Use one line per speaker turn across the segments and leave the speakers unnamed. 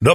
The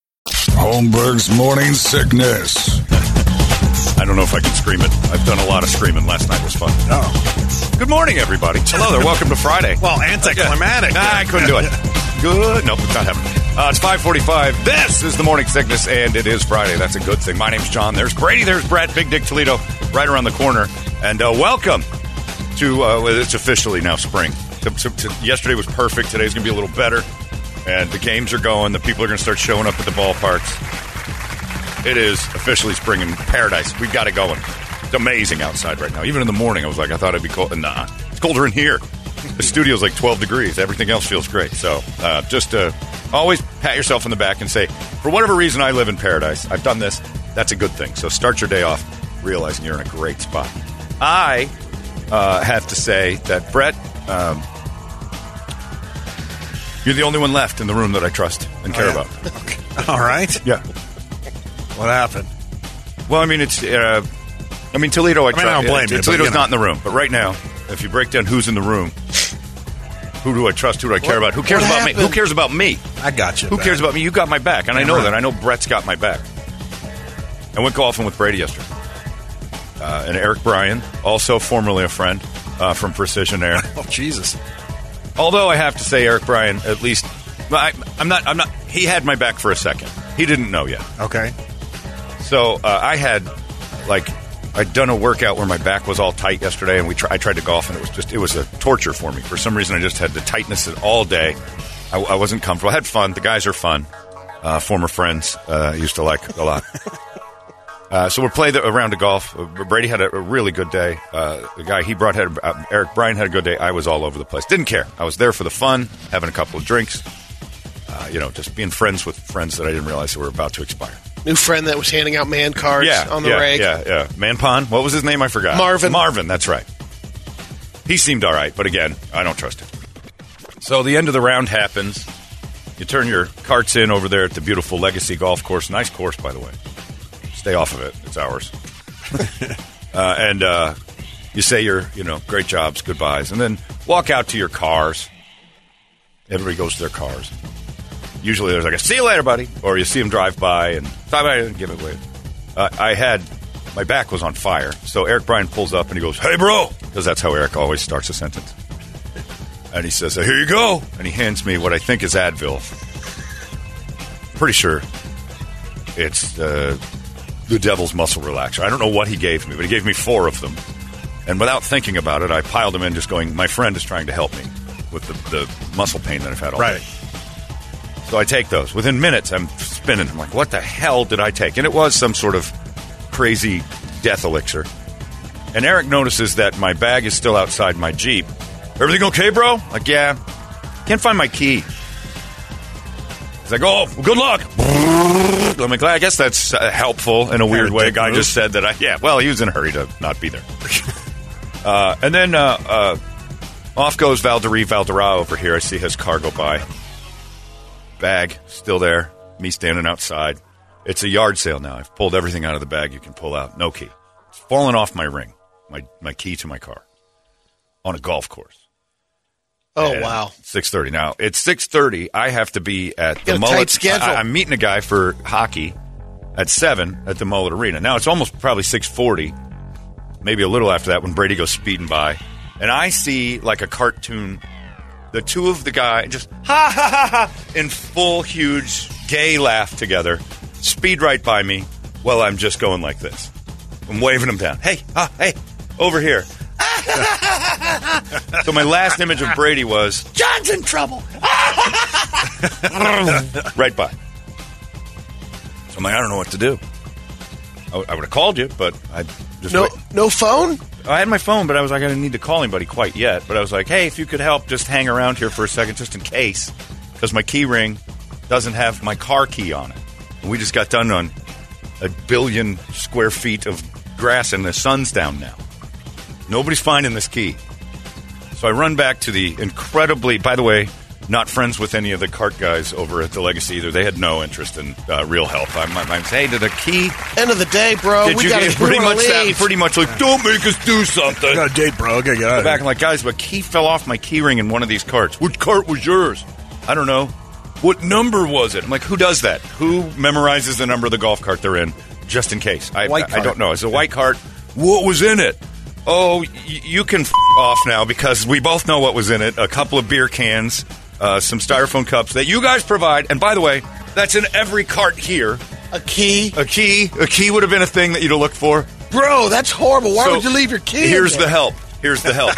Holmberg's morning sickness.
I don't know if I can scream it. I've done a lot of screaming. Last night was fun.
Oh,
Good morning, everybody. Hello there. Welcome to Friday.
well, anticlimactic.
Nah, I couldn't do it. Good. Nope, it's not happening. Uh, it's 545. This is the Morning Sickness, and it is Friday. That's a good thing. My name's John. There's Brady. There's Brad. Big Dick Toledo right around the corner. And uh, welcome to, uh, well, it's officially now spring. To- to- to- yesterday was perfect. Today's going to be a little better. And the games are going. The people are going to start showing up at the ballparks. It is officially spring in paradise. We've got it going. It's amazing outside right now. Even in the morning, I was like, I thought it'd be cold. Nah, it's colder in here. The studio's like 12 degrees. Everything else feels great. So uh, just uh, always pat yourself in the back and say, for whatever reason, I live in paradise. I've done this. That's a good thing. So start your day off realizing you're in a great spot. I uh, have to say that Brett, um, you're the only one left in the room that I trust and care
yeah.
about.
All right.
Yeah.
What happened?
Well, I mean, it's. Uh, I mean, Toledo. I,
mean, I don't blame you, but,
Toledo's
you know.
not in the room, but right now, if you break down who's in the room, who do I trust? Who do I care about? Who cares
what
about me? Who
happened?
cares about me?
I got you.
Who
back.
cares about me? You got my back, and I
Damn
know
right.
that. I know Brett's got my back. I went golfing with Brady yesterday, uh, and Eric Bryan, also formerly a friend uh, from Precision Air.
Oh, Jesus.
Although I have to say, Eric Bryan, at least, I, I'm not. I'm not. He had my back for a second. He didn't know yet.
Okay.
So uh, I had like I'd done a workout where my back was all tight yesterday, and we tr- I tried to golf, and it was just it was a torture for me. For some reason, I just had the tightness all day. I, I wasn't comfortable. I had fun. The guys are fun. Uh, former friends uh, I used to like a lot. Uh, so we'll play the, a round of golf. Uh, Brady had a, a really good day. Uh, the guy he brought had uh, Eric Bryan had a good day. I was all over the place. Didn't care. I was there for the fun, having a couple of drinks. Uh, you know, just being friends with friends that I didn't realize were about to expire.
new friend that was handing out man cards
Yeah,
on the
yeah,
rag.
Yeah, yeah. Manpon. What was his name? I forgot.
Marvin.
Marvin. That's right. He seemed all right, but again, I don't trust him. So the end of the round happens. You turn your carts in over there at the beautiful Legacy Golf Course. Nice course, by the way. Stay off of it. It's ours. uh, and uh, you say your, you know, great jobs, goodbyes, and then walk out to your cars. Everybody goes to their cars. Usually there's like a see you later, buddy, or you see them drive by and bye bye and give it away. Uh, I had my back was on fire, so Eric Bryan pulls up and he goes, "Hey, bro," because that's how Eric always starts a sentence. And he says, "Here you go," and he hands me what I think is Advil. Pretty sure it's uh, the Devil's Muscle Relaxer. I don't know what he gave me, but he gave me four of them. And without thinking about it, I piled them in, just going, "My friend is trying to help me with the, the muscle pain that I've had all
Right.
day." So I take those. Within minutes, I'm spinning. I'm like, what the hell did I take? And it was some sort of crazy death elixir. And Eric notices that my bag is still outside my Jeep. Everything okay, bro? Like, yeah. Can't find my key. He's like, oh, well, good luck. I'm like, I guess that's uh, helpful in a weird
a
way.
dick
Guy
move.
just said that I, yeah, well, he was in a hurry to not be there. uh, and then uh, uh, off goes Valderie Valdera over here. I see his car go by bag still there. Me standing outside. It's a yard sale now. I've pulled everything out of the bag you can pull out. No key. It's fallen off my ring, my my key to my car, on a golf course.
Oh, wow.
Six thirty. Now it's six thirty. I have to be at the
got a
mullet.
tight schedule.
I, am meeting a guy for hockey at seven at the mullet arena. Now it's almost probably six forty, maybe a little after that when Brady goes speeding by, and I see like a cartoon. The two of the guy just ha ha ha ha in full huge gay laugh together, speed right by me while I'm just going like this. I'm waving them down. Hey, ah, hey, over here. So my last image of Brady was John's in trouble. right by. So I'm like, I don't know what to do. I, would have called you, but I just
No,
wait-
no phone.
I had my phone, but I was like, I didn't need to call anybody quite yet. But I was like, hey, if you could help, just hang around here for a second, just in case, because my key ring doesn't have my car key on it. And we just got done on a billion square feet of grass, and the sun's down now. Nobody's finding this key. So I run back to the incredibly, by the way, not friends with any of the cart guys over at the Legacy either. They had no interest in uh, real help. I'm, I'm, I'm hey, did the key?
End of the day, bro.
did
we
you
gotta
get
we
pretty
wanna
much that?
leave.
Pretty much like, don't make us do something
I got a date, bro. I gotta get out of
back
here.
and like, guys, my key fell off my key ring in one of these carts. Which cart was yours? I don't know. What number was it? I'm like, who does that? Who memorizes the number of the golf cart they're in just in case? I,
White
I, I
cart.
don't know. It's a white cart. What was in it? Oh, y- you can f- off now because we both know what was in it. A couple of beer cans, uh, some styrofoam cups that you guys provide. And by the way, that's in every cart here.
A key,
A key, a key would have been a thing that you'd have looked for.
bro. That's horrible. Why
So,
would you leave your key? in
Here's
there?
the help. Here's the help.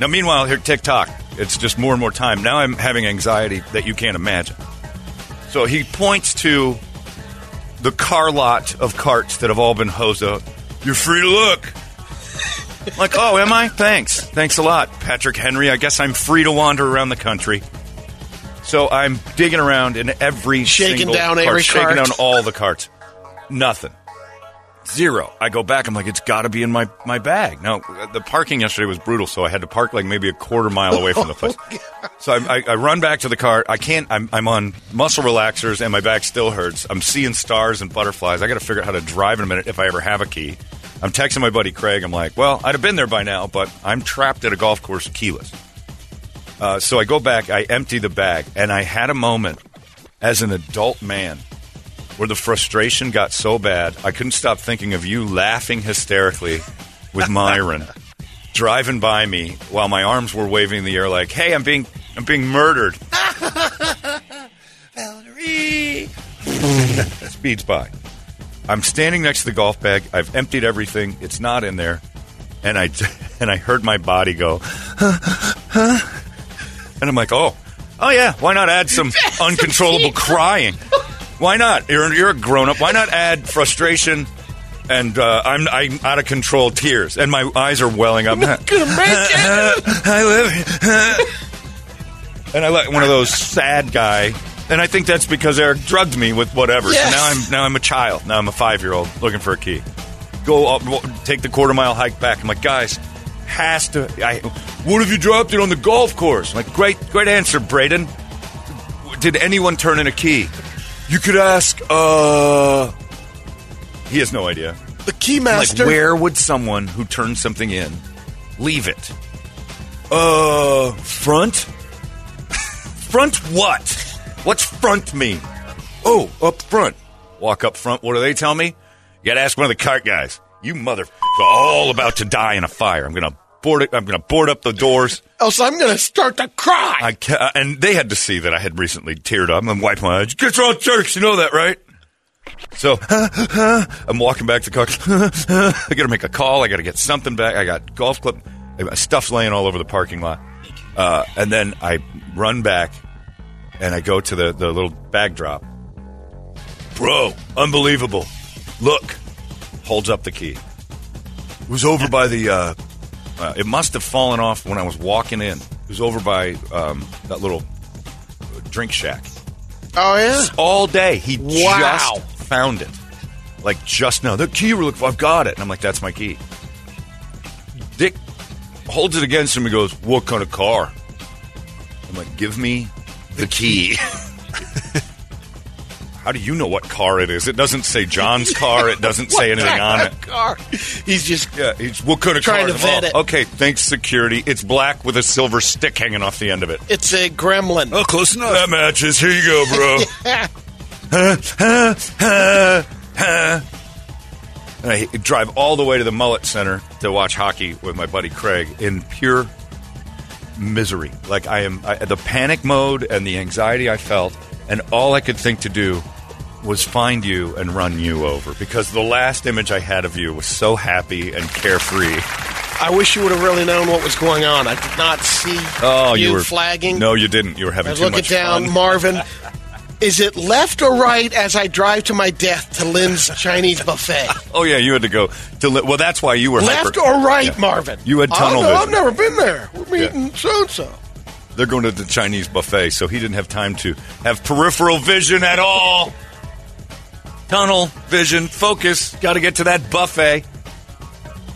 now, meanwhile, here TikTok. It's just more and more time. Now I'm having anxiety that you can't imagine. So he points to the car lot of carts that have all been hosed up. You're free to look. I'm like, oh, am I? Thanks. Thanks a lot, Patrick Henry. I guess I'm free to wander around the country. So I'm digging around in every
Shaking
single
down
cart,
every
shaking
cart.
down all the carts. Nothing. Zero. I go back. I'm like, it's got to be in my, my bag. Now, the parking yesterday was brutal, so I had to park like maybe a quarter mile away from the place. so I, I, I run back to the car. I can't. I'm, I'm on muscle relaxers, and my back still hurts. I'm seeing stars and butterflies. I got to figure out how to drive in a minute if I ever have a key. I'm texting my buddy Craig. I'm like, well, I'd have been there by now, but I'm trapped at a golf course keyless. Uh, so I go back, I empty the bag, and I had a moment as an adult man where the frustration got so bad, I couldn't stop thinking of you laughing hysterically with Myron driving by me while my arms were waving in the air like, "Hey, I'm being I'm being murdered." Valerie speeds by. I'm standing next to the golf bag. I've emptied everything. It's not in there. And I and I heard my body go, and I'm like, oh, oh yeah, why not add some uncontrollable crying? Why not? You're, you're a grown up. Why not add frustration and uh, I'm, I'm out of control tears? And my eyes are welling up. I live and I like one of those sad guy. And I think that's because Eric drugged me with whatever.
Yes.
So now I'm now I'm a child. Now I'm a five year old looking for a key. Go up, w- take the quarter mile hike back. I'm like, guys, has to. I, what have you dropped it on the golf course? I'm like, great, great answer, Braden. Did anyone turn in a key? You could ask. uh... He has no idea.
the key
Like,
master.
where would someone who turned something in leave it? Uh, front? front what? What's front mean? Oh, up front. Walk up front. What do they tell me? You gotta ask one of the cart guys. You mother are all about to die in a fire. I'm gonna board it. I'm gonna board up the doors.
Else I'm gonna start to cry.
I ca- uh, and they had to see that I had recently teared up and wiped my eyes. Get all jerks, you know that, right? So I'm walking back to the car. I got to make a call. I got to get something back. I got golf club I got stuff laying all over the parking lot, uh, and then I run back and I go to the the little bag drop. Bro, unbelievable! Look, holds up the key. It was over by the. Uh, uh, it must have fallen off when I was walking in. It was over by um, that little drink shack.
oh yeah.
All day he
Wow.
just found it, like just now. The key, we're looking for. I've got it, and I'm like, that's my key. Dick holds it against him and goes, "What kind of car?" I'm like, "Give me the key." How do you know what car it is? It doesn't say John's car. It doesn't say
What
anything
type
on it.
of Car. He's just
Yeah, he's, what could a car
Trying to vet it.
Okay, thanks, security. It's black with a silver stick hanging off the end of it.
it's a gremlin.
Oh, close enough. That matches. Here you go, bro.
Yeah.
Oh, And I drive all the way to the Mullet Center to watch hockey with my buddy Craig in pure misery. Like I am I, the panic mode and the anxiety I felt, and all I could think to do was find you and run you over because the last image I had of you was so happy and carefree.
I wish you would have really known what was going on. I did not see
Oh, you,
you,
were
flagging.
No, you didn't. You were
I
having
was
too
looking
much
down,
fun.
Marvin. Is it left or right as I drive to my death to Lynn's Chinese buffet?
oh yeah, you had to go to. Li- well, that's why you were
left
hyper-
or right,
Yeah.
Marvin?
You had
I
tunnel
don't
vision.
know, I've never been there. We're
Yeah.
meeting so and so.
They're going to the Chinese buffet, so he didn't have time to have peripheral vision at all. Tunnel vision, focus. Got to get to that buffet.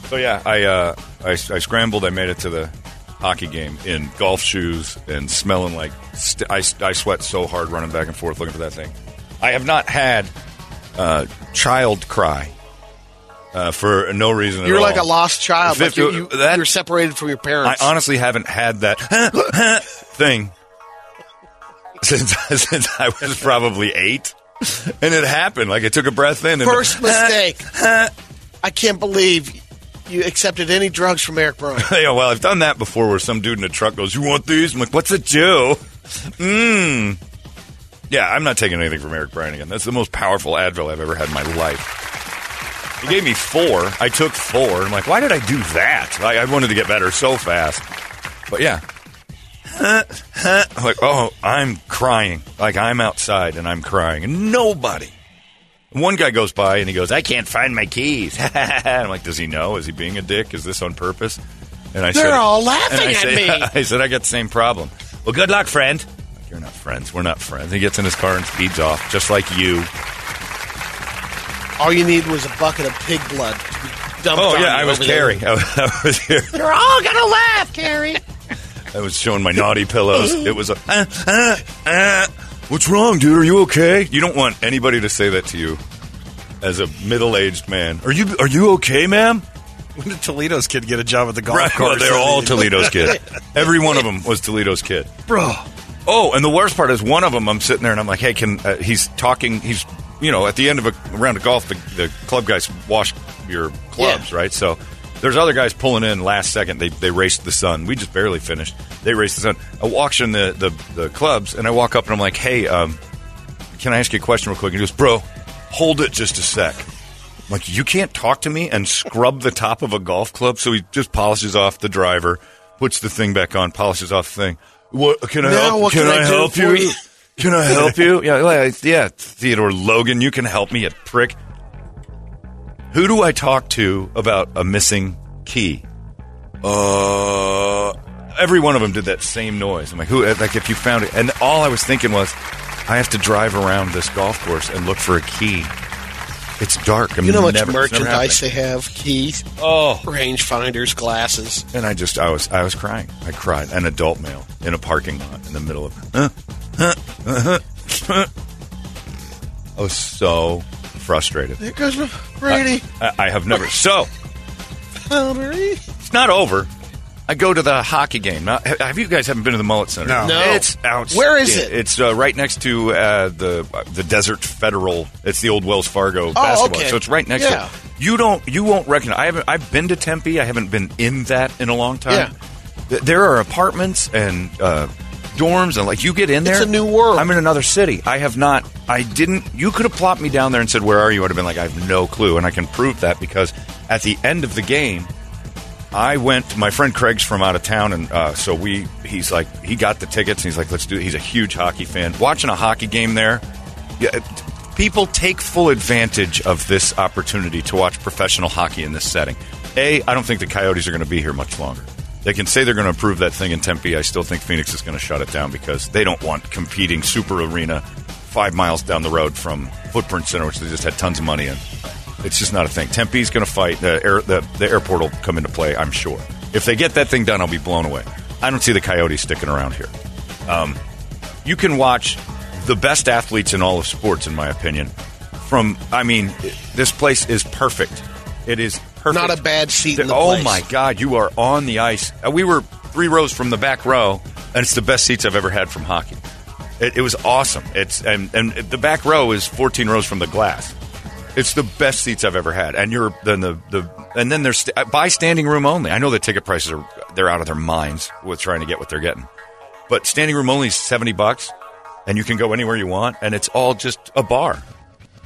So yeah, I, uh, I I scrambled. I made it to the hockey game in golf shoes and smelling like st- I, I sweat so hard running back and forth looking for that thing. I have not had uh, child cry uh, for no reason. at
You're like
all.
a lost child. Like
Fifty-
you, you,
that-
you're separated from your
I
parents.
honestly haven't had that thing since since I was probably eight, and it happened. Like I took a breath in. And
First mistake. I can't believe you accepted any drugs from Eric Brown.
Yeah, well, I've done that before, where some dude in a truck goes, "You want these?" I'm like, "What's it do?" Mmm. Yeah, I'm not taking anything from Eric Bryan again. That's the most powerful Advil I've ever had in my life. He gave me four. I took four. I'm like, why did I do that? I, I wanted to get better so fast. But yeah. I'm like, oh, I'm crying. Like, I'm outside and I'm crying. And nobody. One guy goes by and he goes, I can't find my keys. I'm like, does he know? Is he being a dick? Is this on purpose? And I
They're all laughing
and I
at
said-
me.
I said, I got the same problem. Well, good luck, friend. Like, You're not friends. We're not friends. He gets in his car and speeds off, just like you.
All you need was a bucket of pig blood. to be dumped
Oh,
on
yeah,
you
I was
over there.
Carrie. I, I was here.
You're all gonna laugh, Carrie.
I was showing my naughty pillows. It was a, "Uh, uh, uh." what's wrong, dude? Are you okay? You don't want anybody to say that to you as a middle-aged man. Are you are you okay, ma'am?
When did Toledo's kid get a job at the golf
Right, well,
course?
they're all Toledo's kid. Every one of them was Toledo's kid.
Bro.
Oh, and the worst part is one of them. I'm sitting there and I'm like, hey, can uh, he's talking? He's you know at the end of a round of golf, the, the club guys wash your clubs,
Yeah.
right? So there's other guys pulling in last second. They they raced the sun. We just barely finished. They raced the sun. I watch in the the, the clubs and I walk up and I'm like, hey, um, can I ask you a question real quick? And he goes, bro, hold it just a sec. I'm like, you can't talk to me and scrub the top of a golf club. So he just polishes off the driver, puts the thing back on, polishes off the thing. What can I
Now
help?
what can I
I,
do
help
for
you?
you?
Can I help you? Yeah, like, yeah, Theodore Logan, you can help me, you prick. Who do I talk to about a missing key? Uh, every one of them did that same noise. I'm like, who? Like, if you found it, and all I was thinking was, I have to drive around this golf course and look for a key. It's dark. I'm
You know how much
never, it's never
merchandise
happening.
they have? Keys,
Oh,
rangefinders, glasses.
and I just, I was, I was crying. I cried, an adult male in a parking lot in the middle of. Uh, uh, uh, uh. I was so frustrated.
There goes my Brady.
I, I have never. So Uh,
Boundary.
it's not over. I go to the hockey game. Now, ha- have you guys haven't been to the Mullet Center?
No.
No.
It's out.
Where is it?
It's uh, right next to uh, the uh, the Desert Federal. It's the old Wells Fargo basketball.
Oh, okay.
So it's right next
Yeah.
to. it. You don't. You won't recognize. I haven't. I've been to Tempe. I haven't been in that in a long time.
Yeah.
Th- There are apartments and uh, dorms and like you get in there.
It's a new world.
I'm in another city. I have not. I didn't. You could have plopped me down there and said, "Where are you?" I'd have been like, "I have no clue," and I can prove that because at the end of the game. I went. My friend Craig's from out of town, and uh, so we. He's like, he got the tickets, and he's like, let's do. it. He's a huge hockey fan. Watching a hockey game there, yeah, it- people take full advantage of this opportunity to watch professional hockey in this setting. A, I don't think the Coyotes are going to be here much longer. They can say they're going to improve that thing in Tempe. I still think Phoenix is going to shut it down because they don't want competing super arena five miles down the road from Footprint Center, which they just had tons of money in. It's just not a thing. Tempe's going to fight. The, air, the, the airport will come into play, I'm sure. If they get that thing done, I'll be blown away. I don't see the Coyotes sticking around here. Um, you can watch the best athletes in all of sports, in my opinion. From, I mean, this place is perfect. It is perfect.
Not a bad seat in the
oh
place.
my God, you are on the ice. Uh, We were three rows from the back row, and it's the best seats I've ever had from hockey. It, it was awesome. It's and and the back row is 14 rows from the glass. It's the best seats I've ever had, and you're then the the and then there's st- by standing room only. I know the ticket prices are they're out of their minds with trying to get what they're getting, but standing room only is 70 bucks, and you can go anywhere you want, and it's all just a bar.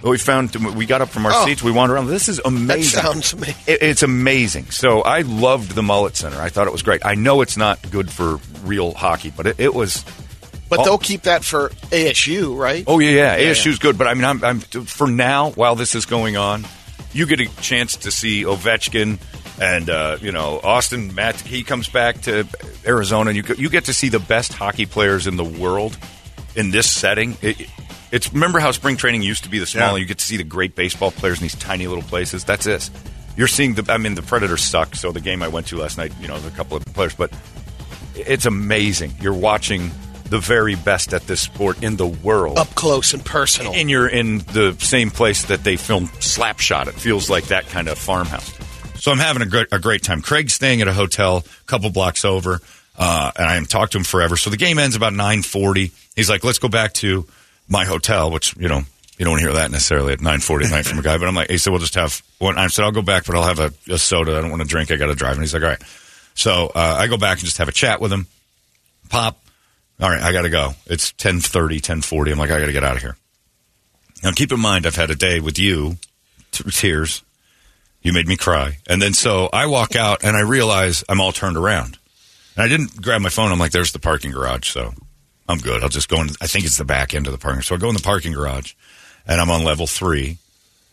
But we found we got up from our
Oh.
seats, we wandered around. This is amazing.
sounds amazing.
It, it's amazing. So I loved the Mullet Center. I thought it was great. I know it's not good for real hockey, but it, it was.
But
Oh.
they'll keep that for ASU, right?
Oh yeah, yeah. ASU's good, but I mean, I'm, I'm for now while this is going on, you get a chance to see Ovechkin and uh, you know Austin Matt. He comes back to Arizona, and you go- you get to see the best hockey players in the world in this setting. It, it's remember how spring training used to be the small.
Yeah.
You get to see the great baseball players in these tiny little places. That's this. You're seeing the. I mean, the Predators suck. So the game I went to last night, you know, there's a couple of players, but it's amazing. You're watching the very best at this sport in the world.
Up close and personal.
And you're in the same place that they filmed Slapshot. It feels like that kind of farmhouse. So I'm having a great, a great time. Craig's staying at a hotel a couple blocks over, uh, and I haven't talked to him forever. So the game ends about 9.40. He's like, let's go back to my hotel, which, you know, you don't hear that necessarily at 9.40 at night from a guy. But I'm like, he said, we'll just have one. I said, I'll go back, but I'll have a, a soda. I don't want to drink. I got to drive. And he's like, all right. So uh, I go back and just have a chat with him. Pop, all right, I got to go. It's 10.30, 10.40. I'm like, I got to get out of here. Now, keep in mind, I've had a day with you, t- tears. You made me cry. And then so I walk out and I realize I'm all turned around. And I didn't grab my phone. I'm like, there's the parking garage. So I'm good. I'll just go in. I think it's the back end of the parking. So I go in the parking garage and I'm on level three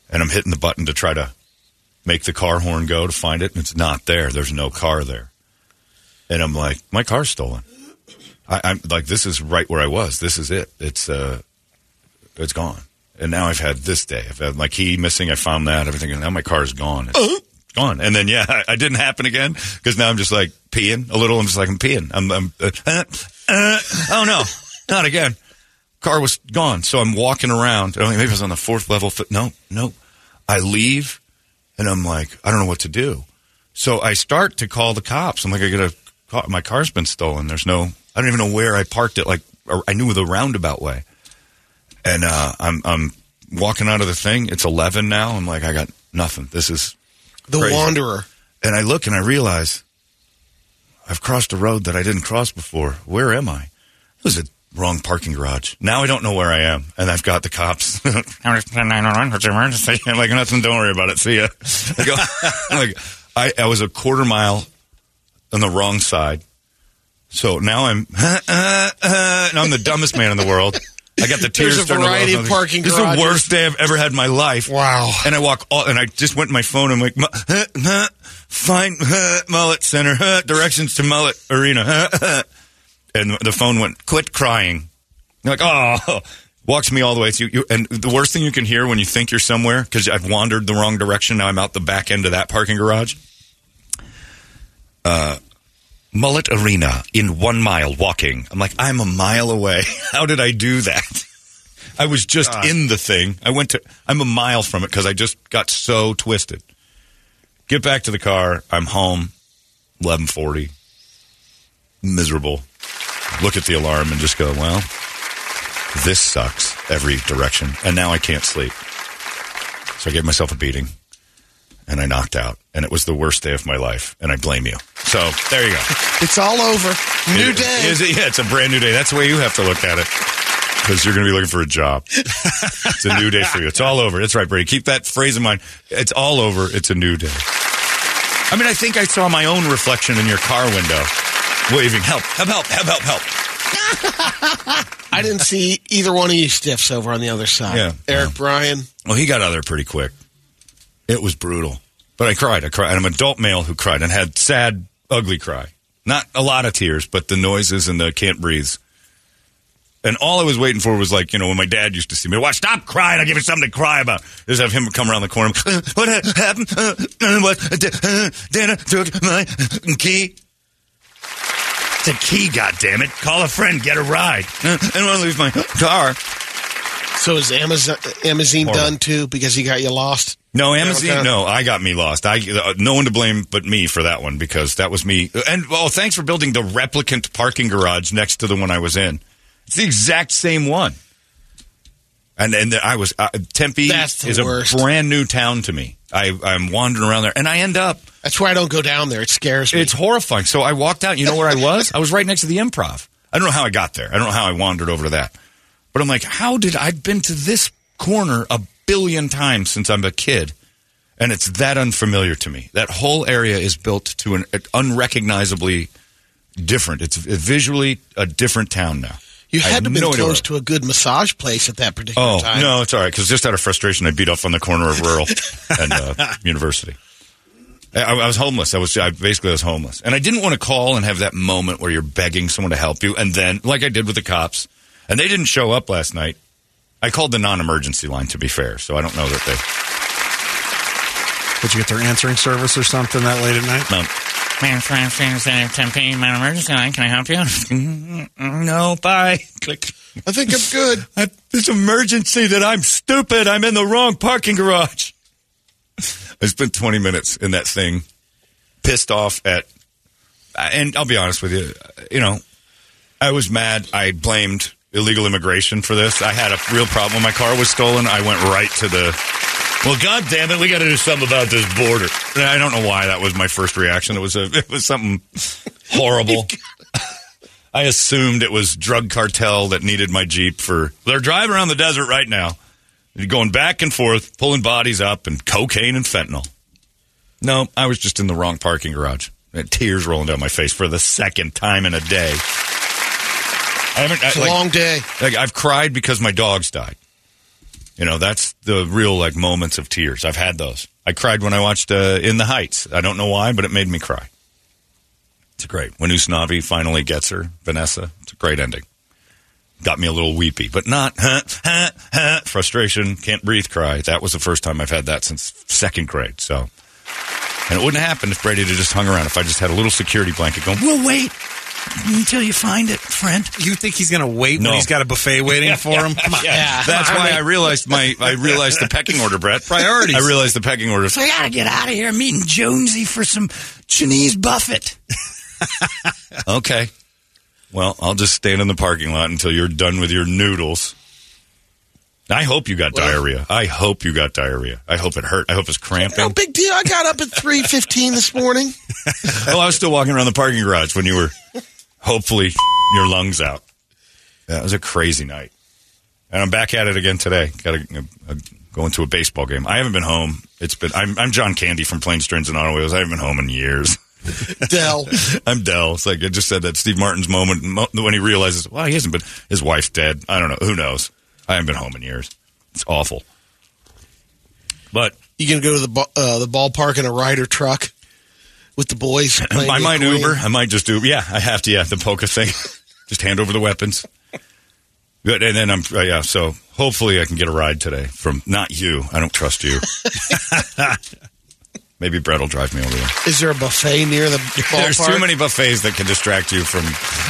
and I'm hitting the button to try to make the car horn go to find it. And it's not there. There's no car there. And I'm like, my car's stolen. I, I'm like, this is right where I was. This is it. It's, uh, it's gone. And now I've had this day. I've had my key missing. I found that everything. And now my car is gone. It's gone. And then yeah, I, I didn't happen again because now I'm just like peeing a little. I'm just like I'm peeing. I'm, I'm uh, uh, uh, oh no, not again. Car was gone. So I'm walking around. I mean, maybe I was on the fourth level. Fi- No, no. I leave and I'm like I don't know what to do. So I start to call the cops. I'm like I got a my car's been stolen. There's no. I don't even know where I parked it. Like or I knew the roundabout way and uh, I'm I'm walking out of the thing. It's eleven now. I'm like, I got nothing. This is
the
crazy.
Wanderer.
and I look and I realize I've crossed a road that I didn't cross before. Where am I? It was a wrong parking garage. Now I don't know where I am, and I've got the cops.
Oh,
I'm like, nothing. Don't worry about it. See ya. I go, I'm like, I, I was a quarter mile on the wrong side, so now I'm and I'm the dumbest man in the world. I got the tears.
There's a
starting to well
variety
up.
of parking
This is
garages.
the worst day I've ever had in my life.
Wow.
And I walk all, and I just went in my phone. I'm like, "Mu- huh, huh, find huh, mullet center huh, directions to mullet arena. huh, huh." And the phone went, quit crying. You're like, oh, walks me all the way. To you, you, and the worst thing you can hear when you think you're somewhere because I've wandered the wrong direction. Now I'm out the back end of that parking garage. uh, Mullet Arena in one mile walking. I'm like, I'm a mile away. How did I do that? I was just in the thing. I went to, I'm a mile from it because I just got so twisted. Get back to the car. I'm home. 1140. Miserable. Look at the alarm and just go, well, this sucks every direction. And now I can't sleep. So I gave myself a beating and I knocked out. And it was the worst day of my life. And I blame you. So there you go.
It's all over. New
It-
day.
Is it? Yeah, it's a brand new day. That's the way you have to look at it. Because you're going to be looking for a job. it's a new day for you. It's all over. That's right, Brady. Keep that phrase in mind. It's all over. It's a new day. I mean, I think I saw my own reflection in your car window waving, help, help, help, help, help, help.
I didn't see either one of you stiffs over on the other side.
Yeah.
Eric Bryan.
Well, he got out of there pretty quick. It was brutal. But I cried. I cried. And I'm an adult male who cried and had sad, ugly cry. Not a lot of tears, but the noises and the can't breathe. And all I was waiting for was like, you know, when my dad used to see me, watch, stop crying. I'll give you something to cry about. Just have him come around the corner. "Uh, What ha- happened? Uh, uh, what? uh, d- uh, Dana took my key.
That's the key, goddammit. Call a friend, get a ride. I don't want to lose my car.
So is Amazon Amazon
Horrible.
done too because he got you lost?
No,
Yeah,
Amazon.
okay.
No, I got me lost. I uh, no one to blame but me for that one because that was me. And well, thanks for building the replicant parking garage next to the one I was in. It's the exact same one. And and I was uh, Tempe
That's the
is a
worst.
brand new town to me. I I'm wandering around there and I end up.
That's why I don't go down there. It scares me.
It's horrifying. So I walked out. You know where I was? I was right next to the improv. I don't know how I got there. I don't know how I wandered over to that. But I'm like, how did I've been to this corner a billion times since I'm a kid, and it's that unfamiliar to me. That whole area is built to an unrecognizably different. It's visually a different town now.
you
I have
had to be
no idea where I
close
was.
to a good massage place at that particular
Oh
time.
no, it's all right. Because just out of frustration, I beat up on the corner of rural and uh, university. I, I was homeless. I was I basically was homeless, and I didn't want to call and have that moment where you're begging someone to help you, and then like I did with the cops, and they didn't show up last night. I called the non-emergency line to be fair, so I don't know that they.
Did you get their answering service or something that late at night?
No,
Mayor Fran Fran Center Tempe, Mount Emergency Line, can I help you? no, bye.
click.
I think I'm good.
I, this emergency that I'm stupid. I'm in the wrong parking garage. I spent 20 minutes in that thing, pissed off at, and I'll be honest with you, you know, I was mad. I blamed illegal immigration for this. I had a real problem. My car was stolen. I went right to the. Well, God damn it, we got to do something about this border. And I don't know why that was my first reaction. It was a, it was something horrible. I assumed it was drug cartel that needed my Jeep for they're driving around the desert right now, going back and forth, pulling bodies up and cocaine and fentanyl. No, I was just in the wrong parking garage. And tears rolling down my face for the second time in a day. I haven't I-
It's a
like-
long day.
like I've cried because my dogs died. You know, that's the real like moments of tears. I've had those. I cried when I watched uh, In the Heights. I don't know why, but it made me cry. It's great. When Usnavi finally gets her, Vanessa, it's a great ending. Got me a little weepy, but not huh, huh, huh, frustration, can't breathe cry. That was the first time I've had that since second grade. So, and it wouldn't happen if Brady had just hung around. If I just had a little security blanket going, we'll wait until you find it, friend.
You think he's going to wait
No.
when he's got a buffet waiting for him? Come on.
Yeah, that's why I realized my I realized the pecking order, Brett. Priorities. I realized the pecking order. So I gotta get out of here. I'm meeting Jonesy for some Chinese buffet. okay. Well, I'll just stand in the parking lot until you're done with your noodles. I hope you got diarrhea. I hope you got diarrhea. I hope it hurt. I hope it's
No
cramping.
big deal. I got up at three fifteen this morning.
Oh, I was still walking around the parking garage when you were hopefully your lungs out. That was a crazy night. And I'm back at it again today. Got to uh, go into a baseball game. I haven't been home. It's been I'm, I'm John Candy from Planes, Trains, and Automobiles. I haven't been home in years.
Dell.
I'm Dell. It's like I just said that Steve Martin's moment mo- when he realizes, well, he hasn't been. His wife's dead. I don't know. Who knows? I haven't been home in years. It's awful. But
You gonna go to the ba- uh, the ballpark in a rider truck with the boys? playing
I might
Bitcoin?
Uber. I might just Uber. Yeah, I have to. Yeah, the poker thing. just hand over the weapons. Good, and then I'm uh, yeah. So hopefully I can get a ride today from not you. I don't trust you. Maybe Brett will drive me over there.
Is there a buffet near the ballpark?
There's too many buffets that can distract you from.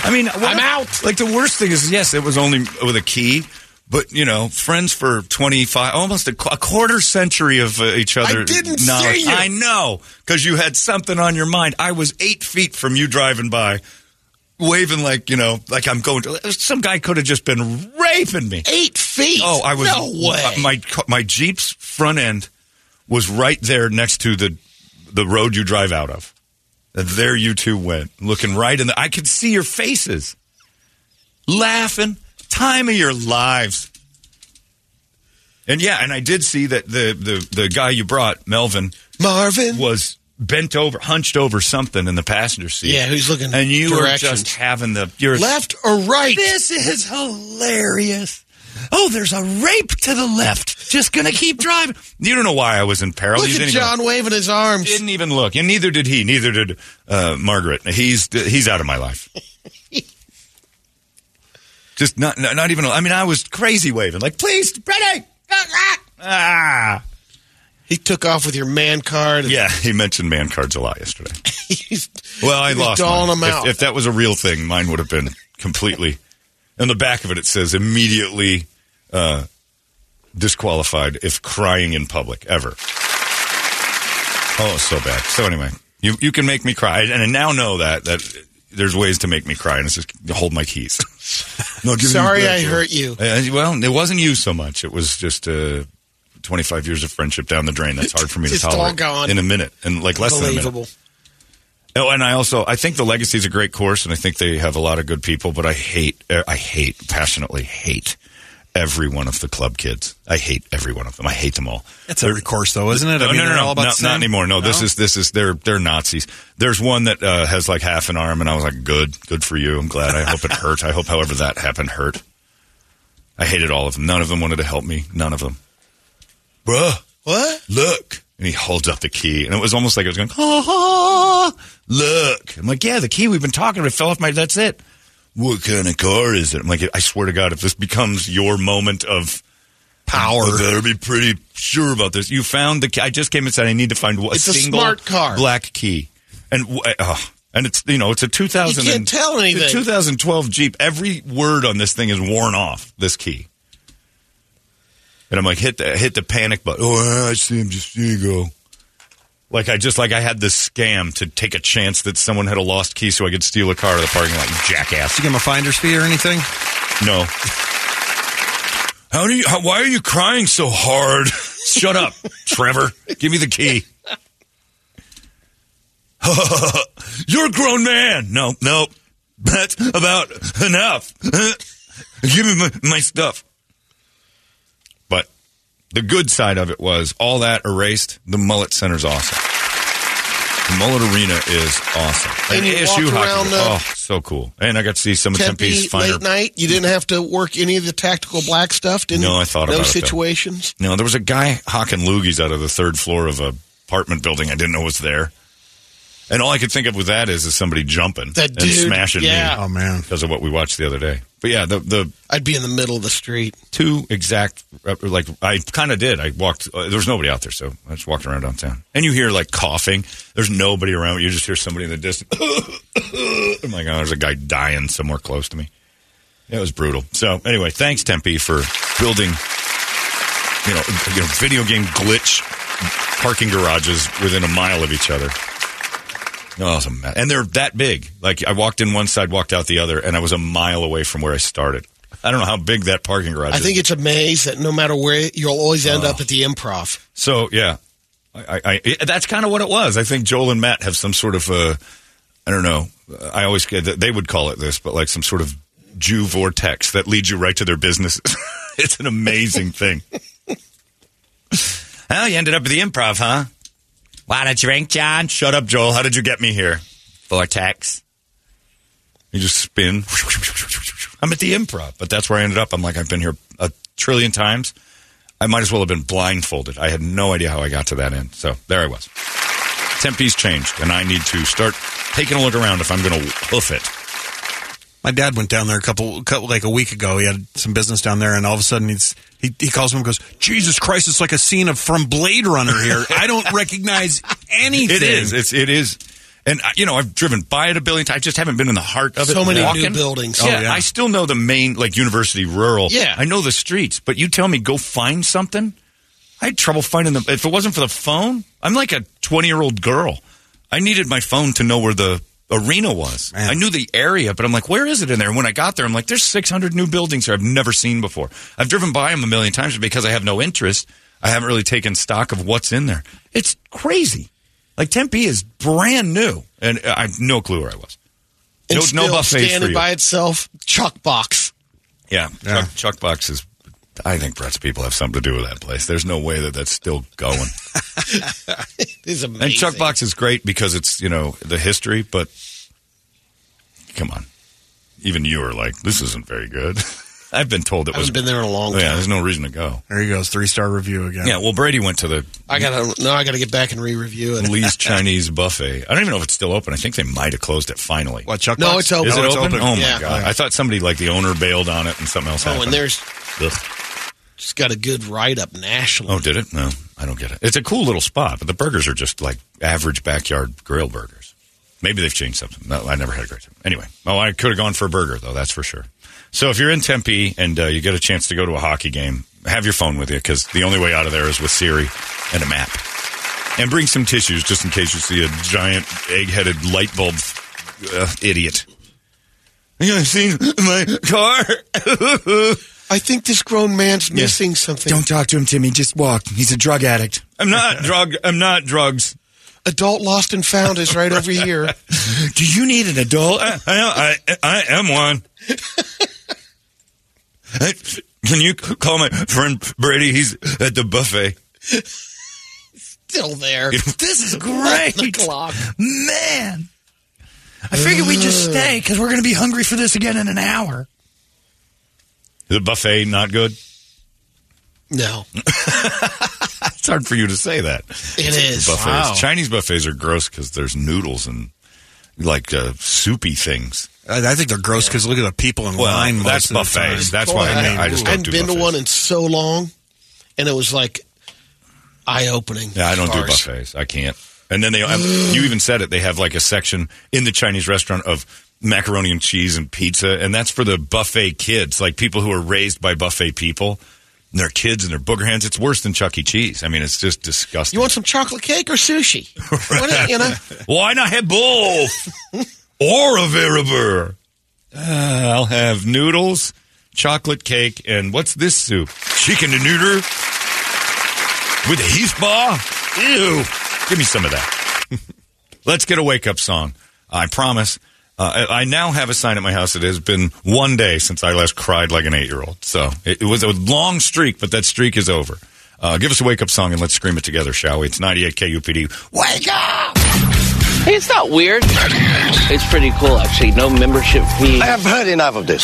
I mean, I'm out. Like the worst thing is, yes, it was only with a key, but you know, friends for 25, almost a, qu- a quarter century of uh, each other.
didn't see
knowledge.
you.
I know because you had something on your mind. I was eight feet from you driving by, waving like you know, like I'm going to. Some guy could have just been raping me.
Eight feet.
Oh, I was
No way.
My ca- my Jeep's front end was right there next to the the road you drive out of. And there you two went, looking right in the. I could see your faces, laughing, time of your lives. And yeah, and I did see that the the the guy you brought, Melvin,
Marvin.
was bent over, hunched over something in the passenger seat.
Yeah, who's looking
And you were
directions.
just having the you're
Left or right?
this is hilarious. Oh, there's a rape to the left. Just gonna keep driving. You don't know why I was in peril.
Look
You
at
didn't even-
John waving his arms.
didn't even look, and neither did he. Neither did uh, Margaret. He's he's out of my life. Just not not not even. I mean, I was crazy waving like, please, Brady. Ah.
He took off with your man card.
Yeah, he mentioned man cards a lot yesterday.
He's-
Well, I
He was
lost
doling
mine.
them
If-
out.
If, that was a real thing, mine would have been completely. In the back of it, it says immediately uh, disqualified if crying in public ever. Oh, so bad. So anyway, you you can make me cry, and I now know that that there's ways to make me cry, and it's just hold my keys. no, give me
Sorry
back
I
your-
hurt you.
Uh, well, it wasn't you so much. It was just uh, 25 years of friendship down the drain. That's hard for me to
It's all
tolerate.
gone.
in a minute, and like less than a minute.
Unbelievable.
Oh, and I also I think the Legacy is a great course, and I think they have a lot of good people. But I hate, uh, I hate passionately hate every one of the club kids. I hate every one of them. I hate them all.
That's every course, though, isn't it?
No,
I mean,
no, no,
they're
no,
all about
no,
the same.
not anymore. No, this is this is they're they're Nazis. There's one that uh, has like half an arm, and I was like, good, good for you. I'm glad. I hope it hurt. I hope, however, that happened hurt. I hated all of them. None of them wanted to help me. None of them. Bruh,
What?
look. And he holds up the key, and it was almost like it was going, ha ha, look. I'm like, yeah, the key we've been talking about it fell off my, that's it. What kind of car is it? I'm like, I swear to God, if this becomes your moment of power, you better be pretty sure about this. You found the key. I just came and said, I need to find a
It's a
single
smart car.
black key. And, w- uh, and it's, you know, it's a 2000.
You can't
and-
tell anything.
the 2012 Jeep. Every word on this thing is worn off this key. And I'm like, hit the hit the panic button. Oh, I see him. Just there you go. Like I just like I had this scam to take a chance that someone had a lost key so I could steal a car out of the parking lot. You jackass.
Did you give him a finder's fee or anything?
No. How do you? How, why are you crying so hard? Shut up, Trevor. Give me the key. You're a grown man. No, no, that's about enough. Uh, Give me my, my stuff. But the good side of it was all that erased. The mullet center's awesome. The mullet arena is awesome.
And you
ASU
walked
hockey.
around the-
oh, so cool. And I got to see some of Tempe's
Tempe
finer
late night. You didn't have to work any of the tactical black stuff, didn't
No,
you?
I thought
Those
about it, though.
situations.
No, there was a guy hawking loogies out of the third floor of a apartment building I didn't know was there. And all I could think of with that is, is somebody jumping
That
and
dude,
smashing
yeah.
me
Oh man,
because of what we watched the other day. But yeah, the the
I'd be in the middle of the street.
two exact uh, like I kind of did. I walked. Uh, there was nobody out there, so I just walked around downtown. And you hear like coughing. There's nobody around. but You just hear somebody in the distance. I'm like, oh, there's a guy dying somewhere close to me. It was brutal. So anyway, thanks Tempe for building, you know, you know, video game glitch parking garages within a mile of each other. Oh, it's a mess. And they're that big. Like I walked in one side, walked out the other, and I was a mile away from where I started. I don't know how big that parking garage
I
is.
think it's a maze that no matter where you'll always
Uh.
end up at the improv.
So yeah, I, I, I that's kind of what it was. I think Joel and Matt have some sort of uh, I don't know. Uh, I always get that they would call it this, but like some sort of Jew vortex that leads you right to their businesses. it's an amazing thing. Well, you ended up at the improv, huh?
Want a drink, John?
Shut up, Joel. How did you get me here?
Vortex.
You just spin. I'm at the improv, but that's where I ended up. I'm like, I've been here a trillion times. I might as well have been blindfolded. I had no idea how I got to that end. So there I was. Tempe's changed, and I need to start taking a look around if I'm going to hoof it.
my dad went down there a couple, couple like a week ago. He had some business down there, and all of a sudden he's he, he calls him and goes, "Jesus Christ! It's like a scene of from Blade Runner here. I don't recognize anything."
It is. It's, it is. And, I- you know, I've driven by it a billion times. I just haven't been in the heart of it.
So many new
walking.
buildings.
Yeah,
Oh, yeah.
I still know the main, like, university rural.
Yeah.
I know the streets, but you tell me go find something. I had trouble finding them. If it wasn't for the phone, I'm like a 20 year old girl. I needed my phone to know where the arena was.
Man.
I knew the area, but I'm like, where is it in there? And when I got there, I'm like, there's 600 new buildings here I've never seen before. I've driven by them a million times, but because I have no interest, I haven't really taken stock of what's in there. It's crazy. Like Tempe is brand new, and I have no clue where I was.
And
No- no
still
buffets for
standing
you.
by itself, chuck box.
Yeah,
Yeah.
Chuck, Chuck Box is. I think Brett's people have something to do with that place. There's no way that that's still going.
This is amazing.
And Chuck Box is great because it's, you know, the history, but come on. Even you are like, this isn't very good. I've been told it
I
was.
haven't been there in a long
Yeah,
time.
there's no reason to go.
There he goes, three star review again.
Yeah, well, Brady went to the
I gotta no, I gotta get back and re-review it.
Lee's Chinese buffet. I don't even know if it's still open. I think they might have closed it finally.
What Chuck?
No,
Box?
it's open.
Is
Oh,
it open? Oh, my
Yeah.
God. I thought somebody, like, the owner bailed on it and something else
Oh,
happened.
and there's
Ugh.
Just got a good write up nationally.
Oh, did it? No, I don't get it. It's a cool little spot, but the burgers are just like average backyard grill burgers. Maybe they've changed something. No, I never had a great time. Anyway, oh, I could have gone for a burger though. That's for sure. So if you're in Tempe and uh, you get a chance to go to a hockey game, have your phone with you because the only way out of there is with Siri and a map. And bring some tissues just in case you see a giant egg-headed light bulb uh, idiot. You gonna see my car?
I think this grown man's missing something.
talk to him, Timmy. Just walk. He's a drug addict.
I'm not drug. I'm not drugs.
Adult lost and found is right over here.
Do you need an adult? I, uh, I, I, I am one. Hey, Can you call my friend Brady? He's at the buffet.
Still there.
this is
The clock.
Man. I figured we'd just stay because we're going to be hungry for this again in an hour.
The buffet not good.
No,
It's hard for you to say that.
it is.
Buffets, Chinese buffets are gross because there's noodles and like uh, soupy things.
I, I think they're gross because look at the people in
Well,
line. most
that's
of the
buffets.
time.
That's why I,
I,
I just don't
hadn't
do
been
buffets.
to one in so long, and it was like eye opening.
Yeah, I don't do buffets. I can't. And then they, have, you even said it. They have like a section in the Chinese restaurant of macaroni and cheese and pizza, and that's for the buffet kids, like people who are raised by buffet people. And they're kids and their booger hands. It's worse than Chuck E. Cheese. I mean, it's just disgusting.
You want some chocolate cake or sushi? What do you- you know,
Why not have both? or a veriber? Uh, I'll have noodles, chocolate cake, and what's this soup? Chicken and noodle with a heath bar? Ew. Give me some of that. Let's get a wake up song. I promise. Uh, I I now have a sign at my house. It has been one day since I last cried like an eight year old. So it, it was a long streak, but that streak is over. Uh, give us a wake up song and let's scream it together, shall we? It's 98 KUPD. Wake up!
Hey, it's not weird. It's pretty cool, actually. No membership fee. I have heard enough of this.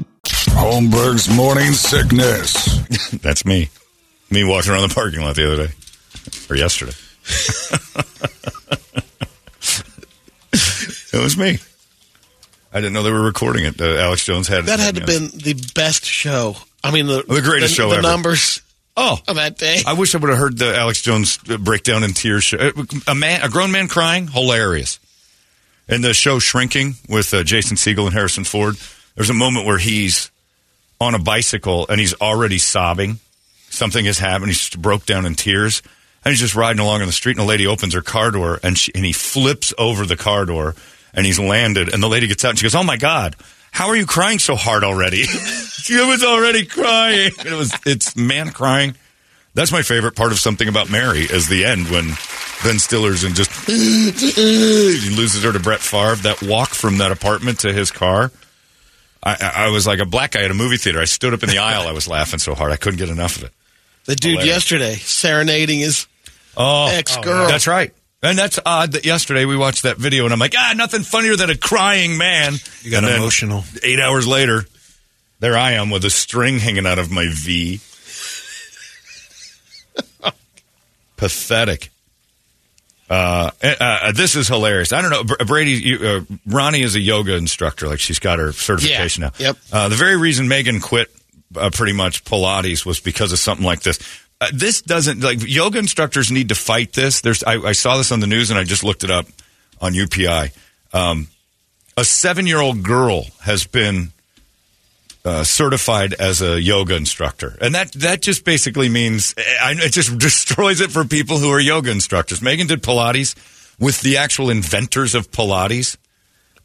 Oh,
Holmberg's morning sickness.
That's me. Me walking around the parking lot the other day. Or yesterday. it was me. I didn't know they were recording it. Uh, Alex Jones had
that had to been the best show. I mean, the,
The greatest show
The
ever.
numbers
Oh,
on that day.
I wish I would have heard the Alex Jones uh, breakdown in tears. show. Uh, A man, a grown man crying, hilarious. And the show shrinking with uh, Jason Siegel and Harrison Ford. There's a moment where he's on a bicycle and he's already sobbing. Something has happened. He's just broke down in tears. And he's just riding along on the street, and a lady opens her car door, and she, and he flips over the car door, and he's landed. And the lady gets out, and she goes, "Oh my god, how are you crying so hard already?" she was already crying. It was it's man crying. That's my favorite part of something about Mary is the end when Ben Stiller's and just he loses her to Brett Favre. That walk from that apartment to his car. I- I, I was like a black guy at a movie theater. I stood up in the aisle. I was laughing so hard I couldn't get enough of it.
the dude
hilarious.
yesterday serenading his
Oh,
Ex-girl.
That's right. And that's odd that yesterday we watched that video and I'm like, ah, nothing funnier than a crying man.
You got
And then
emotional.
Eight hours later, there I am with a string hanging out of my V. Pathetic. Uh, uh, uh, this is hilarious. I don't know. Br- Brady, you, uh, Ronnie is a yoga instructor. Like she's got her certification
Yeah.
now.
Yep.
Uh, the very reason Megan quit uh, pretty much Pilates was because of something like this. Uh, this doesn't like yoga instructors need to fight this. There's I, I saw this on the news and I just looked it up on UPI. Um, a seven year old girl has been uh, certified as a yoga instructor, and that that just basically means I, it just destroys it for people who are yoga instructors. Megan did Pilates with the actual inventors of Pilates.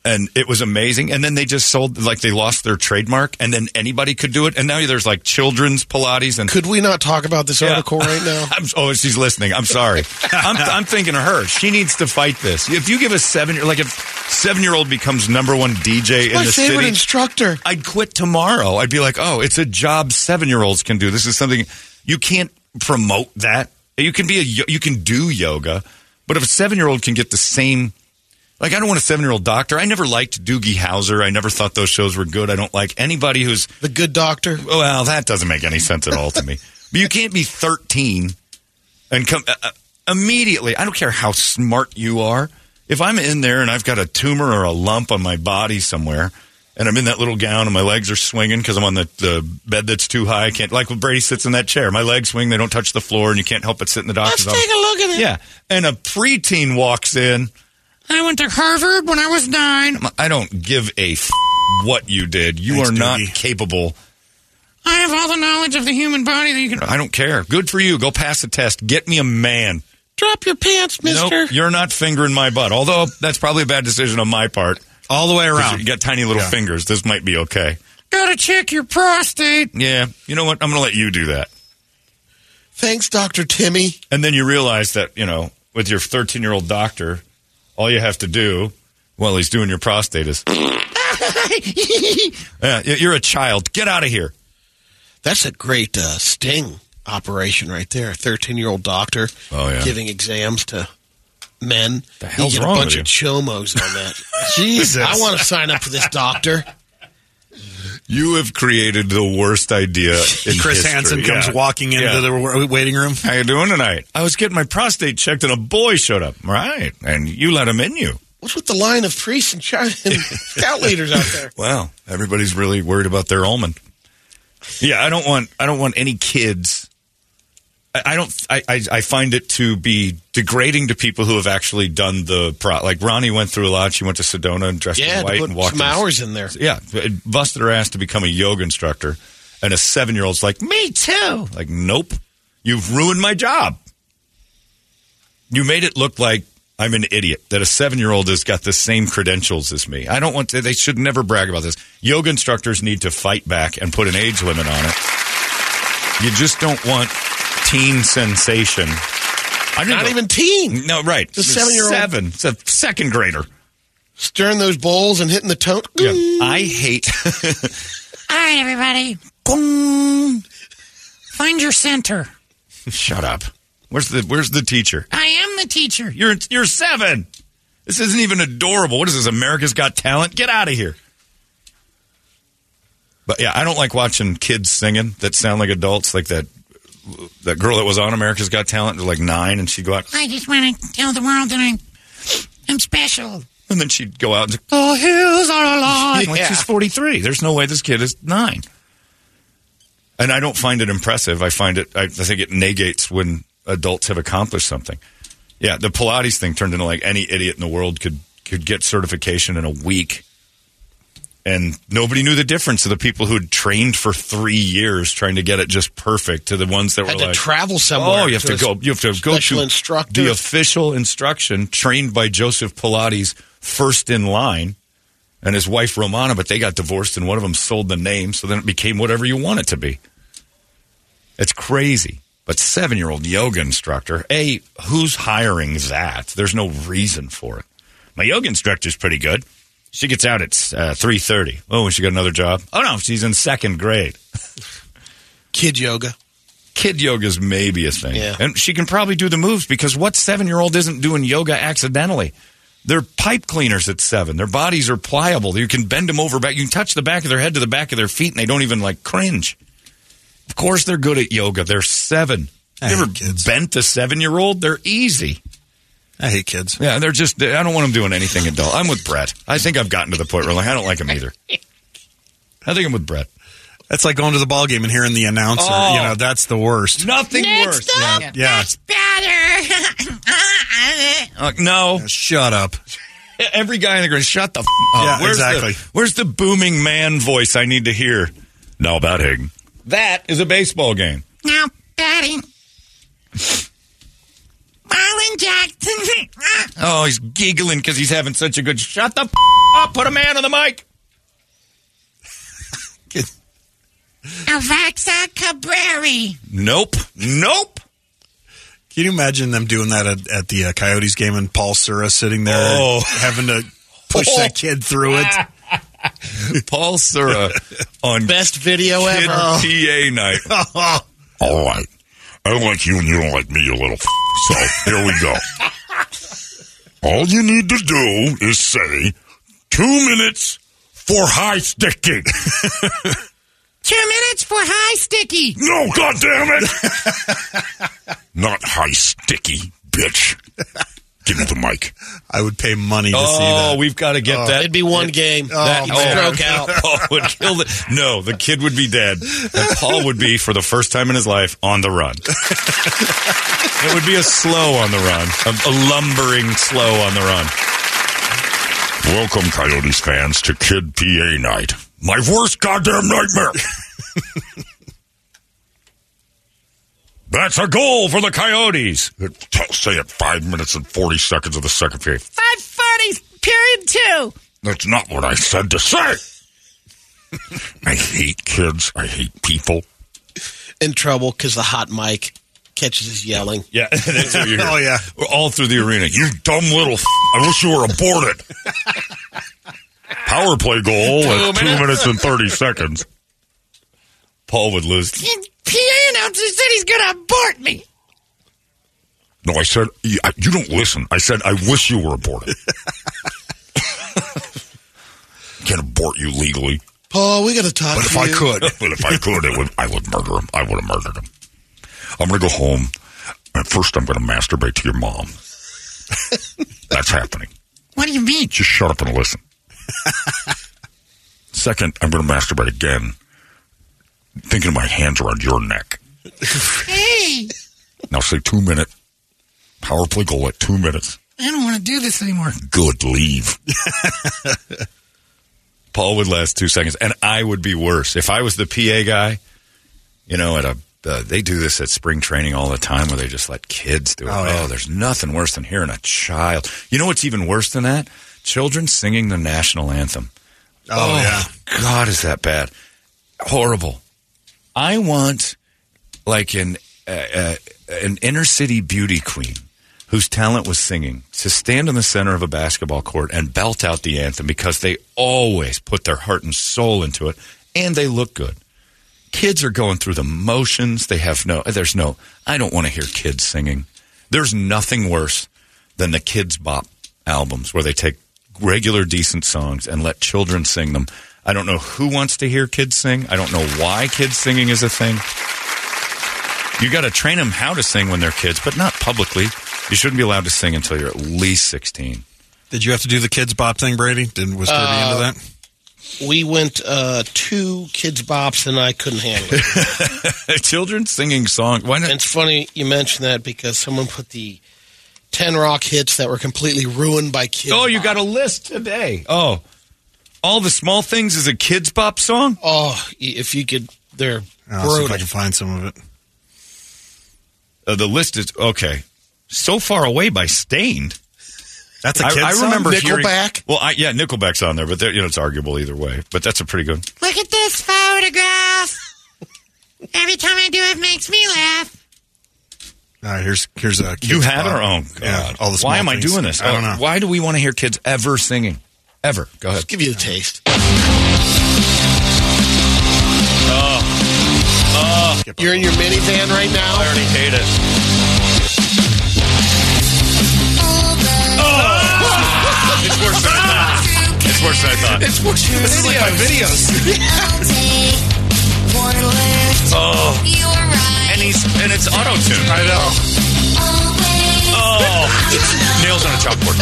and it was amazing. And then they just sold like they lost their trademark, and then anybody could do it. And now there's like children's Pilates. And
could we not talk about this article right now?
I'm, oh, she's listening. I'm sorry. I'm, I'm thinking of her. She needs to fight this. If you give a seven year like if seven year old becomes number one DJ in
My
the
favorite
city,
instructor.
I'd quit tomorrow. I'd be like, oh, it's a job seven year olds can do. This is something you can't promote that. You can be a yo- you can do yoga, but if a seven year old can get the same, like I don't want a seven year old doctor. I never liked Doogie Howser. I never thought those shows were good. I don't like anybody who's
the good doctor.
Well, that doesn't make any sense at all to me. But you can't be thirteen and come uh, uh, immediately. I don't care how smart you are. If I'm in there and I've got a tumor or a lump on my body somewhere, and I'm in that little gown and my legs are swinging because I'm on the, the bed that's too high, I can't like when Brady sits in that chair. My legs swing; they don't touch the floor, and you can't help but sit in the doctor's office.
look at
Yeah, and a preteen walks in.
I went to Harvard when I was nine.
I'm like, I don't give a f- what you did. You are not capable.
I have all the knowledge of the human body that you can.
I don't care. Good for you. Go pass the test. Get me a man.
Drop your pants, mister.
Nope, you're not fingering my butt. Although that's probably a bad decision on my part.
All the way
around. You got tiny little
Yeah.
fingers. This might be okay.
Gotta check your prostate.
Yeah. You know what? I'm going to let you do that.
Thanks, Dr. Timmy.
And then you realize that, you know, with your 13 year old doctor, all you have to do while he's doing your prostate is, yeah, y- you're a child. Get out of here.
That's a great uh, sting operation right there. A 13 year old doctor
Oh, yeah.
giving exams to men. The
hell's
you get
wrong
a bunch
with
of chomos on that. Jesus. I want to sign up for this doctor.
You have created the worst idea in
Chris Hansen comes walking into the wa- waiting room.
How you doing tonight? I was getting my prostate checked and a boy showed up. Right. And you let him in you.
What's with the line of priests and, chi- and scout leaders out there?
Wow, everybody's really worried about their almond. Yeah, I don't want I don't want any kids. I, I don't. I, I I find it to be degrading to people who have actually done the pro. Like Ronnie went through a lot. She went to Sedona and dressed
Yeah,
in
to
white
put
and walked
some hours in there.
Yeah, it busted her ass to become a yoga instructor, and a seven year old's like, Me too. like, nope, you've ruined my job. You made it look like I'm an idiot, that a seven year old has got the same credentials as me. I don't want to, they should never brag about this. Yoga instructors need to fight back and put an age limit on it. You just don't want teen sensation. I
Not even teen.
No, right.
It's a seven-year-old.
Seven. It's a second grader.
Stirring those bowls and hitting the tone.
I hate.
All right, everybody. Boom. Find your center.
Shut up. Where's the Where's the teacher?
I am the teacher.
You're you're seven. This isn't even adorable. What is this? America's Got Talent. Get out of here. But yeah, I don't like watching kids singing that sound like adults. Like that that girl that was on America's Got Talent, like nine, and she'd go out
I just want to tell the world that I'm, I'm special.
and then she'd go out and
The hills are alive.
I'm like she's forty three. There's no way this kid is nine. And I don't find it impressive. I find it. I, I think it negates when adults have accomplished something. Yeah, the Pilates thing turned into like any idiot in the world could could get certification in a week, and nobody knew the difference of the people who had trained for three years trying to get it just perfect to the ones that
Had
were
to
like
travel somewhere
Oh, you have
to
to,
a
go. You have to go
special
to
instructor.
the official instruction trained by Joseph Pilates, first in line and his wife Romana, but they got divorced and one of them sold the name, so then it became whatever you want it to be. It's crazy. But seven year old yoga instructor, A, who's hiring that? There's no reason for it. My yoga instructor's pretty good. She gets out at uh, 3.30. Oh, she got another job? Oh, no, she's in second grade.
Kid yoga.
Kid yoga's maybe a thing. And she can probably do the moves because what seven year old isn't doing yoga accidentally? They're pipe cleaners at seven. Their bodies are pliable. You can bend them over back. You can touch the back of their head to the back of their feet and they don't even like cringe. Of course they're good at yoga. They're seven. You ever bent a seven year old? They're easy.
I hate kids.
Yeah, they're just, I don't want them doing anything adult. I'm with Brett. I think I've gotten to the point where like, I don't like them either. I think I'm with Brett.
That's like going to the ball game and hearing the announcer.
Oh.
You know, that's the worst.
Nothing worse.
Yeah. yeah.
Better.
Like, Uh, no.
Shut up.
Every guy in the group, shut the f- up.
Yeah,
where's
exactly.
The, where's the booming man voice I need to hear? Now batting. That is a baseball game.
now, batting. Alan Jackson.
Oh, he's giggling because he's having such a good. Shut the f- up. Ah, Put a man on the mic.
Avaxa Cabreri.
Nope. Nope.
Can you imagine them doing that at, at the uh, Coyotes game and Paul Sura sitting there
Oh.
having to push that kid through it?
Paul Sura on
best video
Kid
ever.
PA night.
Oh,
All right. I like you and you don't like me, you little f- So here we go. All you need to do is say two minutes for high sticking.
Two minutes for high sticky.
no, God damn it! Not high sticky, bitch. Give me the mic.
I would pay money to see
Oh,
that.
we've got to get
Oh.
that.
It'd be one game.
That
He'd stroke out.
Paul would kill the. No, the kid would be dead, and Paul would be for the first time in his life on the run. it would be a slow on the run, a, a lumbering slow on the run.
Welcome, Coyotes fans, to Kid PA night. My worst goddamn nightmare. That's a goal for the Coyotes. T- Say it five minutes and 40 seconds of the second period.
540, period two.
That's not what I said to say. I hate kids. I hate people.
In trouble because the hot mic catches his yelling.
Yeah, that's what you hear.
Oh, yeah.
We're all through the arena.
You dumb little. F- I wish you were aborted. Power play goal at two minutes and 30 seconds.
Paul would lose.
PA announcer said he's going to abort me.
No, I said, you I- you don't listen. I said, I wish you were aborted. Can't abort you legally.
Paul, we got to talk
But
to
if I
you.
could, but if I could, it would, I would murder him. I would have murdered him. I'm going to go home. And first, I'm going to masturbate to your mom. That's happening.
What do you mean?
Just shut up and listen. Second, I'm going to masturbate again, thinking my hands around your neck.
Hey,
Now say two minute power play goal at two minutes.
I don't want to do this anymore.
Good, leave.
Paul would last two seconds, and I would be worse if I was the PA guy. You know, at a uh, they do this at spring training all the time, where they just let kids do it. Oh,
Oh, yeah.
there's nothing worse than hearing a child. You know what's even worse than that? Children singing the national anthem.
Oh, yeah.
God, is that bad? Horrible. I want like an uh, uh, an inner city beauty queen whose talent was singing to stand in the center of a basketball court and belt out the anthem because they always put their heart and soul into it and they look good. Kids are going through the motions. They have no. There's no. I don't want to hear kids singing. There's nothing worse than the kids bop albums where they take regular decent songs and let children sing them. I don't know who wants to hear kids sing. I don't know why kids singing is a thing. You got to train them how to sing when they're kids, but not publicly. You shouldn't be allowed to sing until you're at least 16.
Did you have to do the kids bop thing, Brady? Didn't was Kirby
Uh,
into that?
We went uh, two kids bops and I couldn't handle it.
Children singing songs. Why
And
not?
it's funny you mentioned that because someone put the 10 rock hits that were completely ruined by kids.
Oh, you got a list today. Oh, all the small things is a kids bop song?
Oh, y- if you could, they're
I'll see if
brutal.
I can find some of it.
Uh, the list is okay. So far away by Stained.
That's a
I,
kid
I
song?
remember hearing-
Nickelback?
well, I, yeah, Nickelback's on there, but they're- you know it's arguable either way. But that's a pretty good.
look at this photograph. Every time I do it makes me laugh.
All right, here's here's a. Kids
You have
bop.
our own. God.
Yeah, all the small
Why am I
things.
doing this?
I don't
Uh,
know.
Why do we want to hear kids ever singing? Ever. Go ahead.
Just give you the taste.
Oh.
You're in your minivan right now.
already hate it. It's worse than I thought. It's worse than I thought. It's worse. This is like my videos. Oh, and he's and it's auto tune. I know. Oh, nails on a chalkboard.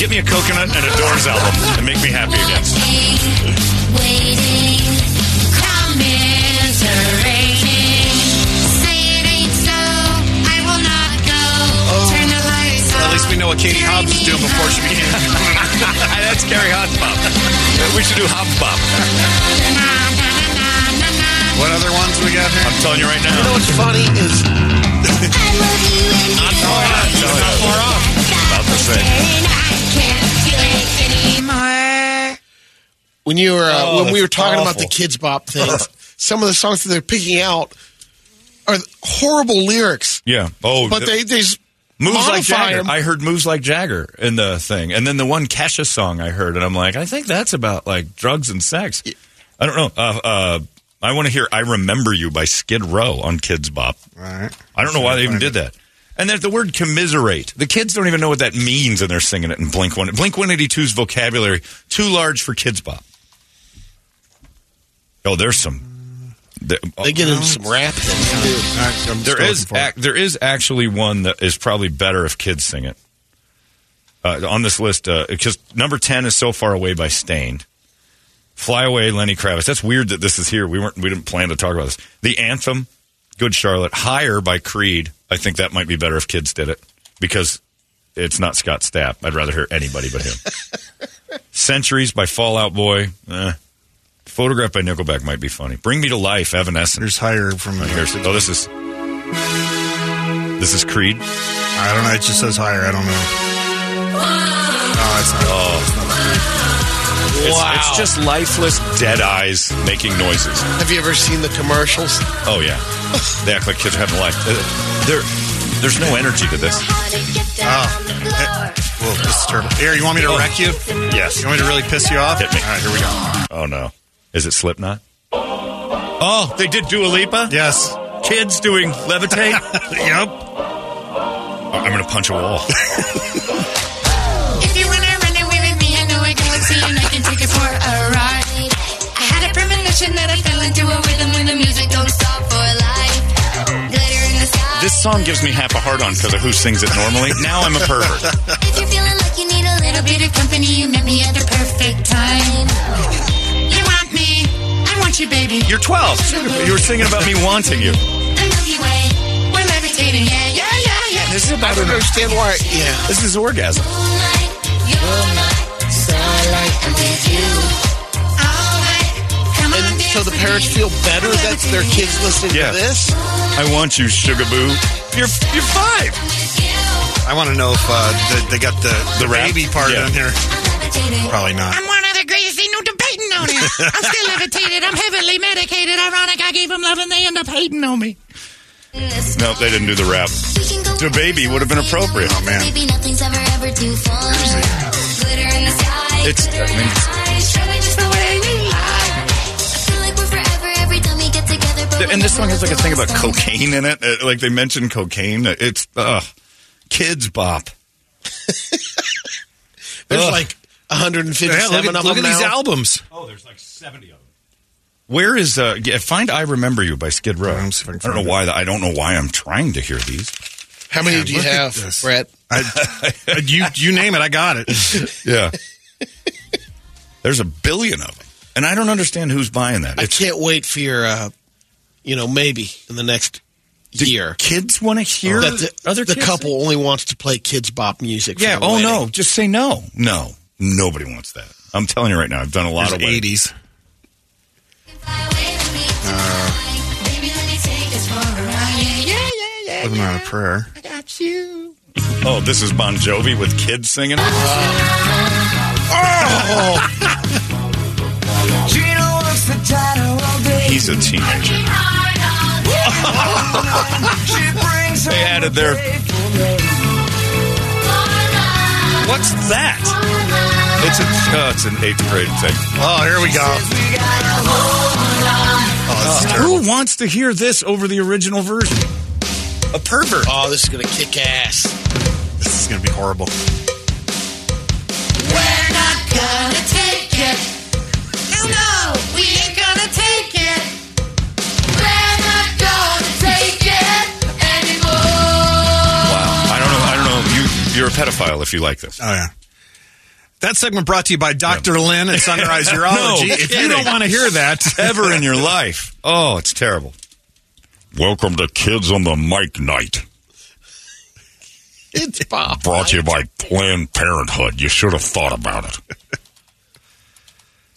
Get me a coconut and a Doors album and make me happy again.
At least we know what Katie Hobbs was doing before she became.
That's Gary Hobbs Bop. We should do Hobbs Bop.
what other ones we got here?
I'm telling you right now.
You know what's funny is
Not far off. Not far off. About the same.
When you were uh,
Oh,
when we
that's
were talking about
awful.
the kids bop things, some of the songs that they're picking out are horrible lyrics.
Yeah. Oh,
but
the-
they they s-
Moves like
modify
Jagger.
them.
I heard moves like Jagger in the thing, and then the one Kesha song I heard, and I'm like, I think that's about like drugs and sex. I don't know. Uh, uh, I want to hear "I Remember You" by Skid Row on Kids Bop. I don't know why they even did that. And there's the word commiserate. The kids don't even know what that means, and they're singing it in Blink One Blink 182's vocabulary too large for Kids Bop. Oh, there's some. uh, They,
they get into some rap things too.
there
still
is
looking for
ac- there is actually one that is probably better if kids sing it. Uh, on this list, because number ten is so far away by Stained. Fly away, Lenny Kravitz. That's weird that this is here. We weren't we didn't plan to talk about this. The anthem, Good Charlotte, Higher by Creed. I think that might be better if kids did it because it's not Scott Stapp. I'd rather hear anybody but him. Centuries by Fallout Boy. Eh. Photograph by Nickelback might be funny. Bring Me to Life, Evanescence. There's
higher from
oh, here's, oh, this is this is Creed.
I don't know. It just says higher. I don't know. No, it's not.
Oh. It's, it's just lifeless dead eyes making noises.
Have you ever seen the commercials?
Oh yeah, they act like kids are having a life. Uh, there, there's no energy to this.
Oh. Well, this is terrible. Here, you want me to wreck you?
Yes.
You want me to really piss you off? Hit me. All right, here we go.
Oh no, is it Slipknot? Oh, they did Dua Lipa.
Yes,
kids doing levitate. yep. I'm gonna punch a wall.
If you wanna run away with me, I know I can look see you and I can take it for a ride. I had a premonition that I fell into a rhythm when the music don't stop for life. Glitter in the sky.
This song gives me half a heart on because of who sings it normally. Now I'm a pervert.
If you're feeling like you need a little bit of company, you met me at the perfect time. You want me? I want you, baby.
You're 12. You were singing about me wanting you.
The Milky Way. We're levitating. Yeah, yeah, yeah, yeah.
This is about.
I don't understand why. Yeah.
This is orgasm.
You're my starlight. I'm with you. All right. Come on,
And
dance
so the
with
parents
me.
feel better that their kids listening
Yeah.
to this.
I want you, Sugaboo. You're you're five.
I want to know if uh, they, they got the, the, baby part
Yeah.
in here. Probably not.
I'm one of the greatest. Ain't no debating on it. I'm still levitated. I'm heavily medicated. Ironic, I gave them love and they end up hating on me.
No, they didn't do the rap. The baby would have been appropriate. Oh man.
Maybe nothing's ever, ever too fun. Glitter in the sky.
It's- I
glitter in
mean,
the eyes. Showing just the way we lie. I feel like we're forever every time we get together. But
And this song has like a thing about
cocaine.
cocaine in it. Uh, Like they mentioned cocaine. It's uh, kids bop.
There's
Ugh.
like 157
Yeah, look at-
of
look
them
at
now.
these albums.
Oh, there's like 70 of them. Where is uh? yeah, Find "I Remember You" by Skid Row. I don't know why. the- I don't know why I'm trying to hear these.
How many
Man,
do you
look at
have,
this.
Brett?
I, you you name it, I got it.
Yeah. There's a billion of them, and I don't understand who's buying that.
I can't wait for your, uh, you know, maybe in the next year.
Kids want to hear
that the,
other
the
kids
couple only wants to play kids bop music. for
Yeah.
the
Oh
wedding.
no. Just say no. No. Nobody wants that. I'm telling you right now. I've done a lot
There's
of weddings.
80s. Uh,
Baby, let me take us for a ride. Yeah, yeah, yeah, yeah.
Living on a prayer.
I got you.
Oh, this is Bon Jovi with kids singing. Oh,
Gina wants the title of the
He's a teenager. They added their. What's that? It's a oh, it's an eighth grade thing.
Oh, here we go.
Who wants to hear this over the original version? A pervert.
Oh, this is gonna kick ass.
This is going to be horrible.
We're not gonna take it. No, no, we ain't gonna take it. We're not gonna take it anymore.
Wow. I don't know. I don't know. You you're a pedophile if you like this.
Oh, yeah. That segment brought to you by Dr. Lynn at Sunrise Urology.
No
if you
kidding.
don't want to hear that,
Ever in your life? Oh, it's terrible.
Welcome to Kids on the Mic Night,
Kids bop.
brought to you by Planned Parenthood. You should have thought about it.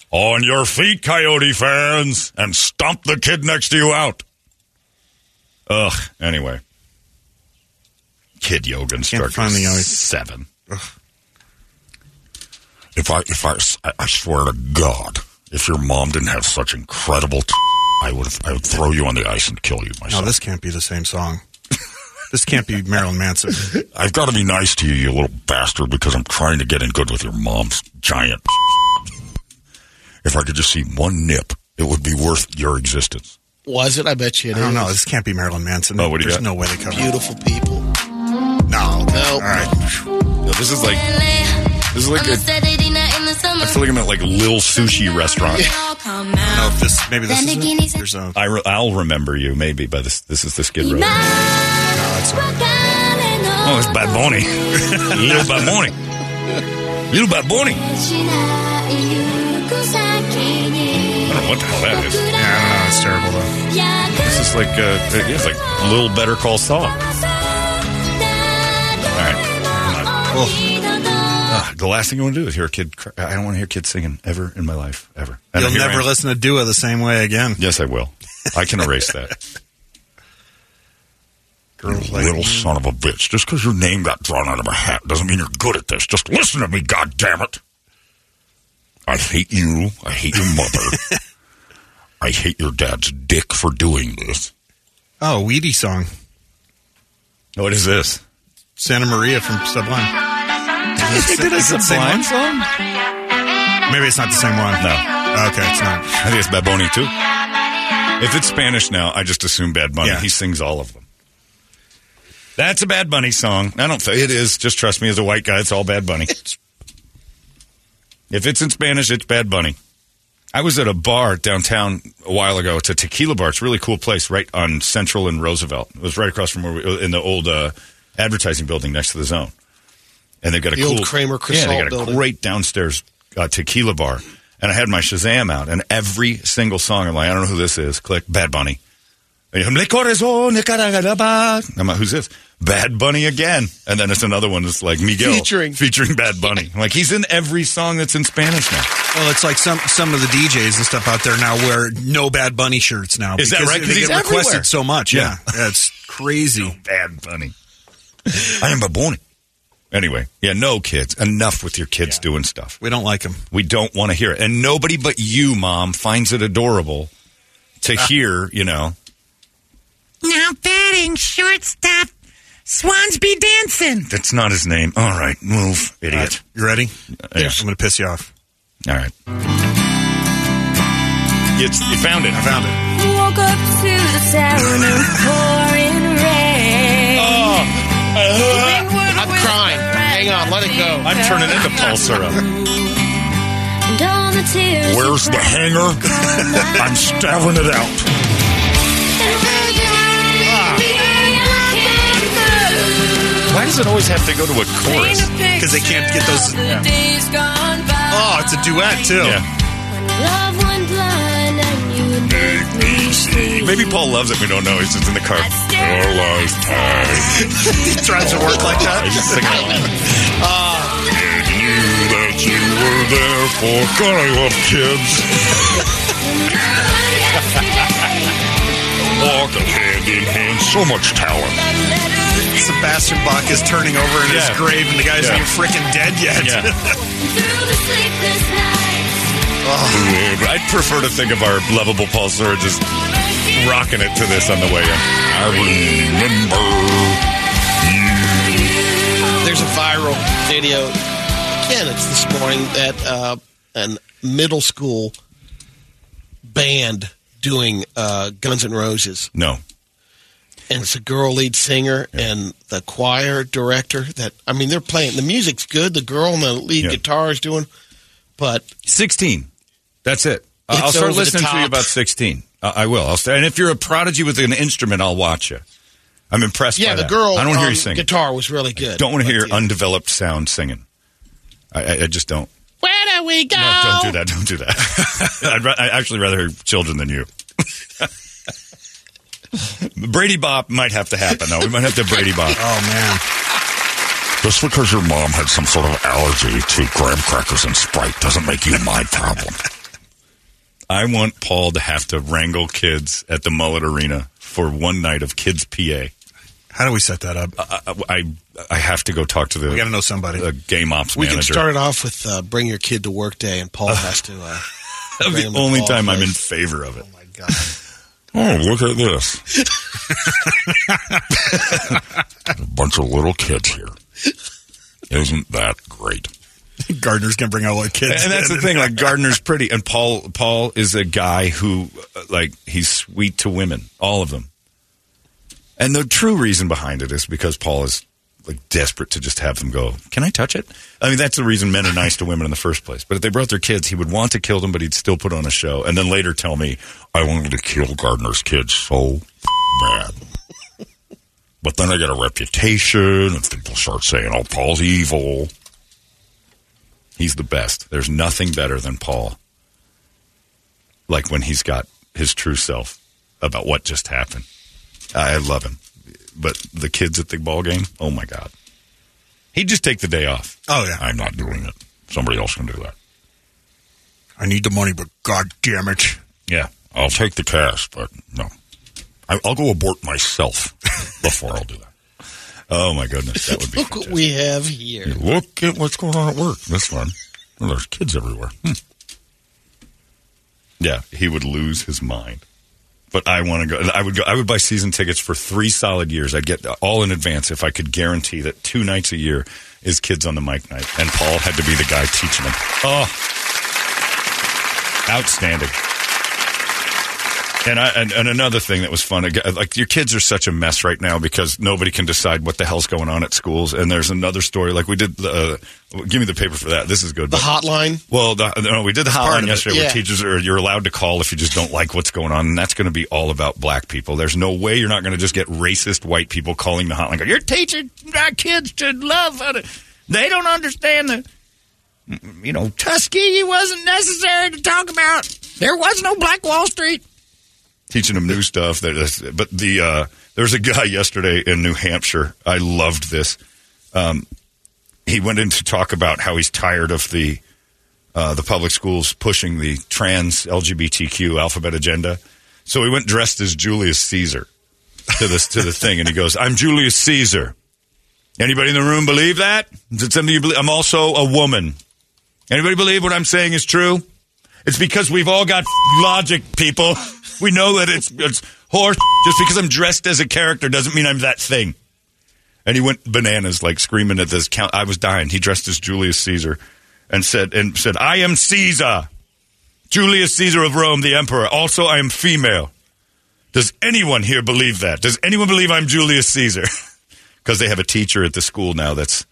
on your feet, Coyote fans, and stomp the kid next to you out.
Ugh. Anyway, kid yoga instructor.
find the-
seven.
If I, if I, I- I swear to God, if your mom didn't have such incredible, t- I would, I would throw you on the ice and kill you
No,
myself.
this can't be the same song. this can't be Marilyn Manson.
I've got to be nice to you, you little bastard, because I'm trying to get in good with your mom's giant. If I could just see one nip, it would be worth your existence.
Was it? I bet you it
I don't know.
is.
This can't be Marilyn Manson.
Oh, what do you
There's
got?
no way they cover it.
Beautiful people.
No.
Nope.
All right.
this is like this is like a, I feel like I'm at like Lil Sushi restaurant.
I don't know if this maybe this is uh, it. There's a
I re- I'll remember you maybe by this. This is the Skid Row.
Oh, it's by Bonnie. Little by Bonnie. Little by Bonnie.
I don't know what the hell that is.
Yeah, I don't know. It's terrible though.
This is like uh, it's like Lil Better Call Saul. All right. Ah, the last thing you want to do is hear a kid. Cry. I don't want to hear kids singing ever in my life, ever. And
You'll
here I
never
am.
listen to Dua the same way again.
Yes, I will. I can erase that.
You little son of a bitch. Just because your name got drawn out of a hat doesn't mean you're good at this. Just listen to me, goddammit. I hate you. I hate your mother. I hate your dad's dick for doing this.
Oh, Weedy song.
What is this?
Santa Maria from Sublime.
You think that is
Is it the same
Sublime song?
one? Maybe it's not the same one.
No,
Okay, it's not.
I think it's Bad Bunny too. If it's Spanish now, I just assume Bad Bunny.
Yeah.
He sings all of them. That's a Bad Bunny song. I don't think it is. Just trust me, as a white guy, it's all Bad Bunny. if it's in Spanish, it's Bad Bunny. I was at a bar downtown a while ago. It's a tequila bar. It's a really cool place, right on Central and Roosevelt. It was right across from where we in the old uh, advertising building next to the Zone. And they've got a
The
cool
old Kramer
yeah, they got a
Crissall building.
great downstairs uh, tequila bar. And I had my Shazam out, and every single song, I'm like, I don't know who this is. Click Bad Bunny. And I'm like, "Corazón de Caracalaba." I'm like, who's this? Bad Bunny again. And then it's another one that's like Miguel.
Featuring.
Featuring Bad Bunny. I'm like, he's in every song that's in Spanish now.
Well, it's like some some of the DJs and stuff out there now wear no Bad Bunny shirts now.
Is that
Uh, because
right? 'Cause
They
he's
get
everywhere.
requested so much.
Yeah.
Yeah, that's crazy.
Bad Bunny.
I am a Bonnie.
Anyway, yeah, no kids. Enough with your kids doing stuff.
We don't like them.
We don't want to hear it. And nobody but you, Mom, finds it adorable to
Ah.
hear, you know.
Now batting shortstop, Swans be dancing.
That's not his name. All right, move, idiot. Uh,
You ready?
Yeah.
I'm going to piss you off.
All right. It's, you found it. I found it.
Woke up to the sound of pouring rain.
Oh, uh,
I'm crying. Hang on, let it go.
I'm turning into Paul Sura.
And all the tears
Where's the hanger? I'm stabbing it out.
uh,
Why does it always have to go to a chorus?
Because they can't get those. Oh, it's a duet too.
Yeah. Maybe Paul loves it. We don't know. He's just in the car.
Your lifetime.
he tries to work like that.
He's just singing along. Uh,
And you that you were there for. God, I love kids. Walking hand in hand. So much talent.
Sebastian Bach is turning over in
Yeah.
his grave, and the guy's
Yeah.
not freaking dead yet.
Yeah.
Oh,
I'd prefer to think of our lovable Paul Sura just rocking it to this on the way in.
I remember.
There's a viral video. Again, it's this morning that uh, an middle school band doing uh, Guns N' Roses,
No.
and it's a girl lead singer and the choir director. That I mean, they're playing. The music's good. The girl and the lead
Yeah.
guitar is doing, but
16. That's it. I- Uh, I'll
It's
start
over the
listening to you
top.
about 16. I, I will. I'll start, and if you're a prodigy with an instrument, I'll watch you. I'm impressed
yeah,
by
the
that.
girl.
I don't wanna hear
um,
you singing.
Guitar was really good.
Don't want to hear
But, yeah.
undeveloped sound singing. I, I, I just don't.
Where do we go?
No, don't do that. Don't do that. I'd ra- I actually rather hear children than you. Brady Bop might have to happen, though. We might have to Brady Bop.
Oh man.
Just because your mom had some sort of allergy to graham crackers and Sprite doesn't make you my problem.
I want Paul to have to wrangle kids at the Mullet Arena for one night of kids' PA.
How do we set that up?
Uh, I, I, I have to go talk to the. We got to
know somebody.
The game ops
We
manager.
can start off with uh, bring your kid to work day, and Paul has to. Uh,
That's
bring
the
him to
only
Paul's
time I'm in
place.
favor of it.
Oh, look at this. A bunch of little kids here. Isn't that great?
Gardner's gonna bring all our kids,
and that's the
in.
thing. Like Gardner's pretty, and Paul Paul is a guy who uh, like he's sweet to women, all of them. And the true reason behind it is because Paul is like desperate to just have them go. Can I touch it? I mean, that's the reason men are nice to women in the first place. But if they brought their kids, he would want to kill them, but he'd still put on a show, and then later tell me
I wanted to kill Gardner's kids so bad. But then I got a reputation, and people start saying, oh, Paul's evil.
he's the best. There's nothing better than Paul. Like when he's got his true self about what just happened. I love him. But the kids at the ball game, oh my god. He'd just take the day off.
Oh yeah.
I'm not doing it. Somebody else can do that.
I need the money, but god damn it.
Yeah. I'll take the cash, but no. I, I'll go abort myself before I'll do that.
Oh my goodness, that would be.
Look what we have here.
Look at what's going on at work. This one. Well, there's kids everywhere. Hmm.
yeah, he would lose his mind. But I want to go. I would go. I would buy season tickets for three solid years. I'd get all in advance if I could guarantee that two nights a year is kids on the mic night, and Paul had to be the guy teaching them. Oh, outstanding. And, I, and and another thing that was fun, ag- like your kids are such a mess right now because nobody can decide what the hell's going on at schools. And there's another story, like we did. The, uh, give me the paper for that. This is good.
The
but-
hotline.
well, the, no, we did the
It's part
hotline
of it.
yesterday where
Yeah.
teachers are you're allowed to call if you just don't like what's going on, and that's going to be all about black people. There's no way you're not going to just get racist white people calling the hotline. Go, you're teaching our kids to love other. They don't understand the. You know,
Tuskegee wasn't necessary to talk about. There was no Black Wall Street.
teaching them new stuff. That, but the uh, there's a guy yesterday in New Hampshire. I loved this. Um, he went in to talk about how he's tired of the uh, the public schools pushing the trans LGBTQ alphabet agenda. So he went dressed as Julius Caesar to this to the thing, and he goes, "I'm Julius Caesar." Anybody in the room believe that? Is it something you believe? I'm also a woman. Anybody believe what I'm saying is true? It's because we've all got logic, people. We know that it's, it's horse. Just because I'm dressed as a character doesn't mean I'm that thing. And he went bananas, like screaming at this count. I was dying. He dressed as Julius Caesar and said, and said, I am Caesar, Julius Caesar of Rome, the emperor. Also, I am female. Does anyone here believe that? Does anyone believe I'm Julius Caesar? Because they have a teacher at the school now that's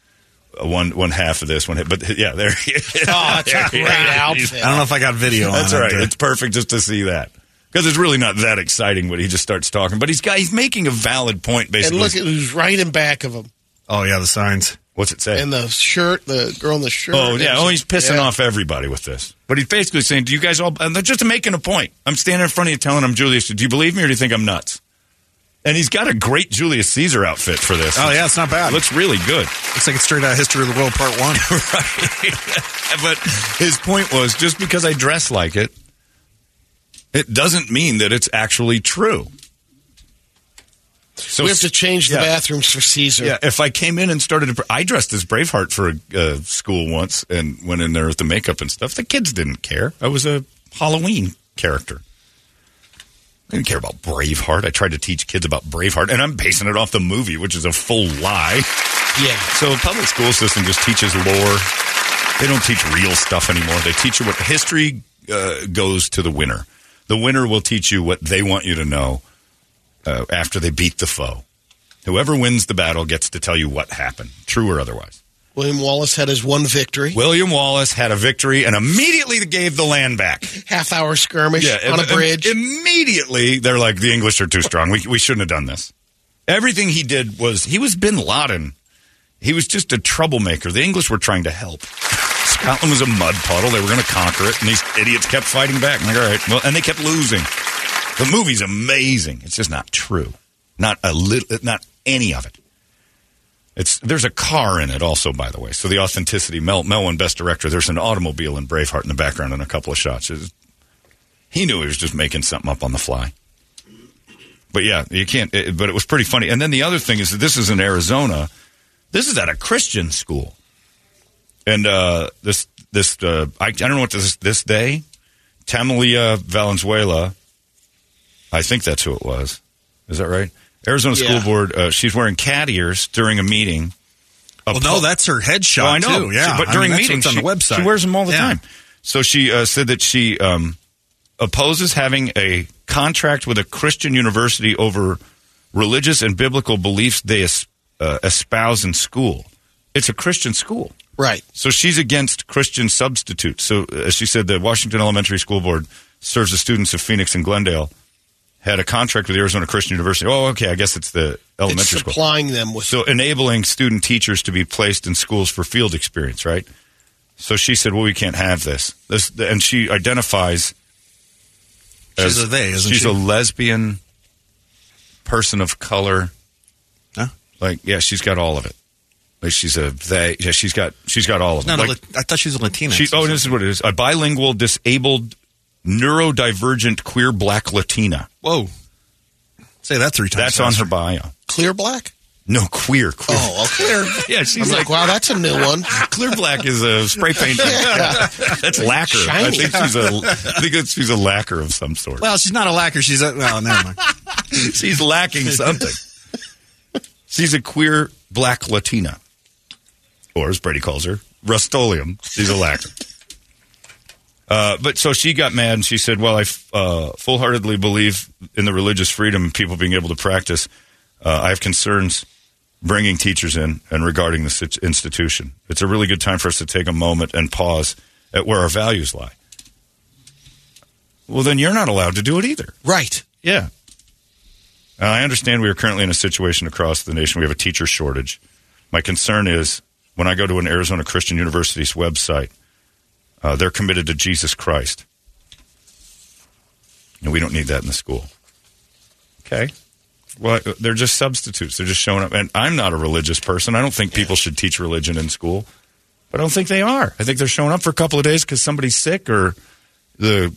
uh, one one half of this one. half- But yeah, there he is.
Oh, it's a
There he
great
is.
outfit. I don't know if I got video on
That's
it,
all right.
but-
It's perfect just to see that. Because it's really not that exciting when he just starts talking. But he's got, he's making a valid point,
And
basically.
look at who's right in back of him.
oh, yeah, the signs. What's it say?
And the shirt, the girl in the shirt.
Oh yeah, oh he's pissing
Yeah.
off everybody with this. But he's basically saying, "Do you guys all?" And they're just making a point. I'm standing in front of you, telling him, Julius, do you believe me or do you think I'm nuts? And he's got a great Julius Caesar outfit for this.
Oh, yeah, it's not bad.
looks really good.
Looks like it's straight out of History of the World Part One.
but his point was just because I dress like it, it doesn't mean that it's actually true. So
we have to change the
yeah.
bathrooms for Caesar.
Yeah, if I came in and started, to, I dressed as Braveheart for a uh, school once and went in there with the makeup and stuff. The kids didn't care. I was a Halloween character. I didn't care about Braveheart. I tried to teach kids about Braveheart, and I'm basing it off the movie, which is a full lie.
Yeah.
So the public school system just teaches lore. They don't teach real stuff anymore. They teach you what history uh, goes to the winner. The winner will teach you what they want you to know uh, after they beat the foe. Whoever wins the battle gets to tell you what happened, true or otherwise.
William Wallace had his one victory.
William Wallace had a victory and immediately gave the land back.
Half hour skirmish on a
im- im-
bridge.
Immediately, they're like, the English are too strong. We, we shouldn't have done this. Everything he did was, he was bin Laden. He was just a troublemaker. The English were trying to help. Scotland was a mud puddle. They were going to conquer it. And these idiots kept fighting back. I'm like, all right. Well, and they kept losing. The movie's amazing. It's just not true. Not a little, not any of it. It's there's a car in it also, by the way. So the authenticity. Mel Mel won best director. There's an automobile in Braveheart in the background and a couple of shots. It's- he knew he was just making something up on the fly. But yeah, you can't. It, but it was pretty funny. And then the other thing is that this is in Arizona. This is at a Christian school, and uh, this this uh, I, I don't know what this this day, Tamalia Valenzuela. I think that's who it was. Is that right? Arizona
Yeah.
School Board. Uh, she's wearing cat ears during a meeting. A
Well, no,
pu-
that's her headshot,
Oh, I know.
too. Yeah.
She- but
I
during
mean, that's
meetings,
what's on
she,
the website.
she wears them all the
Yeah.
time. So she uh, said that she um, opposes having a contract with a Christian university over religious and biblical beliefs they es- uh, espouse in school. It's a Christian school.
Right.
So she's against Christian substitutes. So uh, she said the Washington Elementary School Board serves the students of Phoenix and Glendale. Had a contract with the Arizona Christian University. Oh, okay. I guess it's the elementary
it's
school
supplying them with.
so enabling student teachers to be placed in schools for field experience, right? So she said, "Well, we can't have this." This and she identifies
She's a they, isn't
she's
she?
a lesbian person of color.
Huh?
Like, yeah, she's got all of it. Like she's a they. Yeah, she's got she's got all of
No,
them.
no,
Like,
Lat- I thought she was a Latina.
she, oh, this is what it is: a bilingual, disabled, neurodivergent, queer black Latina.
Whoa. Say that three times.
That's on her bio.
Clear black?
No, queer. queer.
Oh, okay.
yeah, she's
I'm
like-
like, wow, that's a new one.
Clear black is a spray paint.
Yeah.
That's lacquer. I
Shiny.
think she's a. I think it's- she's a lacquer of some sort.
Well, she's not a lacquer. She's a. Well, never mind.
she's lacking something. She's a queer black Latina, or as Brady calls her, Rustolium. She's a lacquer. Uh, but so she got mad and she said, "Well, I f- uh, full-heartedly believe in the religious freedom of people being able to practice. Uh, I have concerns bringing teachers in and regarding this sit- institution. It's a really good time for us to take a moment and pause at where our values lie." Well, then you're not allowed to do it either.
Right.
Yeah. Uh, I understand we are currently in a situation across the nation. We have a teacher shortage. My concern is when I go to an Arizona Christian University's website, uh, they're committed to Jesus Christ. And we don't need that in the school. Okay. Well, uh, they're just substitutes. They're just showing up. And I'm not a religious person. I don't think people should teach religion in school. But I don't think they are. I think they're showing up for a couple of days because somebody's sick or the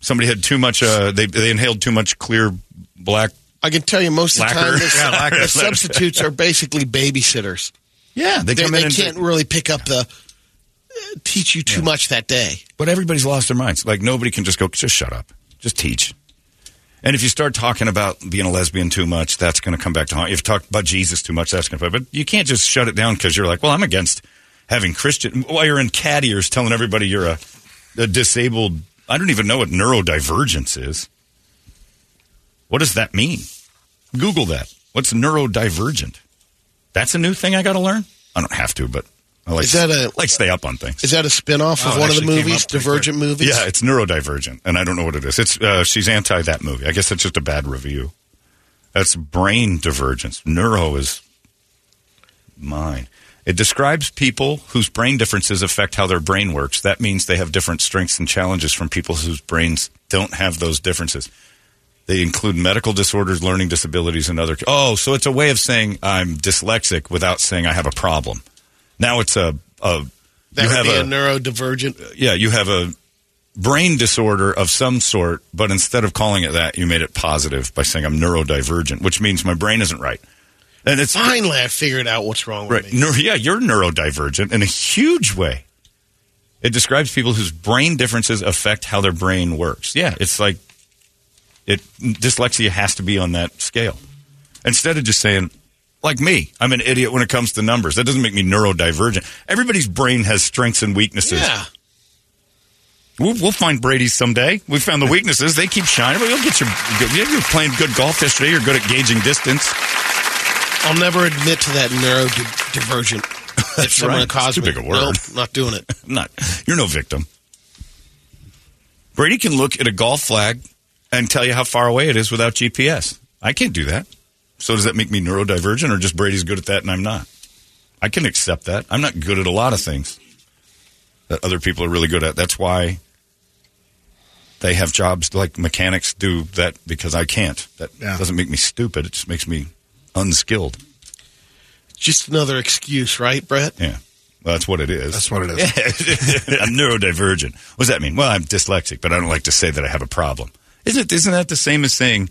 somebody had too much. Uh, they they inhaled too much clear black.
I can tell you most of the time,
Lacquer.
this-
Yeah, lacquer.
the substitutes are basically babysitters.
Yeah, they come in and-
can't really pick up the uh, teach you too much that day.
But everybody's lost their minds. Like nobody can just go. Just shut up. Just teach. And if you start talking about being a lesbian too much, that's going to come back to haunt you. If you talk about Jesus too much, that's going to. But you can't just shut it down because you're like, well, I'm against having Christian. While you're in cat ears telling everybody you're a, a disabled. I don't even know what neurodivergence is. What does that mean? Google that. What's neurodivergent? That's a new thing I got to learn. I don't have to, but I like
Is that a-
like stay up on things.
Is that a spin-off
Oh,
of
it
one of the
actually came
movies,
up pretty
Divergent
quick.
movies?
Yeah, it's neurodivergent, and I don't know what it is. It's uh, she's anti that movie. I guess that's just a bad review. That's brain divergence. Neuro is mine. It describes people whose brain differences affect how their brain works. That means they have different strengths and challenges from people whose brains don't have those differences. They include medical disorders, learning disabilities, and other. Oh, so it's a way of saying I'm dyslexic without saying I have a problem. Now it's a, a
That
you
would
have
be
a,
a, neurodivergent.
yeah, you have a brain disorder of some sort, but instead of calling it that, you made it positive by saying I'm neurodivergent, which means my brain isn't right. And it's
Finally, I figured out what's wrong with
right. Neur- yeah, you're neurodivergent in a huge way. It describes people whose brain differences affect how their brain works. Yeah, it's like it dyslexia has to be on that scale. Instead of just saying like me, I'm an idiot when it comes to numbers. That doesn't make me neurodivergent. Everybody's brain has strengths and weaknesses.
Yeah.
We'll, we'll find Brady someday. We found the weaknesses. They keep shining. But you'll get your. yeah, You're playing good golf yesterday. You're good at gauging distance.
I'll never admit to that neurodivergent. if someone
right. It's
calls
too
me,
big a word.
Nope, not doing it.
I'm not. You're no victim. Brady can look at a golf flag and tell you how far away it is without GPS. I can't do that. So does that make me neurodivergent, or just Brady's good at that and I'm not? I can accept that. I'm not good at a lot of things that other people are really good at. That's why they have jobs like mechanics do that because I can't. That
Yeah.
doesn't make me stupid. It just makes me unskilled.
Just another excuse, right, Brett?
Yeah. Well, that's what it is.
That's what it is.
Yeah. I'm neurodivergent. What does that mean? Well, I'm dyslexic, but I don't like to say that I have a problem. Isn't it, isn't that the same as saying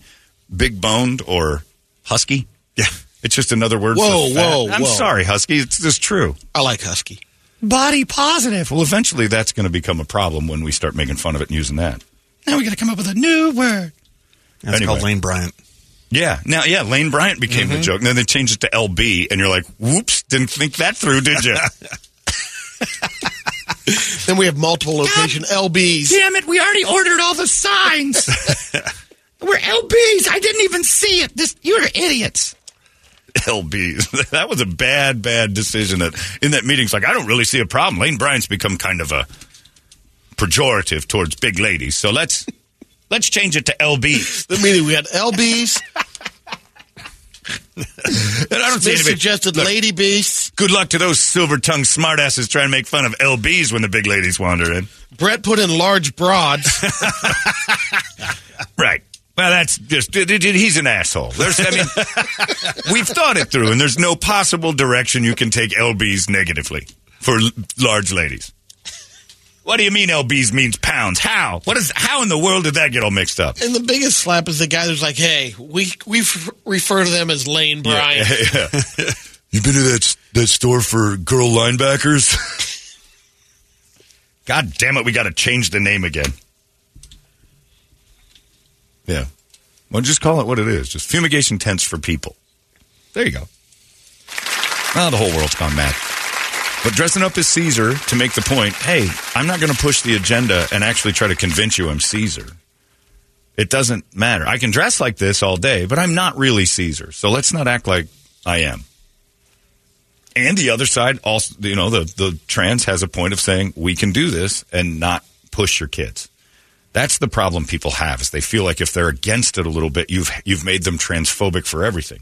big boned or husky. Yeah. It's just another word
Whoa,
for fat.
whoa,
I'm
whoa.
sorry, husky. It's just true.
I like husky.
Body positive.
Well, eventually that's going to become a problem when we start making fun of it and using that.
Now we got to come up with a new word.
That's called Lane Bryant. Yeah. Now, yeah, Lane Bryant became
Mm-hmm.
the joke. And then they changed it to LB, and you're like, whoops, didn't think that through, did you?
Then we have multiple location LBs.
Damn it, we already ordered all the signs. We're LBs. I didn't even see it. This You're idiots.
LBs. That was a bad, bad decision. That in that meeting, it's like I don't really see a problem. Lane Bryant's become kind of a pejorative towards big ladies, so let's let's change it to LBs.
The meeting we had LBs.
And I don't see
Smith
anybody-
suggested
Look,
lady beasts.
Good luck to those silver-tongued smartasses trying to make fun of LBs when the big ladies wander in.
Brett put in large broads.
Right. Well, that's just d- d- d- he's an asshole. There's, I mean, we've thought it through, and there's no possible direction you can take lbs negatively for l- large ladies. What do you mean lbs means pounds? How? What is? How in the world did that get all mixed up?
and the biggest slap is the guy who's like, "Hey, we we f- refer to them as Lane Bryant."
you been to that that store for girl linebackers? God damn it! We got to change the name again. Yeah. Well, just call it what it is. Just fumigation tents for people. There you go. Now the whole world's gone mad. But dressing up as Caesar to make the point, hey, I'm not going to push the agenda and actually try to convince you I'm Caesar. It doesn't matter. I can dress like this all day, but I'm not really Caesar. So let's not act like I am. And the other side also, you know, the, the trans has a point of saying we can do this and not push your kids. That's the problem people have is they feel like if they're against it a little bit, you've you've made them transphobic for everything.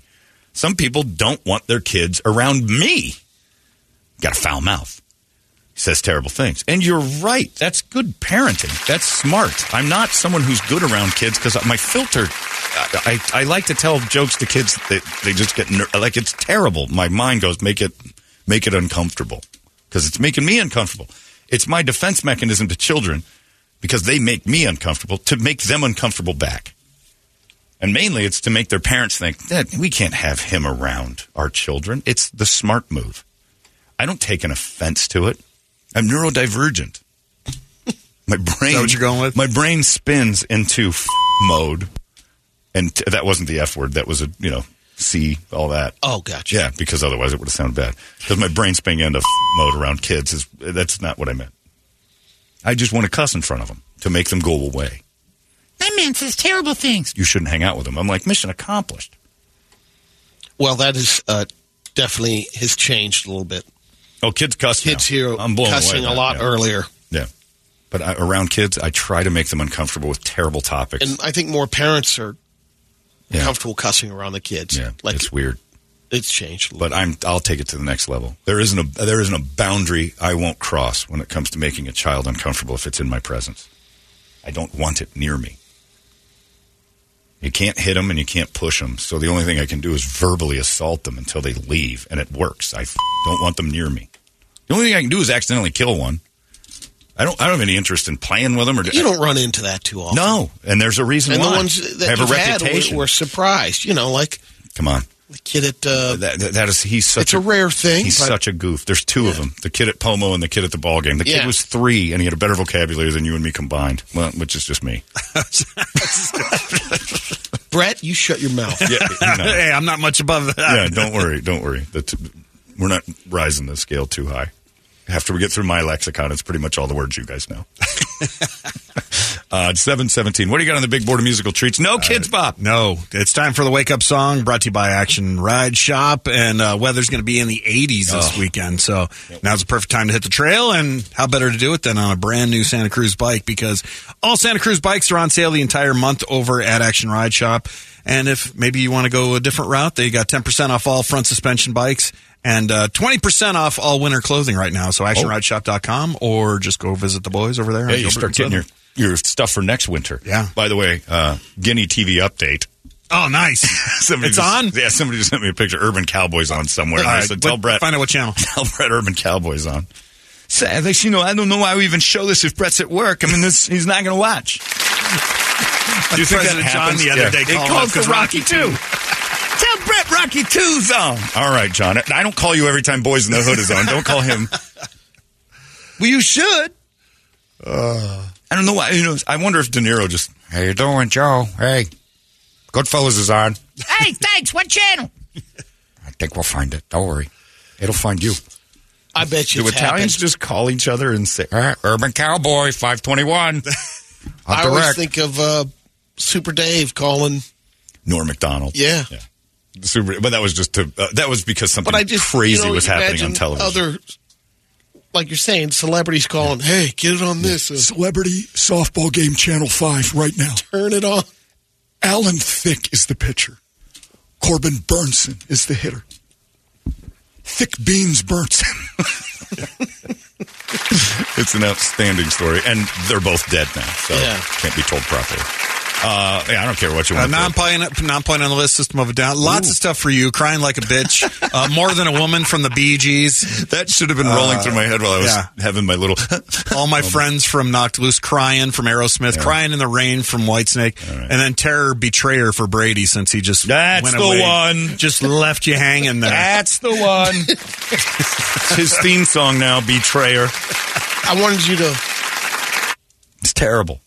Some people don't want their kids around me. Got a foul mouth. Says terrible things. And you're right. That's good parenting. That's smart. I'm not someone who's good around kids because my filter, I, I, I like to tell jokes to kids that they just get, ner- like, it's terrible. My mind goes, make it, make it uncomfortable because it's making me uncomfortable. It's my defense mechanism to children because they make me uncomfortable to make them uncomfortable back. And mainly it's to make their parents think that we can't have him around our children. It's the smart move. I don't take an offense to it. I'm neurodivergent. My brain. what you're going with? My brain spins into f- mode, and t- that wasn't the f word. That was a you know c all that.
Oh, gotcha.
Yeah, because otherwise it would have sounded bad. Because my brain spinning into f- mode around kids is that's not what I meant. I just want to cuss in front of them to make them go away.
That man says terrible things.
You shouldn't hang out with them. I'm like mission accomplished.
Well, that is uh, definitely has changed a little bit.
Oh, kids cuss.
Kids here
I'm blown away
cussing
by
a
that,
lot
yeah.
earlier,
Yeah, but I, around kids, I try to make them uncomfortable with terrible topics.
and I think more parents are
Yeah.
comfortable cussing around the kids.
Yeah,
like
it's weird.
it's changed.
But I'm I'll take it to the next level. There isn't a there isn't a boundary I won't cross when it comes to making a child uncomfortable if it's in my presence. I don't want it near me. You can't hit them and you can't push them. So the only thing I can do is verbally assault them until they leave, and it works. I f- don't want them near me. The only thing I can do is accidentally kill one. I don't. I don't have any interest in playing with them. Or
You don't run into that too often.
No, and there's a reason
and
why.
the ones that
I have
you've
a
had were-
reputation.
were, surprised. You know, like
Come on.
the kid at uh,
that, that- that is he's such
It's a rare thing,
He's
but-
such a goof. There's two of them: the kid at Pomo and the kid at the ball game. The kid
Yeah.
was three, and he had a better vocabulary than you and me combined. Well, which is just me.
Brett. You shut your mouth.
hey, I'm not much above that. Yeah, don't worry, don't worry. That's, we're not rising the scale too high. After we get through my lexicon, it's pretty much all the words you guys know. uh, it's seven seventeen. What do you got on the big board of musical treats? No kids, Bob.
Uh, No, it's time for the wake up song brought to you by Action Ride Shop. And uh, weather's going to be in the 80s this
Oh.
weekend. So now's the perfect time to hit the trail. And how better to do it than on a brand new Santa Cruz bike because all Santa Cruz bikes are on sale the entire month over at Action Ride Shop. And if maybe you want to go a different route, they got 10% off all front suspension bikes and uh, 20% off all winter clothing right now.
Oh.
So actionrideshop.com or just go visit the boys over there.
Yeah, you start getting your, your stuff for next winter. Yeah. By the way, uh, Guinea TV update.
Oh, nice.
Somebody
it's
just-
on?
Yeah, somebody just sent me a picture. Urban Cowboys on somewhere. And I
All right,
said, tell
what-
Brett.
Find out what channel.
Tell Brett Urban Cowboys on. Say, you know, I don't know why we even show this if Brett's at work. I mean, this he's not going to watch. You think that
President John
happens?
the other
Yeah.
day
They
called
called
up 'cause
for Rocky
II.
Tell Brett Rocky Two's on.
All right, John. I don't call you every time Boys in the Hood is on. Don't call him.
Well, you should.
Uh, I don't know why. You know, I wonder if De Niro just, how you doing, Joe? Hey, Goodfellas is on.
hey, thanks. What channel?
I think we'll find it. Don't worry. It'll find you.
I bet
Do
you it's
Italians just call each other and say, All right, Urban Cowboy, 521.
happened. I
I'll
always
direct.
think of uh, Super Dave calling.
Norm MacDonald.
Yeah.
Super, but that was just to, uh, that was because something
But I just
crazy
you know,
was happening on
imagine
television.
Other, like you're saying, celebrities calling. Hey, get it on this. Uh,
Celebrity softball game, Channel 5, right now.
Turn it on.
Alan Thick is the pitcher. Corbin Burnson is the hitter. Thick Beans Burnson.
It's an outstanding story, and they're both dead now, so can't be told properly. Uh, yeah, I don't care what you
Uh,
want. to
non point on the list, System of a Down. Lots of stuff for you. Crying like a bitch. Uh, more than a woman from the Bee Gees.
That should have been rolling through
uh,
my head while I was Um, having my little.
All my friends from Knocked Loose, crying from Aerosmith, crying in the rain from Whitesnake, and then Terror Betrayer for Brady since he just
That's
went
the
away.
one.
just left you hanging there.
That's the one. it's his theme song now, Betrayer.
I wanted you to.
It's terrible.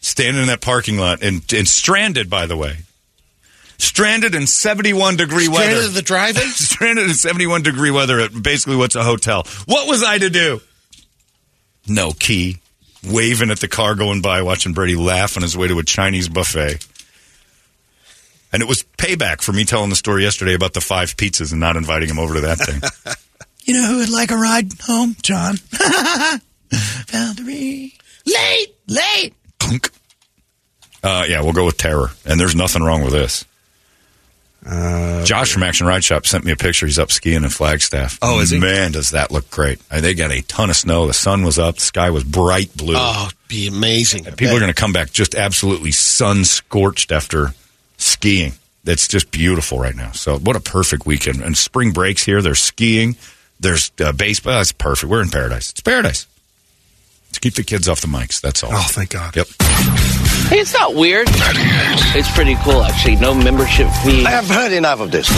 Standing in that parking lot and, and stranded, by the way. Stranded in 71 degree weather.
Stranded at the drive-in?
stranded in 71 degree weather at basically what's a hotel. What was I to do? No key. Waving at the car going by, watching Brady laugh on his way to a Chinese buffet. And it was payback for me telling the story yesterday about the five pizzas and not inviting him over to that thing.
You know who would like a ride home? John.
Valerie. Late, late.
Uh, yeah, we'll go with terror. And there's nothing wrong with this.
Uh,
Josh from Action Ride Shop sent me a picture. He's up skiing in Flagstaff.
Oh, is he?
Man, does that look great. Uh, They got a ton of snow. The sun was up. The sky was bright blue.
Oh, it'd be amazing.
People are going to come back just absolutely sun scorched after skiing. That's just beautiful right now. So, what a perfect weekend. And spring breaks here. There's skiing. There's uh, baseball. It's perfect. We're in paradise. It's paradise. Let's keep the kids off the mics. That's all. Oh,
thank God.
Yep.
Hey, it's not weird. It's pretty cool, actually. No membership fee. I have heard enough of this.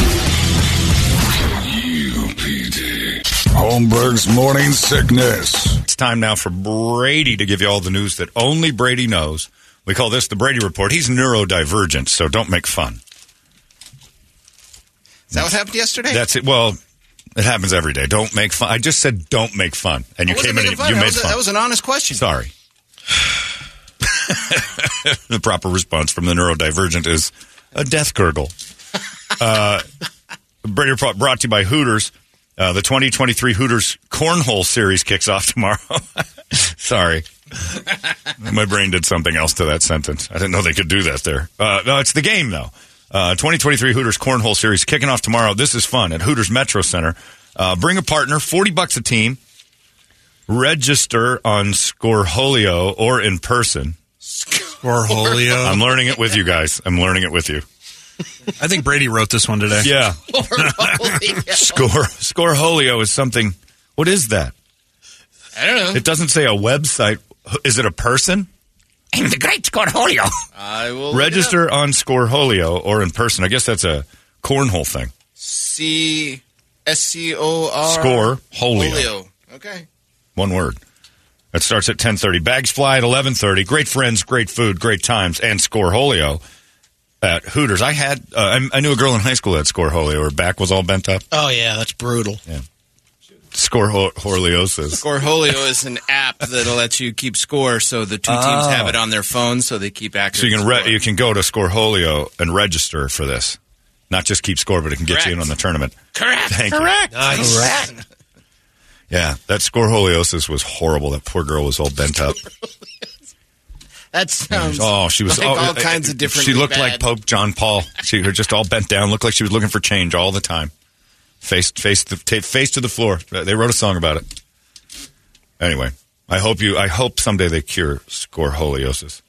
Holmberg's morning sickness. It's time now for Brady to give you all the news that only Brady knows. We call this the Brady Report. He's neurodivergent, so don't make fun.
Is that what happened yesterday?
That's it. Well, it happens every day. Don't make fun. I just said don't make fun, and you
I wasn't
came in
making
and
fun.
you
That
made
was a-
fun.
that was an honest question.
Sorry. the proper response from the neurodivergent is a death gurgle. uh, Brady Report brought to you by Hooters. Uh, the 2023 Hooters Cornhole Series kicks off tomorrow. Sorry. My brain did something else to that sentence. I didn't know they could do that there. Uh, no, it's the game, though. Uh, 2023 Hooters Cornhole Series kicking off tomorrow. This is fun at Hooters Metro Center. Uh, bring a partner, 40 bucks a team. Register on Scoreholio or in person.
Scoreholio.
I'm learning it with you guys. I'm learning it with you.
I think Brady wrote this one today.
Yeah. Score Scoreholio is something. What is that?
I don't
Uh-huh.
know.
It doesn't say a website. Is it a person?
I'm the great Scornholio.
I will look it up.
Register on Scoreholio or in person. I guess that's a cornhole thing.
C S C O R
Score Holio.
Okay.
One word. That starts at 10:30. Bags fly at 11:30. Great friends, great food, great times, and Scoreholio at Hooters. I had uh, I, I knew a girl in high school that Scoreholio. Her back was all bent up.
Oh yeah, that's brutal.
Yeah. Scoreholiosis.
Scoreholio is an app that'll let you keep score, so the two teams
Oh.
have it on their phone, so they keep accurate.
So you can re- you can go to Scoreholio and register for this. Not just keep score, but it can get you in
Correct.
on the tournament.
Correct.
Thank you.
Correct. Nice.
Correct. Yeah, that scoreholiosis was horrible. That poor girl was all bent up.
That sounds.
Oh, she was
Like
oh,
all
it-
kinds
it-
of different
She looked
bad-
like Pope John Paul. She was just all bent down, looked like she was looking for change all the time. Face, face, the, ta face to the floor. They wrote a song about it. Anyway, I hope you. I hope someday they cure scoreholiosis,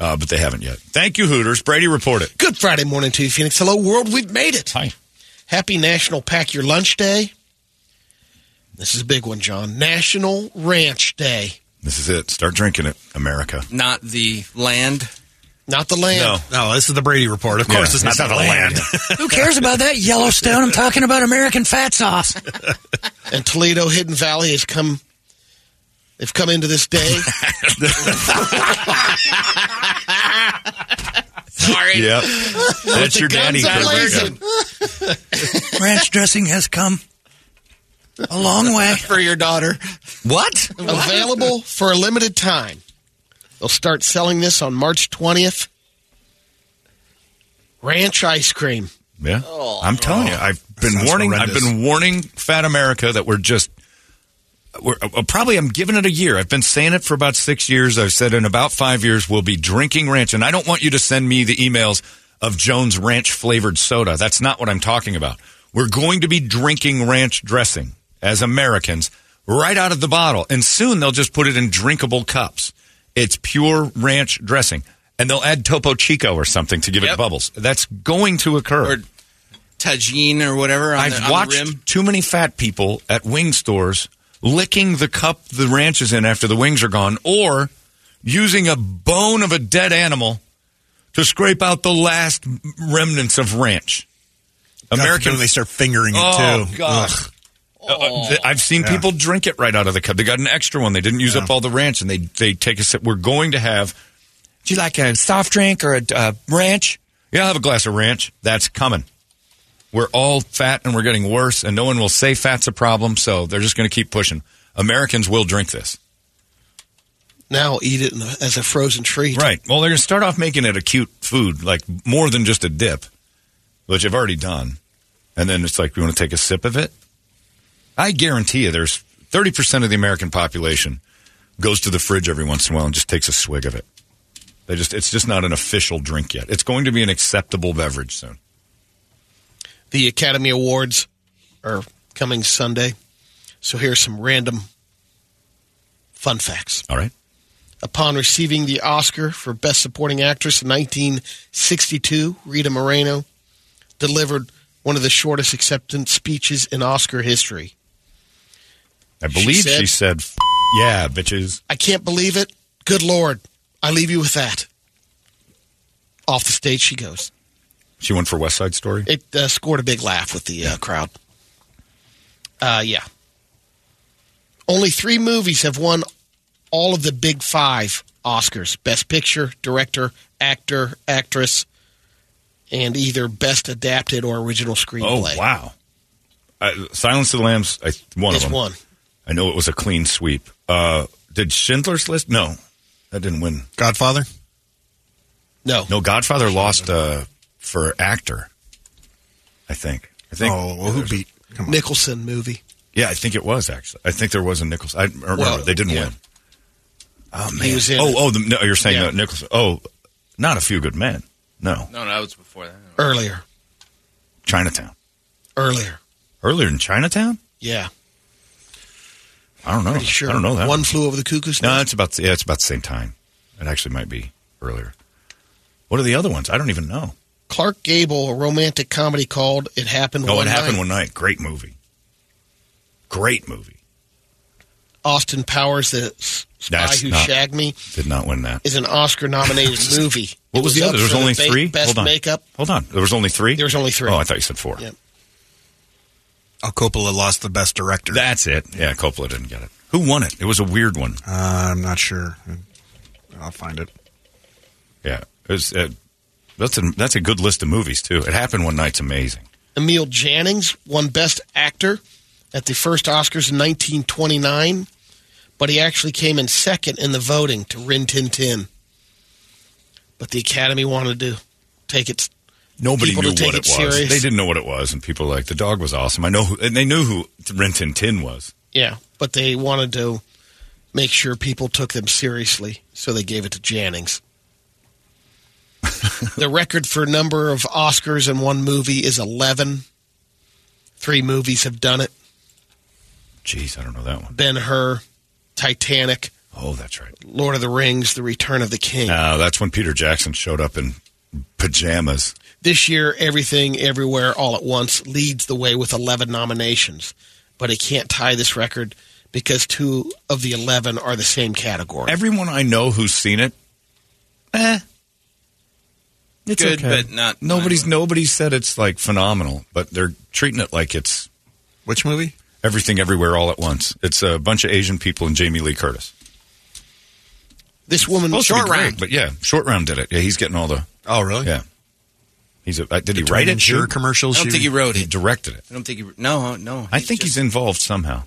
uh, but they haven't yet. Thank you, Hooters. Brady, report it.
Good Friday morning to you, Phoenix. Hello, world. We've made it.
Hi.
Happy National Pack Your Lunch Day. This is a big one, John. National Ranch Day.
This is it. Start drinking it, America.
Not the land.
Not the land.
No, this is the Brady report. Of course,
Yeah,
it's, not, the land.
Who cares about that Yellowstone? I'm talking about American fat sauce.
and Toledo Hidden Valley has come. They've come into this day.
Sorry.
Yep.
That's your daddy,
Ranch dressing has come a long way
for your daughter.
What?
Available for a limited time. They'll start selling this on March 20th. Ranch ice cream.
Yeah, I'm telling you, I've been
Sounds
warning. I've
horrendous.
been warning Fat America that we're just. We're, uh, probably I'm giving it a year. I've been saying it for about six years. I've said in about five years we'll be drinking ranch, and I don't want you to send me the emails of Jones Ranch flavored soda. That's not what I'm talking about. We're going to be drinking ranch dressing as Americans right out of the bottle, and soon they'll just put it in drinkable cups. It's pure ranch dressing, and they'll add Topo Chico or something to give it bubbles. That's going to occur.
Tajine or whatever. On
I've
the, on
watched
The rim.
too many fat people at wing stores licking the cup the ranch is in after the wings are gone, or using a bone of a dead animal to scrape out the last remnants of ranch. American,
when they start fingering it
oh,
too.
God.
Ugh.
Uh, th- I've seen
Yeah.
people drink it right out of the cup. They got an extra one. They didn't use up all the ranch, and they they take a sip. We're going to have. Do you like a soft drink or a uh, ranch? Yeah, I'll have a glass of ranch. That's coming. We're all fat and we're getting worse, and no one will say fat's a problem, so they're just going to keep pushing. Americans will drink this.
Now eat it in a- as a frozen treat.
Right. Well, they're going to start off making it a cute food, like more than just a dip, which I've already done. And then it's like, we want to take a sip of it? I guarantee you there's 30% of the American population goes to the fridge every once in a while and just takes a swig of it. They just, it's just not an official drink yet. It's going to be an acceptable beverage soon.
The Academy Awards are coming Sunday. So here's some random fun facts.
All right.
Upon receiving the Oscar for Best Supporting Actress in 1962, Rita Moreno delivered one of the shortest acceptance speeches in Oscar history.
I believe
said-
she said, "F- yeah, bitches.
I can't believe it. Good Lord. I leave you with that. Off the stage she goes.
She went for West Side Story.
It uh, scored a big laugh with the uh, crowd. Uh, yeah. Only three movies have won all of the big five Oscars Best Picture, Director, Actor, Actress, and either Best Adapted or Original Screenplay.
Oh, wow. I, Silence of the Lambs, I, one
It's
of them.
one.
I know it was a clean sweep. Uh, did Schindler's List? No, that didn't win.
Godfather?
No.
No, Godfather lost uh, for actor, I think. I think.
Oh, well, who beat?
Nicholson movie.
Yeah, I think it was, actually. I think there was a Nichols. I remember.
Well,
they didn't
yeah.
win. Oh, man.
He was in-
oh, oh the, no, you're saying uh, Nichols. Oh, not A Few Good Men. No,
No, no, that was before that.
Earlier.
Chinatown.
Earlier.
Earlier in Chinatown?
Yeah.
I don't know.
Pretty sure.
I don't know that.
One flew over the cuckoo's
No, it's about yeah, it's about the same time. It actually might be earlier. What are the other ones? I don't even know.
Clark Gable, a romantic comedy called It Happened
No,
One
Oh, it happened
Night.
one night. Great movie. Great movie.
Austin Powers, the s- spy
That's
who
not-
shagged me,
Did not win that.
is an Oscar-nominated movie.
What
It
was, the
up
other? There was
for
only
ba-
three.
Best
Hold on.
makeup.
Hold on. There was only three. There
was only three.
Oh, I thought you said four.
Yep.
Oh, Coppola lost the best director.
That's it. Yeah, Coppola didn't get it. Who won it? It was a weird one.
Uh, I'm not sure. I'll find it.
Yeah, it was, uh, that's a that's a good list of movies too. It happened one night's amazing.
Emil Jannings won Best Actor at the first Oscars in 1929, but he actually came in second in the voting to Rin Tin Tin. But the Academy wanted to take its
Nobody
people
knew
to take
what it, was.
serious.
They didn't know what it was, and people were like the dog was awesome. I know, who, and they knew who Rin Tin Tin was.
Yeah, but they wanted to make sure people took them seriously, so they gave it to Jannings. the record for number of Oscars in one movie is 11. Three movies have done it
Jeez, I don't know that one.
Ben Hur, Titanic,
Oh, that's right.
Lord of the Rings, The Return of the King.
Uh, that's when Peter Jackson showed up in pajamas.
This year, Everything, Everywhere, All at Once leads the way with 11 nominations, but it can't tie this record because two of the 11 are the same category.
Everyone I know who's seen it, eh.
It's
good,
okay.
but not. Nobody's nobody said it's like phenomenal, but they're treating it like it's
which movie?
Everything, everywhere, all at once. It's a bunch of Asian people and Jamie Lee Curtis.
This woman,
Supposed to be
short
great,
round.
but yeah, short round did it. Yeah, he's getting all the.
Oh, really?
Yeah. He's a. uh, Did he
Between
write it?
Sure
too?
commercials,
I don't she- think he wrote
He
it.
directed it. Oh,
I don't think he. No, no.
I think he's involved somehow.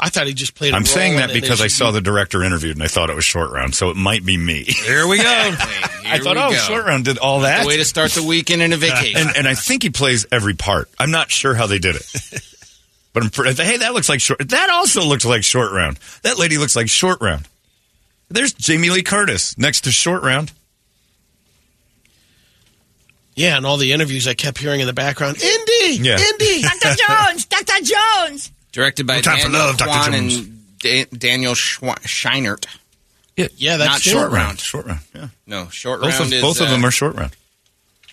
I thought he just played. i
I'm saying that because I saw the director interviewed and I thought it was short round, so it might be me.
Here we go.
I thought, oh, short round did all that.
Way to start the weekend and a vacation.
and, and I think he plays every part. I'm not sure how they did it. But I'm pretty, hey, that looks like short. That also looks like short round. That lady looks like short round. There's Jamie Lee Curtis next to short round.
Yeah, and all the interviews I kept hearing in the background. Indy,
Yeah.
Indy,
Dr. Jones, Dr. Jones.
Directed by
No time for
Daniel
love, Dr.
Kwan
Jones.
and da- Daniel Schwa- Scheinert.
Yeah,
yeah,
that's
not
it.
short round. Short round. Yeah.
No, short
Both of
round is
both of
uh,
them are short round.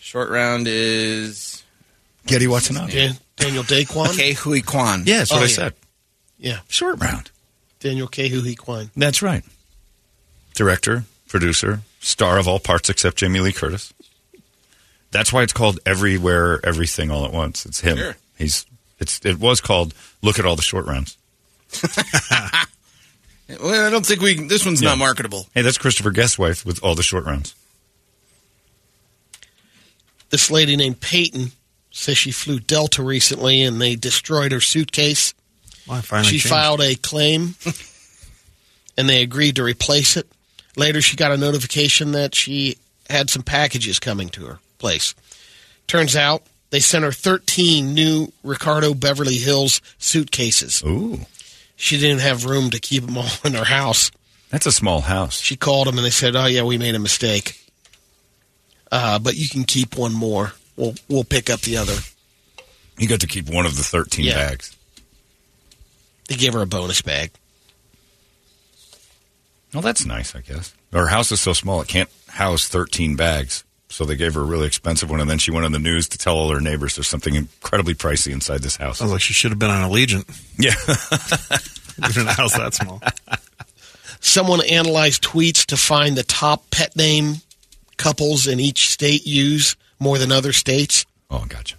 Short round is
Getty Watanabe.
Dan- Daniel Daquan,
K. Hui Kwan.
Yeah, that's what
Oh,
I
yeah.
said.
Yeah,
short round.
Daniel K. Hui Kwan.
That's right. Director, producer, star of all parts except Jamie Lee Curtis. That's why it's called Everywhere, Everything, All at Once. It's him.
Sure.
He's. It's. It was called Look at All the Short Rounds.
Well, I don't think we. This one's
Yeah.
not marketable.
Hey, that's Christopher Guest's wife with all the short rounds.
This lady named Peyton says she flew Delta recently and they destroyed her suitcase.
Well, I finally
she
changed.
filed a claim and they agreed to replace it. Later, she got a notification that she had some packages coming to her place. Turns out they sent her 13 new Ricardo Beverly Hills suitcases.
Ooh.
She didn't have room to keep them all in her house.
That's a small house.
She called them and they said, "Oh yeah, we made a mistake, uh, but you can keep one more. We'll we'll pick up the other."
You got to keep one of the 13
Yeah.
bags.
They gave her a bonus bag.
Well, that's nice, I guess. Her house is so small, it can't house 13 bags. So they gave her a really expensive one, and then she went on the news to tell all her neighbors there's something incredibly pricey inside this house.
Sounds like she should have been on Allegiant.
Yeah.
Living in a house that small.
Someone analyzed tweets to find the top pet name couples in each state use more than other states.
Oh, gotcha.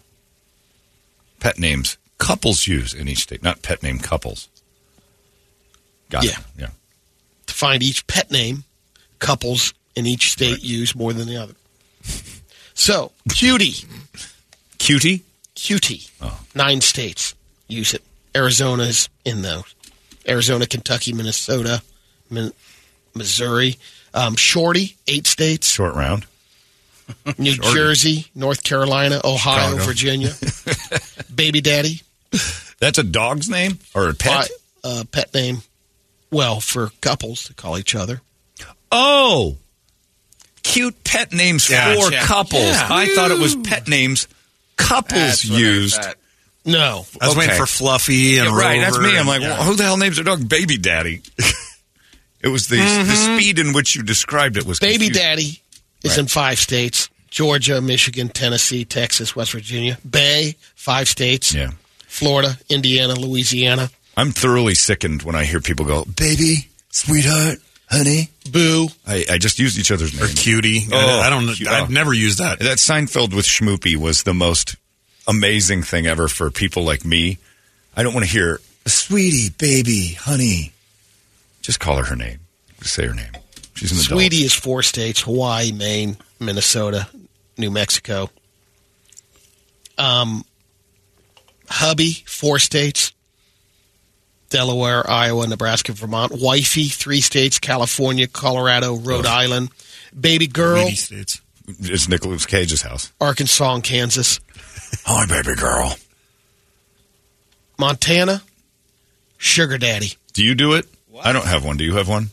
Pet names couples use in each state, not pet name couples. Got it. Yeah.
To find each pet name couples in each state use more than the other. So, cutie,
cutie,
cutie. Nine states use it. Arizona's in those. Arizona, Kentucky, Minnesota, Min- Missouri. Um, shorty, eight states.
Short round.
New
Shorty.
Jersey, North Carolina, Ohio,
Chicago.
Virginia. Baby daddy.
That's a dog's name or a pet?
Uh, pet name. Well, for couples to call each other.
Oh, cute pet names for
Gotcha.
couples.
Yeah.
I thought it was pet names couples used.
No.
I was waiting for Fluffy and
Yeah, right. That's
Rover
me. I'm
and-
like,
yeah.
well, who the hell names their dog Baby Daddy? Mm-hmm. it was the, the speed in which you described it was
Mm-hmm. Baby
confusing.
daddy is
Right.
in five states Georgia, Michigan, Tennessee, Texas, West Virginia. Bay, five states.
Yeah.
Florida, Indiana, Louisiana.
I'm thoroughly sickened when I hear people go
Baby, sweetheart, honey.
Boo.
I, I just used each other's names. Or cutie.
I don't- I've
never used that. oh. That Seinfeld with Schmoopy was the most amazing thing ever for people like me. I don't want to hear, sweetie, baby, honey. Just call her her name. Just say her name. She's an adult.
Sweetie is four states Hawaii, Maine, Minnesota, New Mexico. Um, hubby, four states Delaware, Iowa, Nebraska, Vermont. Wifey, three states California, Colorado, Rhode Island. Baby girl,
States. It's Nicolas Cage's house.
Arkansas, and Kansas.
Hi, baby girl.
Montana, sugar daddy.
Do you do it? I don't have one. Do you have one?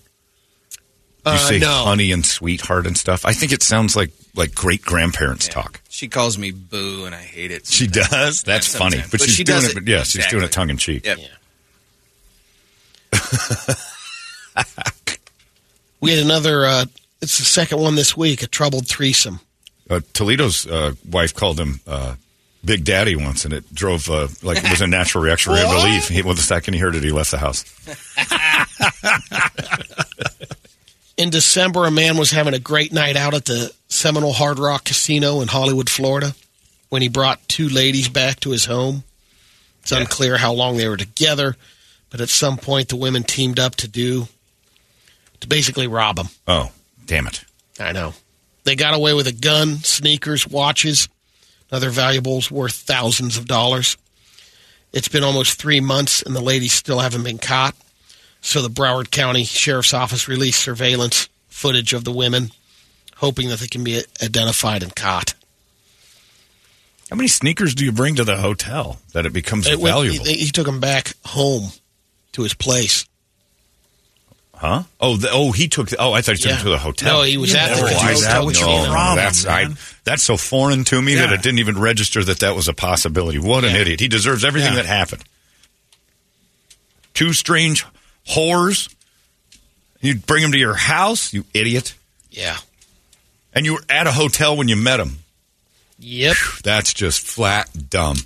Do you
Uh,
say
no.
honey and sweetheart and stuff? I think it sounds like like great grandparents talk.
She calls me boo, and I hate it.
She does. That's
Yeah,
funny,
sometimes.
but,
But
she's
she
doing
does
it.
it-
But yeah, she's doing
exactly.
it tongue in cheek.
Yep.
We had another, uh, it's the second one this week, a troubled threesome.
Uh, Toledo's uh, wife called him uh, Big Daddy once, and it drove uh, like it was a natural reaction for him to leave. He, well, the second he heard it, he left the house.
In December, a man was having a great night out at the Seminole Hard Rock Casino in Hollywood, Florida, when he brought two ladies back to his home. It's unclear how long they were together, but at some point, the women teamed up to do to basically rob him.
Oh, damn it!
I know. They got away with a gun, sneakers, watches, and other valuables worth thousands of dollars. It's been almost three months, and the ladies still haven't been caught. So the Broward County Sheriff's Office released surveillance footage of the women, hoping that they can be identified and caught.
How many sneakers do you bring to the hotel that it becomes
It went-
valuable?
he, he took them back home to his place.
Huh? Oh, the, oh, he took. The, oh, I thought he took
Yeah.
him to the hotel.
No, he was at the
Oh,
hotel.
I-
Is that what you
no,
mean?
no,
Problem,
that's I, that's so foreign to me that it didn't even register that that was a possibility. What an idiot! He deserves everything that happened. Two strange whores. You bring him to your house, you idiot.
Yeah.
And you were at a hotel when you met him.
Yep.
That's just flat dumb.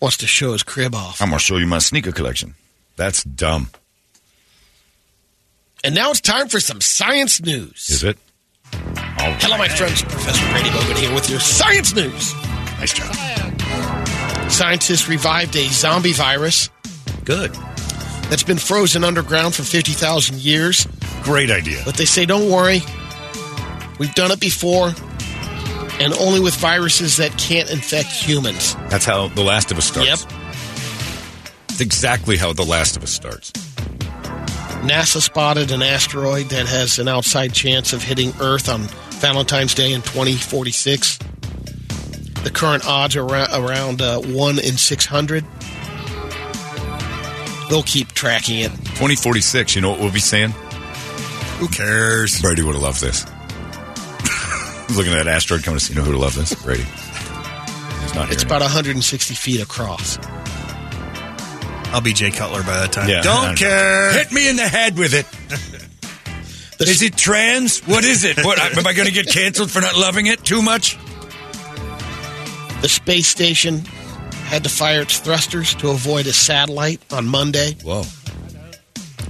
Wants to show his crib off.
I'm going to show you my sneaker collection. That's dumb.
And now it's time for some science news.
Is it?
Hello, my friends. Professor Brady Bogan here with your science news.
Nice job.
Scientists revived a zombie virus.
Good.
That's been frozen underground for 50,000 years.
Great idea.
But they say, don't worry. We've done it before, and only with viruses that can't infect humans.
That's how The Last of Us starts. Yep. It's exactly how The Last of Us starts.
NASA spotted an asteroid that has an outside chance of hitting Earth on Valentine's Day in 2046. The current odds are ra- around uh, 1 in 600. They'll keep tracking it.
2046, you know what we'll be saying? Who cares? Brady would have loved this. Looking at that asteroid coming to see, you know who would have loved this? Brady. He's not here.
It's about 160 feet across.
I'll be Jay Cutler by that time.
Yeah.
Don't care.
Hit me in the head with it. Is it trans? What is it? What am I going to get canceled for not loving it too much?
The space station had to fire its thrusters to avoid a satellite on Monday.
Whoa.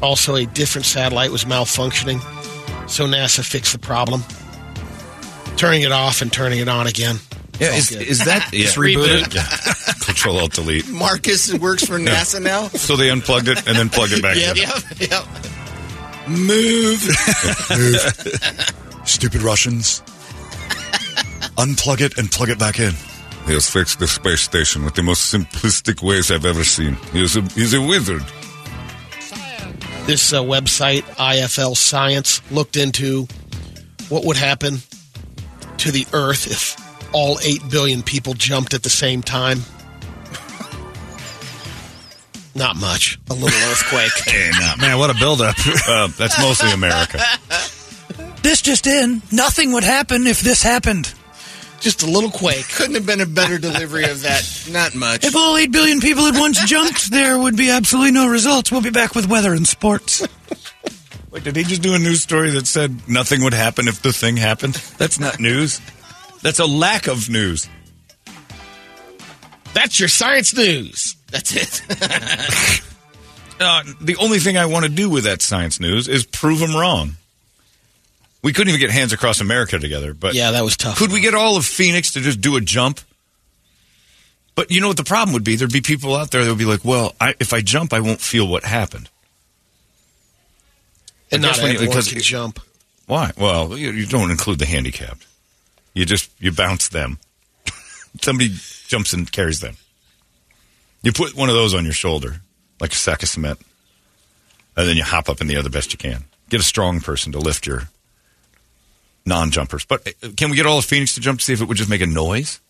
Also, a different satellite was malfunctioning, so NASA fixed the problem, turning it off and turning it on again.
Yeah,
All
is,
good.
is that
Just reboot it.
Control Alt Delete.
Marcus works for
Yeah.
NASA now.
So they unplugged it and then plugged it back in.
yep, yep. Move.
Move. Stupid Russians. Unplug it and plug it back in.
He has fixed the space station with the most simplistic ways I've ever seen. He's a, he's a wizard.
This uh, website, IFL Science, looked into what would happen to the Earth if all 8 billion people jumped at the same time. Not much. A little earthquake.
Man, what a buildup. uh, that's mostly America.
This just in, nothing would happen if this happened.
Just a little quake.
Couldn't have been a better delivery of that. Not much.
If all 8 billion people had once jumped, there would be absolutely no results. We'll be back with weather and sports.
Wait, did he just do a news story that said nothing would happen if the thing happened? That's not news. That's a lack of news.
That's your science news. That's it.
Uh, the only thing I want to do with that science news is prove them wrong. We couldn't even get hands across America together, but
yeah, that was tough.
Could we get all of Phoenix to just do a jump? But you know what the problem would be? There'd be people out there that would be like, "Well, I, if I jump, I won't feel what happened."
and
I
not
guess when you-
everyone
because-
could jump.
Why? Well, you, you don't include the handicapped. You just you bounce them. Somebody jumps and carries them. You put one of those on your shoulder, like a sack of cement, and then you hop up in the other best you can. Get a strong person to lift your non-jumpers. But uh, can we get all of Phoenix to jump to see if it would just make a noise?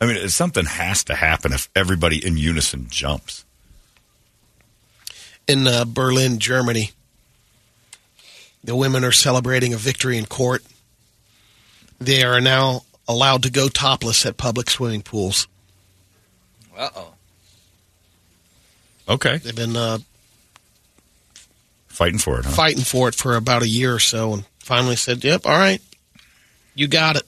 I mean, uh, something has to happen if everybody in unison jumps.
in uh, Berlin, Germany. The women are celebrating a victory in court. They are now allowed to go topless at public swimming pools.
Uh oh.
Okay,
They've been uh,
fighting for it, huh?
fighting for it for about a year or so and finally said, yep, all right, you got it.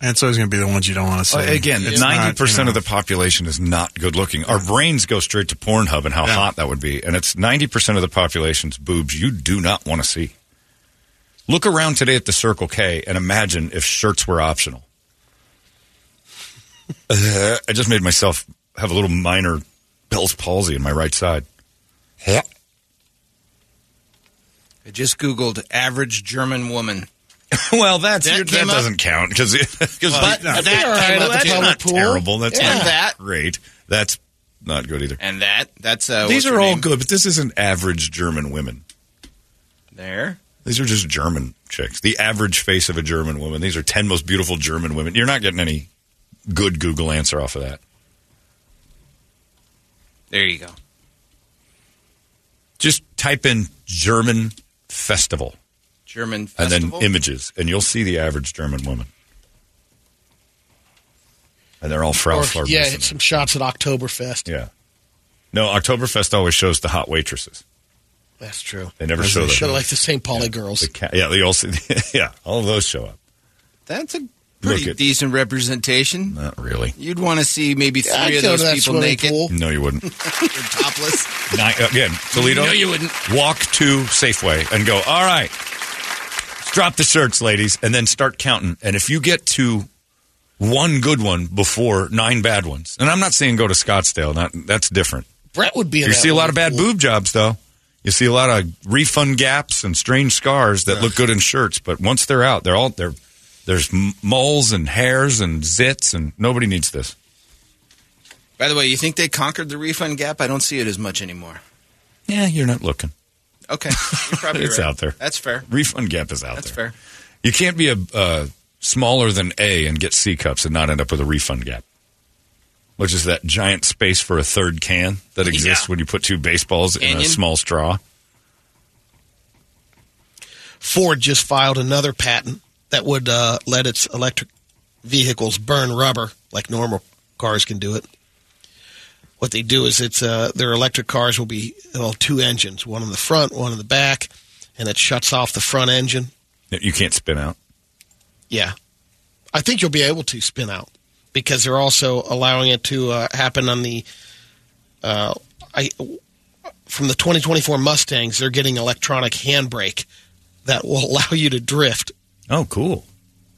That's always going to be the ones you don't want to see.
Uh, again,
It's not,
ninety percent
you
of the population is not good looking. Our brains go straight to Pornhub and how hot that would be, and it's ninety percent of the population's boobs you do not want to see. Look around today at the Circle K and imagine if shirts were optional. Uh, I just made myself have a little minor Bell's palsy in my right side.
I just Googled average German woman.
well, that's
that,
your- that doesn't count because
But that came up
that's
too.
not
Pool.
terrible. That's
Yeah.
not
That.
great. That's not good either.
And that that's uh,
These
what's
are
her
all
name?
good, but this isn't average German women.
there.
These are just German chicks. The average face of a German woman. These are 10 most beautiful German women. You're not getting any good Google answer off of that.
There you go.
Just type in German festival,
German
and
festival.
then images, and you'll see the average German woman. And they're all Frau
Or,
Flarbus.
yeah, some shots at Oktoberfest.
Yeah. No, Oktoberfest always shows the hot waitresses.
That's true.
They never show them.
They're like the St. Pauli girls.
The ca- yeah, they all see, yeah, all of those show up.
That's a pretty
at-
decent representation.
Not really.
You'd want to see maybe three
Yeah, I'd
of
go
those
to that
people
swimming
naked,
No, you wouldn't.
topless.
Nine, again, Toledo.
No, you wouldn't.
Walk to Safeway and go, all right, let's drop the shirts, ladies, and then start counting. And if you get to one good one before nine bad ones, and I'm not saying go to Scottsdale, not, that's different.
Brett would be. in
You
that
see a lot
one.
of bad boob jobs, though. You see a lot of refund gaps and strange scars that look good in shirts, but once they're out, they're all they're, there's m- moles and hairs and zits, and nobody needs this.
By the way, you think they conquered the refund gap? I don't see it as much anymore.
Yeah, you're not looking.
Okay, you're probably
It's
right.
out there.
That's fair.
Refund gap is out
That's
there.
fair.
You can't be a uh, smaller than A and get C cups and not end up with a refund gap, which is that giant space for a third can that exists when you put two baseballs in a
Canyon.
small straw.
Ford just filed another patent that would uh, let its electric vehicles burn rubber like normal cars can do it. What they do is it's uh, their electric cars will be well two engines, one in the front, one in the back, and it shuts off the front engine.
that You can't spin out.
Yeah, I think you'll be able to spin out because they're also allowing it to uh, happen on the. Uh, I from the 2024 Mustangs, they're getting electronic handbrake that will allow you to drift.
Oh, cool.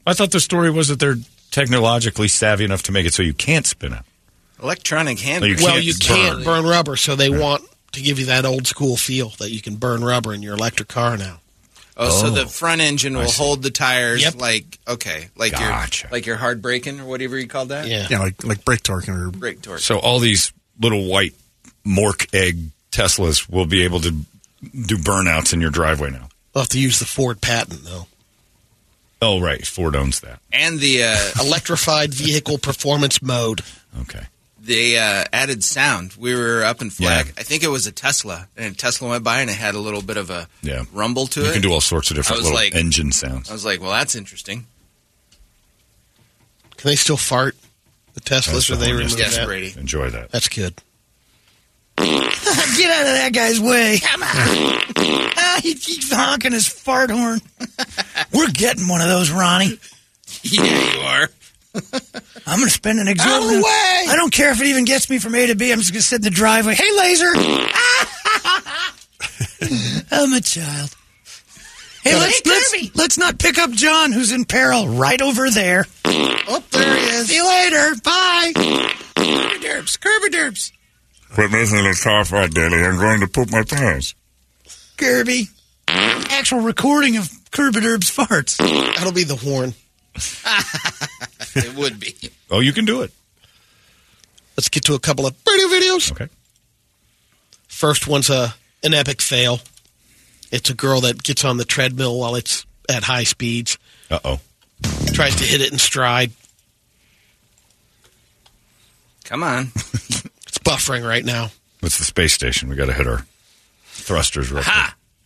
I thought the story was that they're technologically savvy enough to make it so you can't spin out.
Electronic hand.
No, you
well,
can't
you can't burn rubber, so they want to give you that old school feel that you can burn rubber in your electric car now.
Oh, so
Oh,
the front engine
I
will
see.
hold the tires
Yep.
like okay, like
Gotcha.
your like your hard braking or whatever you call that.
Yeah, like like brake torque or
brake torque.
So all these little white mork egg Teslas will be able to do burnouts in your driveway now.
We'll have to use the Ford patent though.
Oh, right, Ford owns that.
And the uh,
electrified vehicle performance mode.
Okay.
the uh, added sound. We were up in Flag. I think it was a Tesla, and a Tesla went by and it had a little bit of a
Yeah,
rumble to
you
it.
can do all sorts of
I
different
was
little
like-
engine sounds.
I was like, well, that's interesting.
Can they still fart? The
That's
Teslas
the
or they
horn,
remove
yes.
that?
Brady. Enjoy that.
That's good.
Get out of that guy's way. Come on. Ah, he keeps honking his fart horn. We're getting one of those, Ronnie.
yeah, you are.
I'm going to spend an exorbitant. I don't care if it even gets me from A to B. I'm just going to sit in the driveway. Hey, laser. I'm a child. Hey,
Hey,
let's, let's, let's not pick up John, who's in peril right over there.
Oh, there he is. See you later. Bye. Derps, Kirby derps.
Quit making it tough right, Daddy. I'm going to poop my pants.
Kirby. Actual recording of Kirby Derb's farts.
That'll be the horn.
it would be.
Oh, you can do it.
Let's get to a couple of radio videos.
Okay.
First one's a an epic fail. It's a girl that gets on the treadmill while it's at high speeds.
Uh oh.
Tries to hit it in stride.
Come on.
It's buffering right now.
What's the space station? We got to hit our thrusters real quick.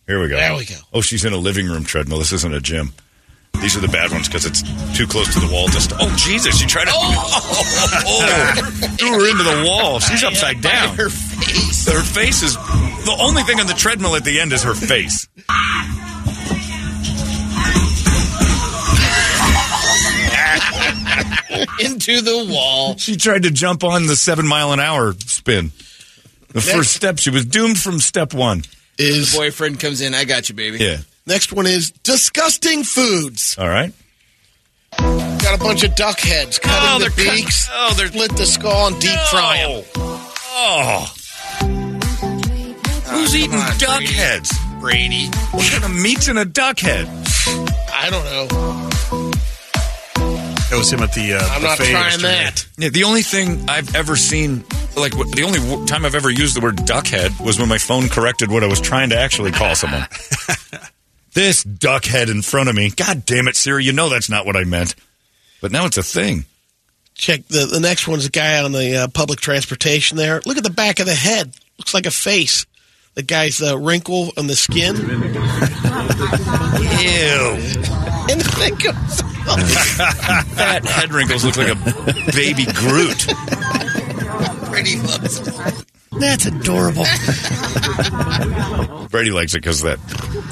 Here we go.
There we go.
Oh, she's in a living room treadmill. This isn't a gym. These are the bad ones because it's too close to the wall. Just oh Jesus, she tried to
Oh!
Oh.
threw her into the wall. Oh, She's upside down. Her face. Her face is the only thing on the treadmill at the end is her face.
into the wall.
She tried to jump on the seven mile an hour spin. The first step, she was doomed from step one.
Is
the boyfriend comes in? I got you, baby.
Yeah.
Next one is disgusting foods.
All right.
Got a bunch of duck heads. Cut
Oh,
in the
they're cut-
beaks. oh, they're split the skull and deep fry 'em.
Oh. Who's eating duck heads?
Brady.
What kind of meat's in a duck head?
I don't know.
That was him at the uh,
I'm not
buffet
trying
yesterday.
that.
Yeah, the only thing I've ever seen, like w- the only w- time I've ever used the word duckhead was when my phone corrected what I was trying to actually call someone. this duckhead in front of me. God damn it, Siri, you know that's not what I meant. But now it's a thing.
Check the the next one's a guy on the uh, public transportation. There, look at the back of the head. Looks like a face. The guy's uh, wrinkle on the skin. Ew. And the thing goes.
that head wrinkles look like a baby Groot.
Brady loves.
That's adorable.
Brady likes it because that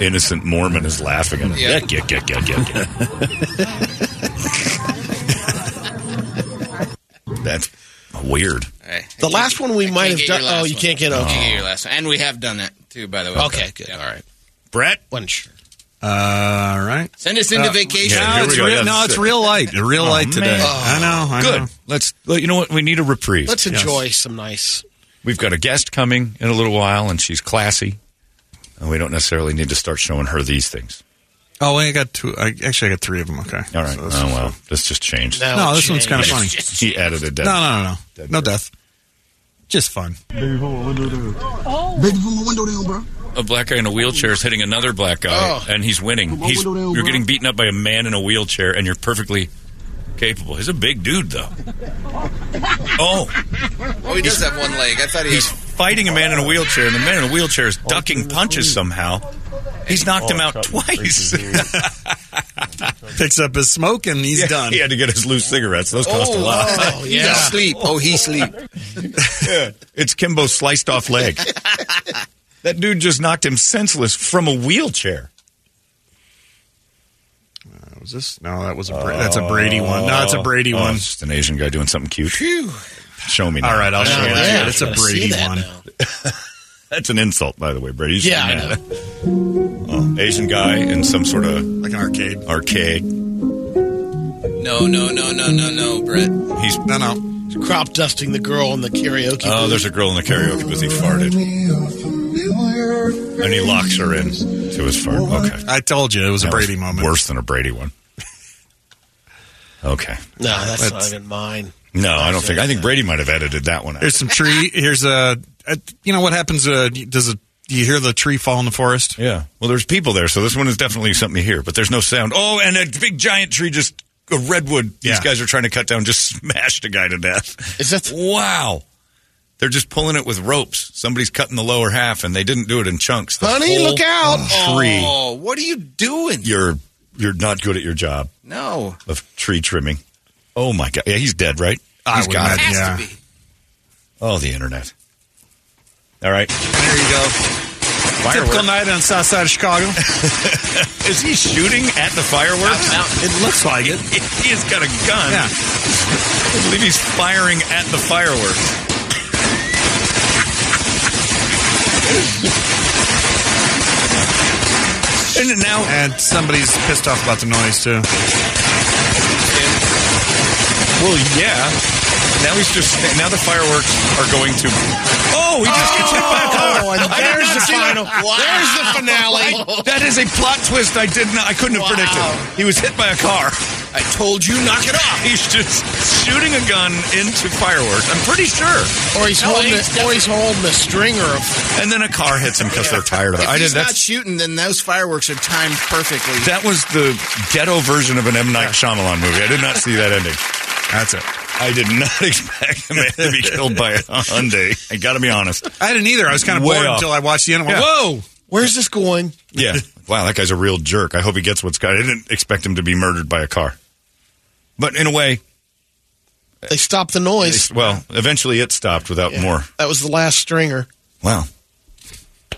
innocent Mormon is laughing at him.
Yeah.
Yeah, get, get, get, get, get. That's weird.
The last one we might have done. Oh, you can't get.
You
Okay.
can't get your last one. And we have done that too, by the way.
Okay, good.
All right.
Brett?
One sure.
Uh, All right.
Send us into
Uh,
vacation.
yeah, No, here we it's go. real- Yeah, no, that's it's it. real light. Real
Oh,
light today.
man.
I know, I
Good.
know.
Let's. well, You know what? We need a reprieve.
Let's
Yes.
enjoy some nice.
We've got a guest coming in a little while, and she's classy. And we don't necessarily need to start showing her these things.
Oh, wait, I got two. I, actually, I got three of them. Okay.
All right.
So this
oh
is-
well, this just changed.
No, No, this one's kinda
He-
funny.
He added a
No,
death.
no, no, no. No death. Just fun.
Baby, pull my window down. Baby, pull my window down, bro.
A black guy in a wheelchair is hitting another black guy,
Oh.
and he's winning.
Come on,
He's
window down,
you're
bro.
getting beaten up by a man in a wheelchair, and you're perfectly capable. He's a big dude, though. Oh,
Oh, he does have one leg. I thought he
he's
was.
fighting a man in a wheelchair, and the man in a wheelchair is ducking
Oh.
punches somehow. He's knocked him out twice.
Picks up his smoke and he's
Yeah,
done.
He had to get his loose cigarettes. Those cost a lot.
Oh, yeah. He's asleep. Oh, he's asleep.
Yeah. It's Kimbo's sliced off leg. that dude just knocked him senseless from a wheelchair.
Was this? No, that was a. Bra- that's a Brady one. No, it's a Brady
one.
one.
Oh, just an Asian guy doing something cute. Show me. Now.
All right, I'll show you.
Yeah,
it's a Brady one.
That's an insult, by the way, Brady. You should
Yeah,
be
I
mad. Oh, Asian guy in some sort of
like an arcade.
Arcade.
No, no, no, no, no, no, Brett.
He's
no, no.
Crop dusting the girl in the karaoke.
Oh, there's a girl in the karaoke booth. He farted, and he locks her in to his fart. Okay,
I told you it was
That
a Brady moment.
Worse than a Brady one. Okay.
No, that's
Let's-
not even mine.
No, I don't think. I think Brady might have edited that one out.
Here's some tree. Here's a. a you know what happens? Uh, does a do you hear the tree fall in the forest?
Yeah. Well, there's people there, so this one is definitely something you hear, but there's no sound. Oh, and a big giant tree just, a redwood these
Yeah.
guys are trying to cut down just smashed a guy to death.
Is that
wow. They're just pulling it with ropes. Somebody's cutting the lower half, and they didn't do it in chunks. The
Honey,
whole
look out!
Tree.
Oh, what are you doing?
You're, you're not good at your job
No.
of tree trimming. Oh, my God. Yeah, he's dead, right?
I
He's
would
got
imagine,
it.
yeah.
Oh, the internet. All right.
There you go. Typical
Fireworks.
night on South Side of Chicago.
Is he shooting at the fireworks?
it looks like it.
He has got a gun.
Yeah.
I believe he's firing at the fireworks. And now,
And somebody's pissed off about the noise too.
well, yeah. Now he's just. Now the fireworks are going to. Oh, he just gets hit by a car.
Oh, and
I did
there's
not
the
see that.
final. There's the finale.
I- that is a plot twist. I did not. I couldn't have predicted. He was hit by a car.
I told you, knock it off.
He's just shooting a gun into fireworks. I'm pretty sure.
Or he's
No,
holding,
he's
a, or he's holding a stringer of.
And then a car hits him because they're tired of it.
If
I
he's
did.
not
That's
shooting, then those fireworks are timed perfectly.
That was the ghetto version of an M. Night Shyamalan movie. I did not see that ending.
That's it.
I did not expect a man to be killed by a Hyundai. I got to be honest.
I didn't either. I was kind of
Way
bored
off.
until I watched the end. and went,
Yeah.
Whoa!
Where's this going?
Yeah. Wow, that guy's a real jerk. I hope he gets what's got. I didn't expect him to be murdered by a car. But in a way,
They stopped the noise.
it's- well, eventually it stopped without more.
That was the last stringer.
Wow.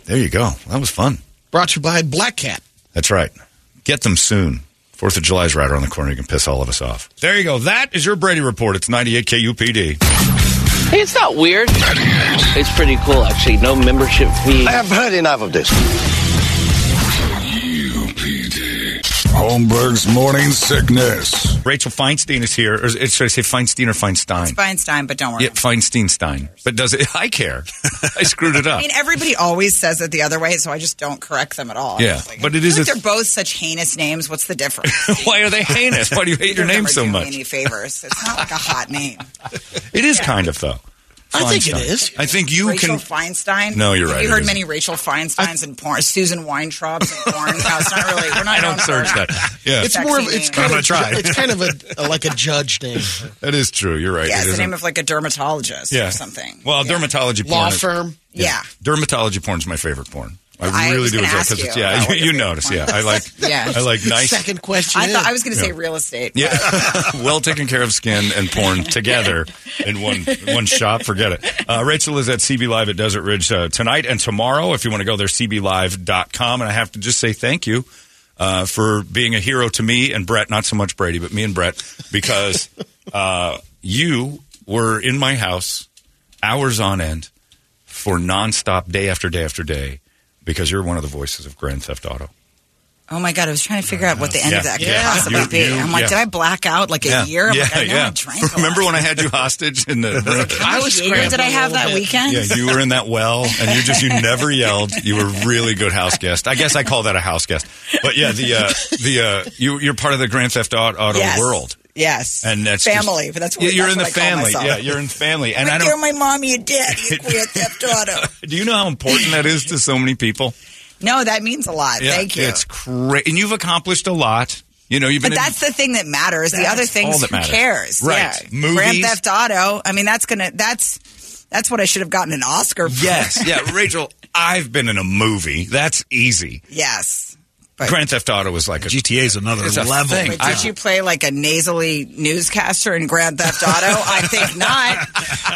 There you go. That was fun.
Brought to you by Black Cat.
That's right. Get them soon. Fourth of July's right around the corner. You can piss all of us off. There you go. That is your Brady report. It's 98 KUPD.
Hey, it's not weird. It's pretty cool, actually. No membership fee. I have heard enough of this.
Holmberg's morning sickness. Rachel Feinstein is here. Or is it- should I say Feinstein or Feinstein?
It's Feinstein, but don't worry.
Yeah, Feinsteinstein. But does it? I care. I screwed it
I
up.
mean, everybody always says it the other way, so I just don't correct them at all.
Yeah,
It's
but it is
Like
a-
they're both such heinous names. What's the difference?
Why are they heinous? Why do you hate your
Neither
name
of them are
so
doing me
much?
Any favors? It's not like a hot name.
It is kind of though.
I think it
Feinstein.
is.
I think you
Rachel
can.
Feinstein.
No, you're
Have
right,
you
it
heard
isn't.
many Rachel Feinsteins and porn? Susan Weintraub's and porn? No, it's not really. We're not.
I don't search that. Yeah,
It's more of it's kind of
try.
it's kind of a, a- like a judge name.
that is true. You're right.
Yeah,
It
it's the
isn't-
name of like a dermatologist
yeah.
or something.
Well, dermatology porn
Law
is-
firm? Yeah.
dermatology porn is my favorite porn. I
I
really
was
do
gonna
enjoy it
ask
because it's
you
yeah.
about
You,
what your
you notice yeah. I like
Yeah.
I like nice
question.
I thought I was going
Yeah.
to say real estate.
Yeah, well taken care of skin and porn together in one one shop. Forget it. Uh, Rachel is at CB Live at Desert Ridge uh, tonight and tomorrow. If you want to go there, cblive.com. And I have to just say thank you uh, for being a hero to me and Brett, not so much Brady, but me and Brett, because uh, you were in my house hours on end for nonstop day after day after day because you're one of the voices of Grand Theft Auto.
Oh my god, I was trying to figure out what the end
Yeah.
of that could
Yeah.
possibly
You-
be.
you-
I'm like,
yeah.
did I black out like a year? I'm like, I know I drank.
Remember when I had you hostage in the room?
How much beer did I have that weekend?
Yeah, you were in that well, and you just you never yelled. You were a really good house guest. I guess I call that a house guest. But yeah, the uh, the uh, you you're part of the Grand Theft Au- Auto
Yes.
world,
Yes,
and that's just-
family. but that's what
Yeah, you're
that's
in the
what I call
family.
myself.
Yeah, you're in family, and
Like,
I
You're
don't.
my mom, your dad, your grand theft auto.
Do you know how important that is to so many people?
No, that means a lot.
Yeah,
Uh, Thank you.
It's crazy, and you've accomplished a lot. You know, you've been.
but
in-
that's the thing that matters. The
That's
other
all
things,
that
who
matters.
cares?
Right.
Yeah.
Movies.
Grand Theft Auto. I mean, that's gonna. That's that's what I should have gotten an Oscar. for.
yes, yeah, Rachel. I've been in a movie. That's easy.
yes.
Grand Theft Auto was like a GTA is another
But did you play like a nasally newscaster in Grand Theft Auto? I think not.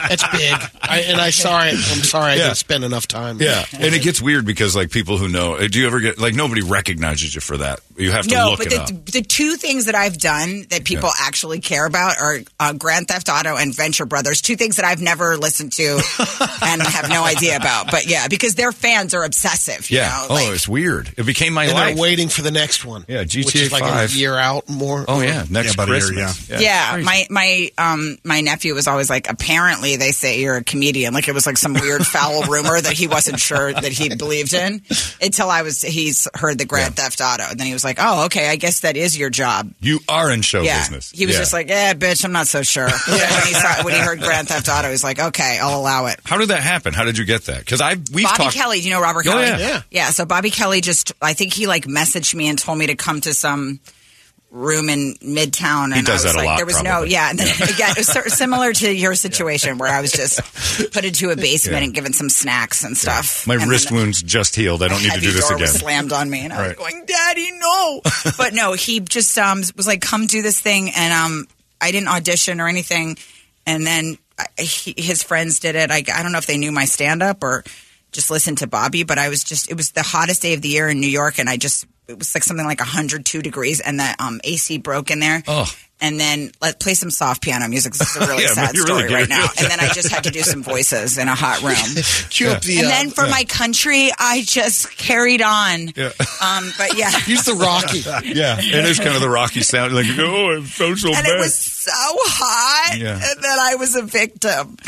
That's big. I, and I sorry. I'm sorry. I
Yeah.
didn't spend enough time.
yeah, and it gets weird because like people who know, do you ever get like nobody recognizes you for that? You have to
no,
look
but
it
the,
up.
the two things that I've done that people
Yeah.
actually care about are uh, Grand Theft Auto and Venture Brothers, two things that I've never listened to and have no idea about. But yeah, because their fans are obsessive. You
yeah.
know?
oh, it's weird. It became my
and
life.
they're waiting for the next one.
yeah, GTA
which is like
Five.
a year out more.
Oh yeah, next
about a year,
Christmas.
Yeah,
Crazy.
my my um my nephew was always like, apparently they say you're a comedian. Like it was like some weird foul rumor that he wasn't sure that he believed in until I was he's heard the Grand Theft Auto, and then he was like, oh okay, I guess that is your job.
you are in show
yeah,
business.
he was
Yeah.
just like, eh, bitch, I'm not so sure. when, he saw, when he heard Grand Theft Auto, he's like, okay, I'll allow it.
how did that happen? How did you get that? Because I we've
Bobby
talked.
Kelly, do you know Robert
Oh,
Kelly?
yeah. Yeah.
So Bobby Kelly just, I think he like messaged me and told me to come to some room in Midtown. And
He does
I
that
was
a
like,
lot,
There was no,
probably.
yeah. And then again, it was sor- similar to your situation where I was just put into a basement
Yeah.
and given some snacks and stuff.
My
and
wrist wounds just healed. I don't need to
heavy
do this
door
again.
Was slammed on me, and I
Right.
was going, "Daddy, no!" but no, he just um, was like, "Come do this thing," and um, I didn't audition or anything, and then I, he, his friends did it. I, I don't know if they knew my stand up or just listened to Bobby, but I was just it was the hottest day of the year in New York, and I just it was like something like 102 degrees, and the um, AC broke in there.
Oh.
And then let play some soft piano music. This is a really
Yeah,
sad
you're really
story right
getting-
now. And then I just had to do some voices in a hot room
Cue up the.
and
uh,
then for
yeah.
my country, I just carried on. Um, but yeah,
Use the Rocky.
yeah, it is kind of the Rocky sound. Like oh, I'm so so
and
bad.
it was so hot
Yeah.
that I was a victim.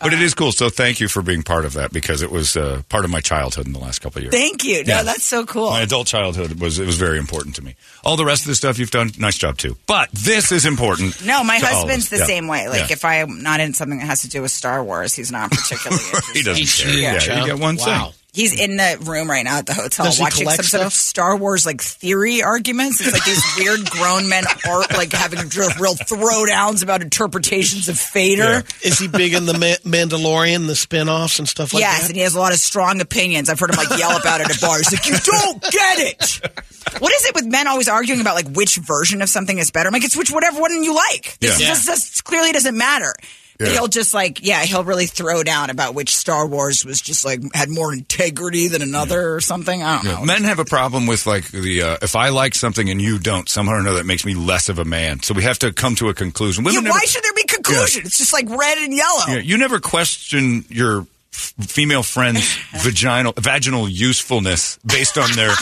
but it is cool. So thank you for being part of that because it was uh, part of my childhood in the last couple of years.
Thank you. No,
Yeah.
that's so cool.
My adult childhood was it was very important to me. All the rest of the stuff you've done, nice job too. But this is important.
no, my
to all of
husband's
us.
the
Yeah.
same way. Like
Yeah.
if I'm not in something that has to do with Star Wars, he's not particularly.
he doesn't
He's
care.
huge,
Yeah,
huh?
you get one
Wow.
thing.
He's in the room right now at the hotel
Does he
watching some
collect
sort
stuff?
of Star Wars like theory arguments. It's like these weird grown men are like having real throwdowns about interpretations of Fader.
Is he big in the Ma- Mandalorian, the spin-offs and stuff like
yes,
that?
and he has a lot of strong opinions. I've heard him like yell about it at bars. He's like, you don't get it. What is it with men always arguing about like which version of something is better? I'm like, it's which whatever one you like. This
Yeah.
just, this clearly doesn't matter.
Yeah.
He'll just like, yeah, he'll really throw down about which Star Wars was just like had more integrity than another or something. I don't know.
Yeah. Men have a problem with like the uh, if I like something and you don't, somehow or another, that makes me less of a man. So we have to come to a conclusion.
Yeah,
Women
why
never-
should there be conclusion? It's just like red and yellow.
Yeah, you never question your f- female friends' vaginal vaginal usefulness based on their.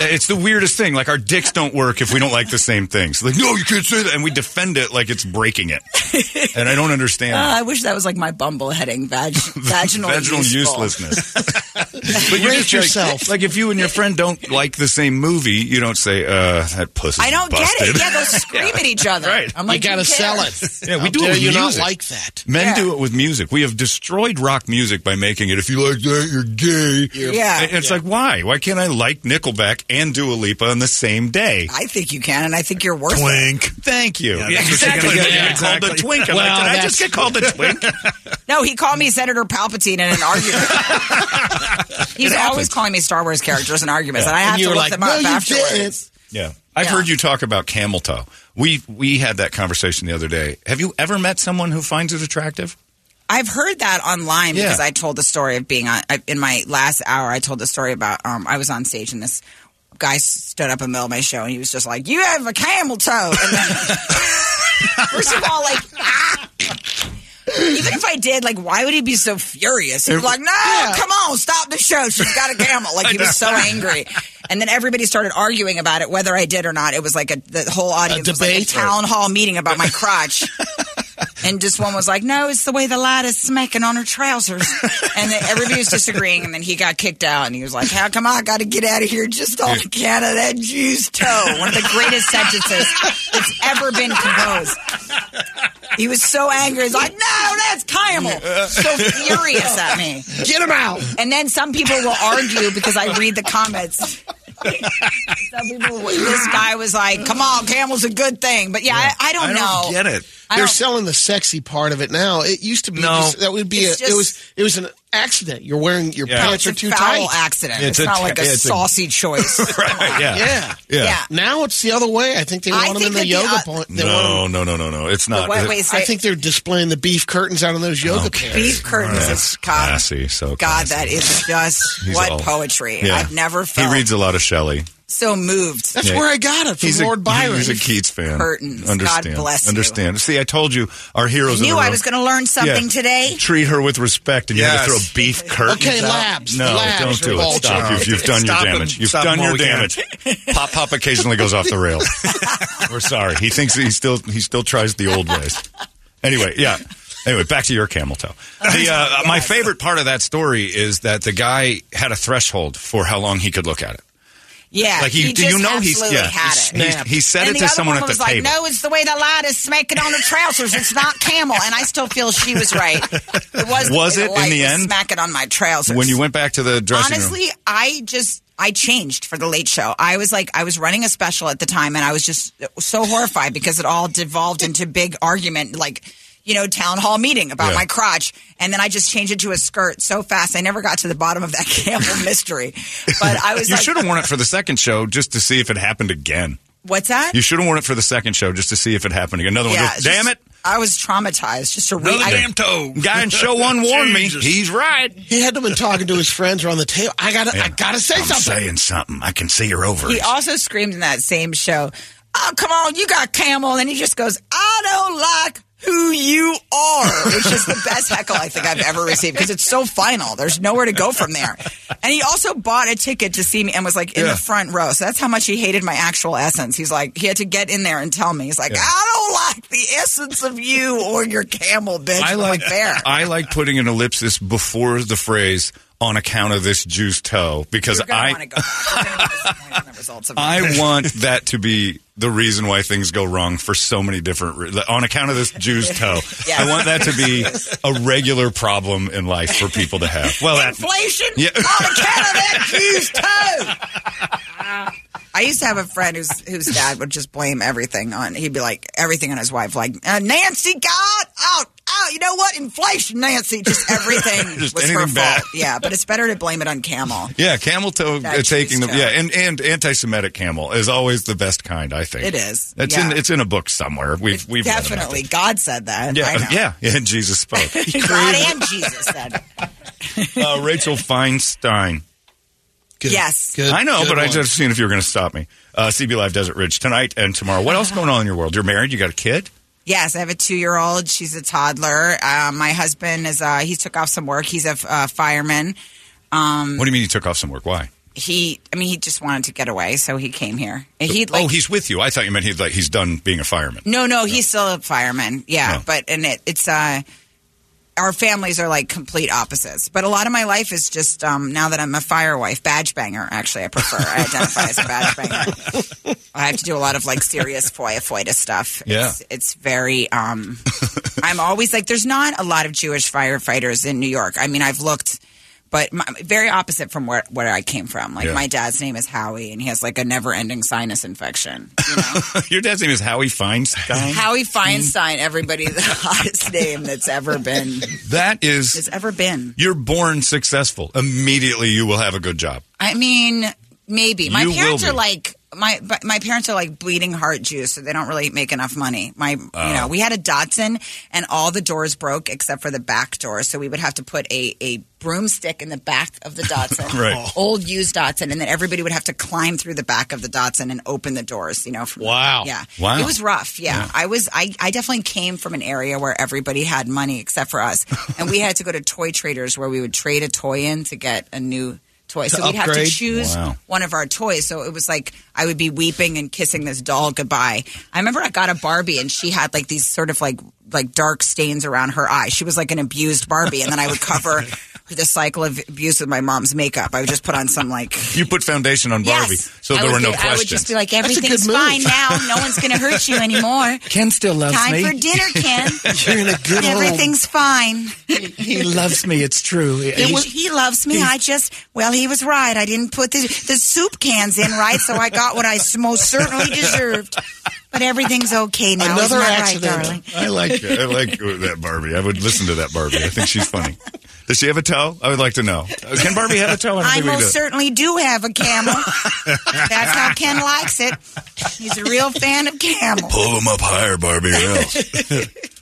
it's the weirdest thing. Like our dicks don't work if we don't like the same things. Like no, you can't say that, and we defend it like it's breaking it. And I don't understand.
Uh, I wish that was like my bumble heading, vag- vaginal,
Vaginal
useful.
uselessness. but you're
Rate
just like-
yourself.
Like, if you and your friend don't like the same movie, you don't say, "Uh, that pussy."
I don't
busted.
get it. Yeah, they'll scream at each other.
Right.
I'm like,
you gotta
who cares?
sell it.
Yeah, we
How
do it
dare
with
you
music.
not like that?
Men do it with music. We have destroyed rock music by making it. If you like that, you're gay.
You're- Yeah.
And it's like why? Why can't I like Nickelback and Dua Lipa on the same day?
I think you can, and I think you're worth
Twink. Thank you.
Yeah,
Yeah,
that's what you're
exactly.
gonna
Yeah,
get.
yeah,
Yeah,
Called the
exactly.
twink. I'm
Well,
like, did I
that's-
just get called the twink?
it. No, he called me Senator Palpatine in an argument. He's always calling me Star Wars characters in arguments,
Yeah.
and I
And
have
you
to
were
look
like,
them
"No,
up
you
afterwards.
didn't. Yeah. I've heard you talk about camel toe. We we had that conversation the other day. Have you ever met someone who finds it attractive?
I've heard that online because
Yeah.
I told the story of being on I- in my last hour. I told the story about um, I was on stage and this guy stood up in the middle of my show and he was just like, "You have a camel toe." And then, first of all, like. Even if I did, like, why would he be so furious? He'd be like, "No, come on, stop the show. She's got a camel." Like he was so angry, and then everybody started arguing about it, whether I did or not. It was like a the whole audience was like a
debate?
town hall meeting about my crotch. And just one was like, no, it's the way the light is smacking on her trousers. And then everybody was disagreeing. And then he got kicked out. And he was like, how come I got to get out of here just on account of that Jew's toe? One of the greatest sentences that's ever been composed. He was so angry. He's like, no, that's camel. So furious at me.
Get him out.
And then some people will argue because I read the comments. some people, this guy was like, come on, camel's a good thing. But yeah, I, I don't know.
it.
I
They're
don't-
selling the sexy part of it now. It used to be
No.
just, that would be a,
It's
it
just-
was it was an accident. You're wearing your
Yeah.
pants
It's
are
a
too
foul
tight.
accident. It's It's a not like a t- it's a- saucy choice.
right? Yeah.
yeah.
Yeah.
Now it's the other way. I think they
I
want them
think
in the
that the
yoga
o-
point. They want 'em-
No, no, no, no, no. It's not.
what
Is it-
way is
I
it-
think they're displaying the beef curtains out on those yoga pants.
Beef curtains
That's
is cop.
classy. So
God,
classy.
that is just
He's
what
all-
poetry.
Yeah.
I've never felt
He reads a lot of Shelley.
so moved.
That's
Yeah.
where I got it from
He's a-
Lord Byron.
He's a Keats fan.
Curtains. God
Understand.
bless you.
Understand. See, I told you our heroes.
I knew I was going to learn something
Yeah.
today.
treat her with respect, and you had to
Yes.
throw beef curtains.
Okay,
out?
labs,
No,
labs,
don't do it.
revolt.
Stop. You've, you've done
Stop
your
him.
damage. You've
Stop him
done your
while we can.
damage. Pop Pop occasionally goes off the rails. We're sorry. He thinks he still he still tries the old ways. Anyway, yeah. Anyway, back to your camel toe. The, uh, My favorite part of that story is that the guy had a threshold for how long he could look at it.
Yeah,
Like, you-
he
do
just
you know he's-
absolutely
yeah,
had
he's-
it.
he's- he said
and
it
the
to
other
someone
one
at the
was like,
table.
"No, it's the way the light is smacking on the trousers. It's not camel." And I still feel she was right. It was.
Was
the
it
way
in
light
the
was
end?
smacking on my trousers?
When you went back to the dressing room.
honestly i just i changed for the late show i was like i was running a special at the time and i was just so horrified because it all devolved into big argument like you know town hall meeting about
Yeah.
my crotch and then i just changed it to a skirt so fast i never got to the bottom of that camel mystery but i was
you
like
should have worn it for the second show just to see if it happened again.
what's that
You should have worn it for the second show just to see if it happened again. Another one.
Yeah,
goes,
it's
Damn
just-
it.
i was traumatized just to read
Another damn toe. Guy in show one warned me. He's right.
He had been talking to his friends around the table. I gotta, I gotta say
I'm
something.
saying something. I can see you're over.
He also screamed in that same show, "Oh come on, you got camel!" And he just goes, "I don't like who you are," which is the best heckle I think I've ever received because it's so final. There's nowhere to go from there. And he also bought a ticket to see me and was like in
Yeah.
the front row. So that's how much he hated my actual essence. He's like, he had to get in there and tell me. He's like,
Yeah.
"I don't like the essence of you or your camel, bitch."
I
And I'm
like
fair.
I like putting an ellipsis before the phrase on account of this Jew's toe because
You're gonna wanna
I
go back. You're gonna be disappointed in the results of
I
this.
want that to be the reason why things go wrong for so many different re- on account of this Jew's toe.
Yes.
I want that to be a regular problem in life for people to have. Well, that
inflation
Yeah.
on account of that Jew's toe. I used to have a friend whose whose dad would just blame everything on. He'd be like everything on his wife, like uh, Nancy got out. Out, you know what? Inflation, Nancy. Just everything
Just
was her
anything bad.
fault. Yeah, but it's better to blame it on Camel.
Yeah, camel toe uh,
That
taking the
cheese toe.
yeah, and and anti-Semitic camel is always the best kind. I think
It is,
It's
yeah.
in it's in a book somewhere. We've we've read about
Definitely. God said that.
it.
I know.
Yeah, yeah, and Jesus spoke.
God and Jesus said.
uh, Rachel Feinstein.
yes.
I know, but I just seen if you were going to stop me. Uh, CB Live Desert Ridge tonight and tomorrow. What else going on in your world? You're married. You got a kid.
Yes, I have a two-year-old. She's a toddler. Uh, my husband is. Uh, he took off some work. He's a f- uh, fireman. Um,
What do you mean you took off some work? Why?
he. I mean, he just wanted to get away, so he came here. And he
oh,
like.
he's with you. I thought you meant he'd like he's done being a fireman.
no, no, he's still a fireman. Yeah,
No.
but and it, it's. Uh, our families are like complete opposites, but a lot of my life is just um, now that I'm a fire wife, badge banger. Actually, I prefer. I identify as a badge banger. I have to do a lot of like serious foia foia stuff.
Yeah.
It's, it's very. Um, I'm always like, there's not a lot of Jewish firefighters in New York. I mean, I've looked, but my, very opposite from where, where I came from. Like,
Yeah.
my dad's name is Howie, and he has like a never ending sinus infection.
Your dad's name is Howie Feinstein.
Howie Feinstein, everybody, the hottest name that's ever been,
That is
has ever been.
You're born successful. Immediately, you will have a good job.
I mean, maybe my
You will
parents
be.
are like my but my parents are like bleeding heart Jews, so they don't really make enough money. My
Oh.
you know we had a Datsun and all the doors broke except for the back door, so we would have to put a a broomstick in the back of the Datsun,
Right.
old used Datsun, and then everybody would have to climb through the back of the Datsun and open the doors. You know, from
Wow.
yeah,
Wow.
it was rough. Yeah,
Yeah.
I was I I definitely came from an area where everybody had money except for us, and we had to go to toy traders where we would trade a toy in to get a new toy.
To
so we'd have to
upgrade?
choose
Wow.
one of our toys. So it was like I would be weeping and kissing this doll goodbye. I remember I got a Barbie and she had like these sort of like like dark stains around her eye. She was like an abused Barbie, and then I would cover the cycle of abuse with my mom's makeup. I would just put on some like
You put foundation on Barbie, so
I
there were
would
no
be-
questions.
I would just be like, everything's fine now. No one's going to hurt you anymore.
Ken still loves
Time
me.
for dinner, Ken.
You're in a good home.
Everything's fine.
He loves me. It's true.
He, he loves me. I just, well, he was right. I didn't put the, the soup cans in right, so I got what I s- most certainly deserved. But everything's okay now.
Another
Isn't that
accident.
right, darling?
I like it. I like that Barbie. I would listen to that Barbie. I think she's funny. Does she have a toe? I would like to know.
Oh,
Uh, Can Barbie have a toe? don't
I
think we
most
do.
certainly do have a camel. That's how Ken likes it. He's a real fan of camel.
Pull them up higher, Barbie, or else.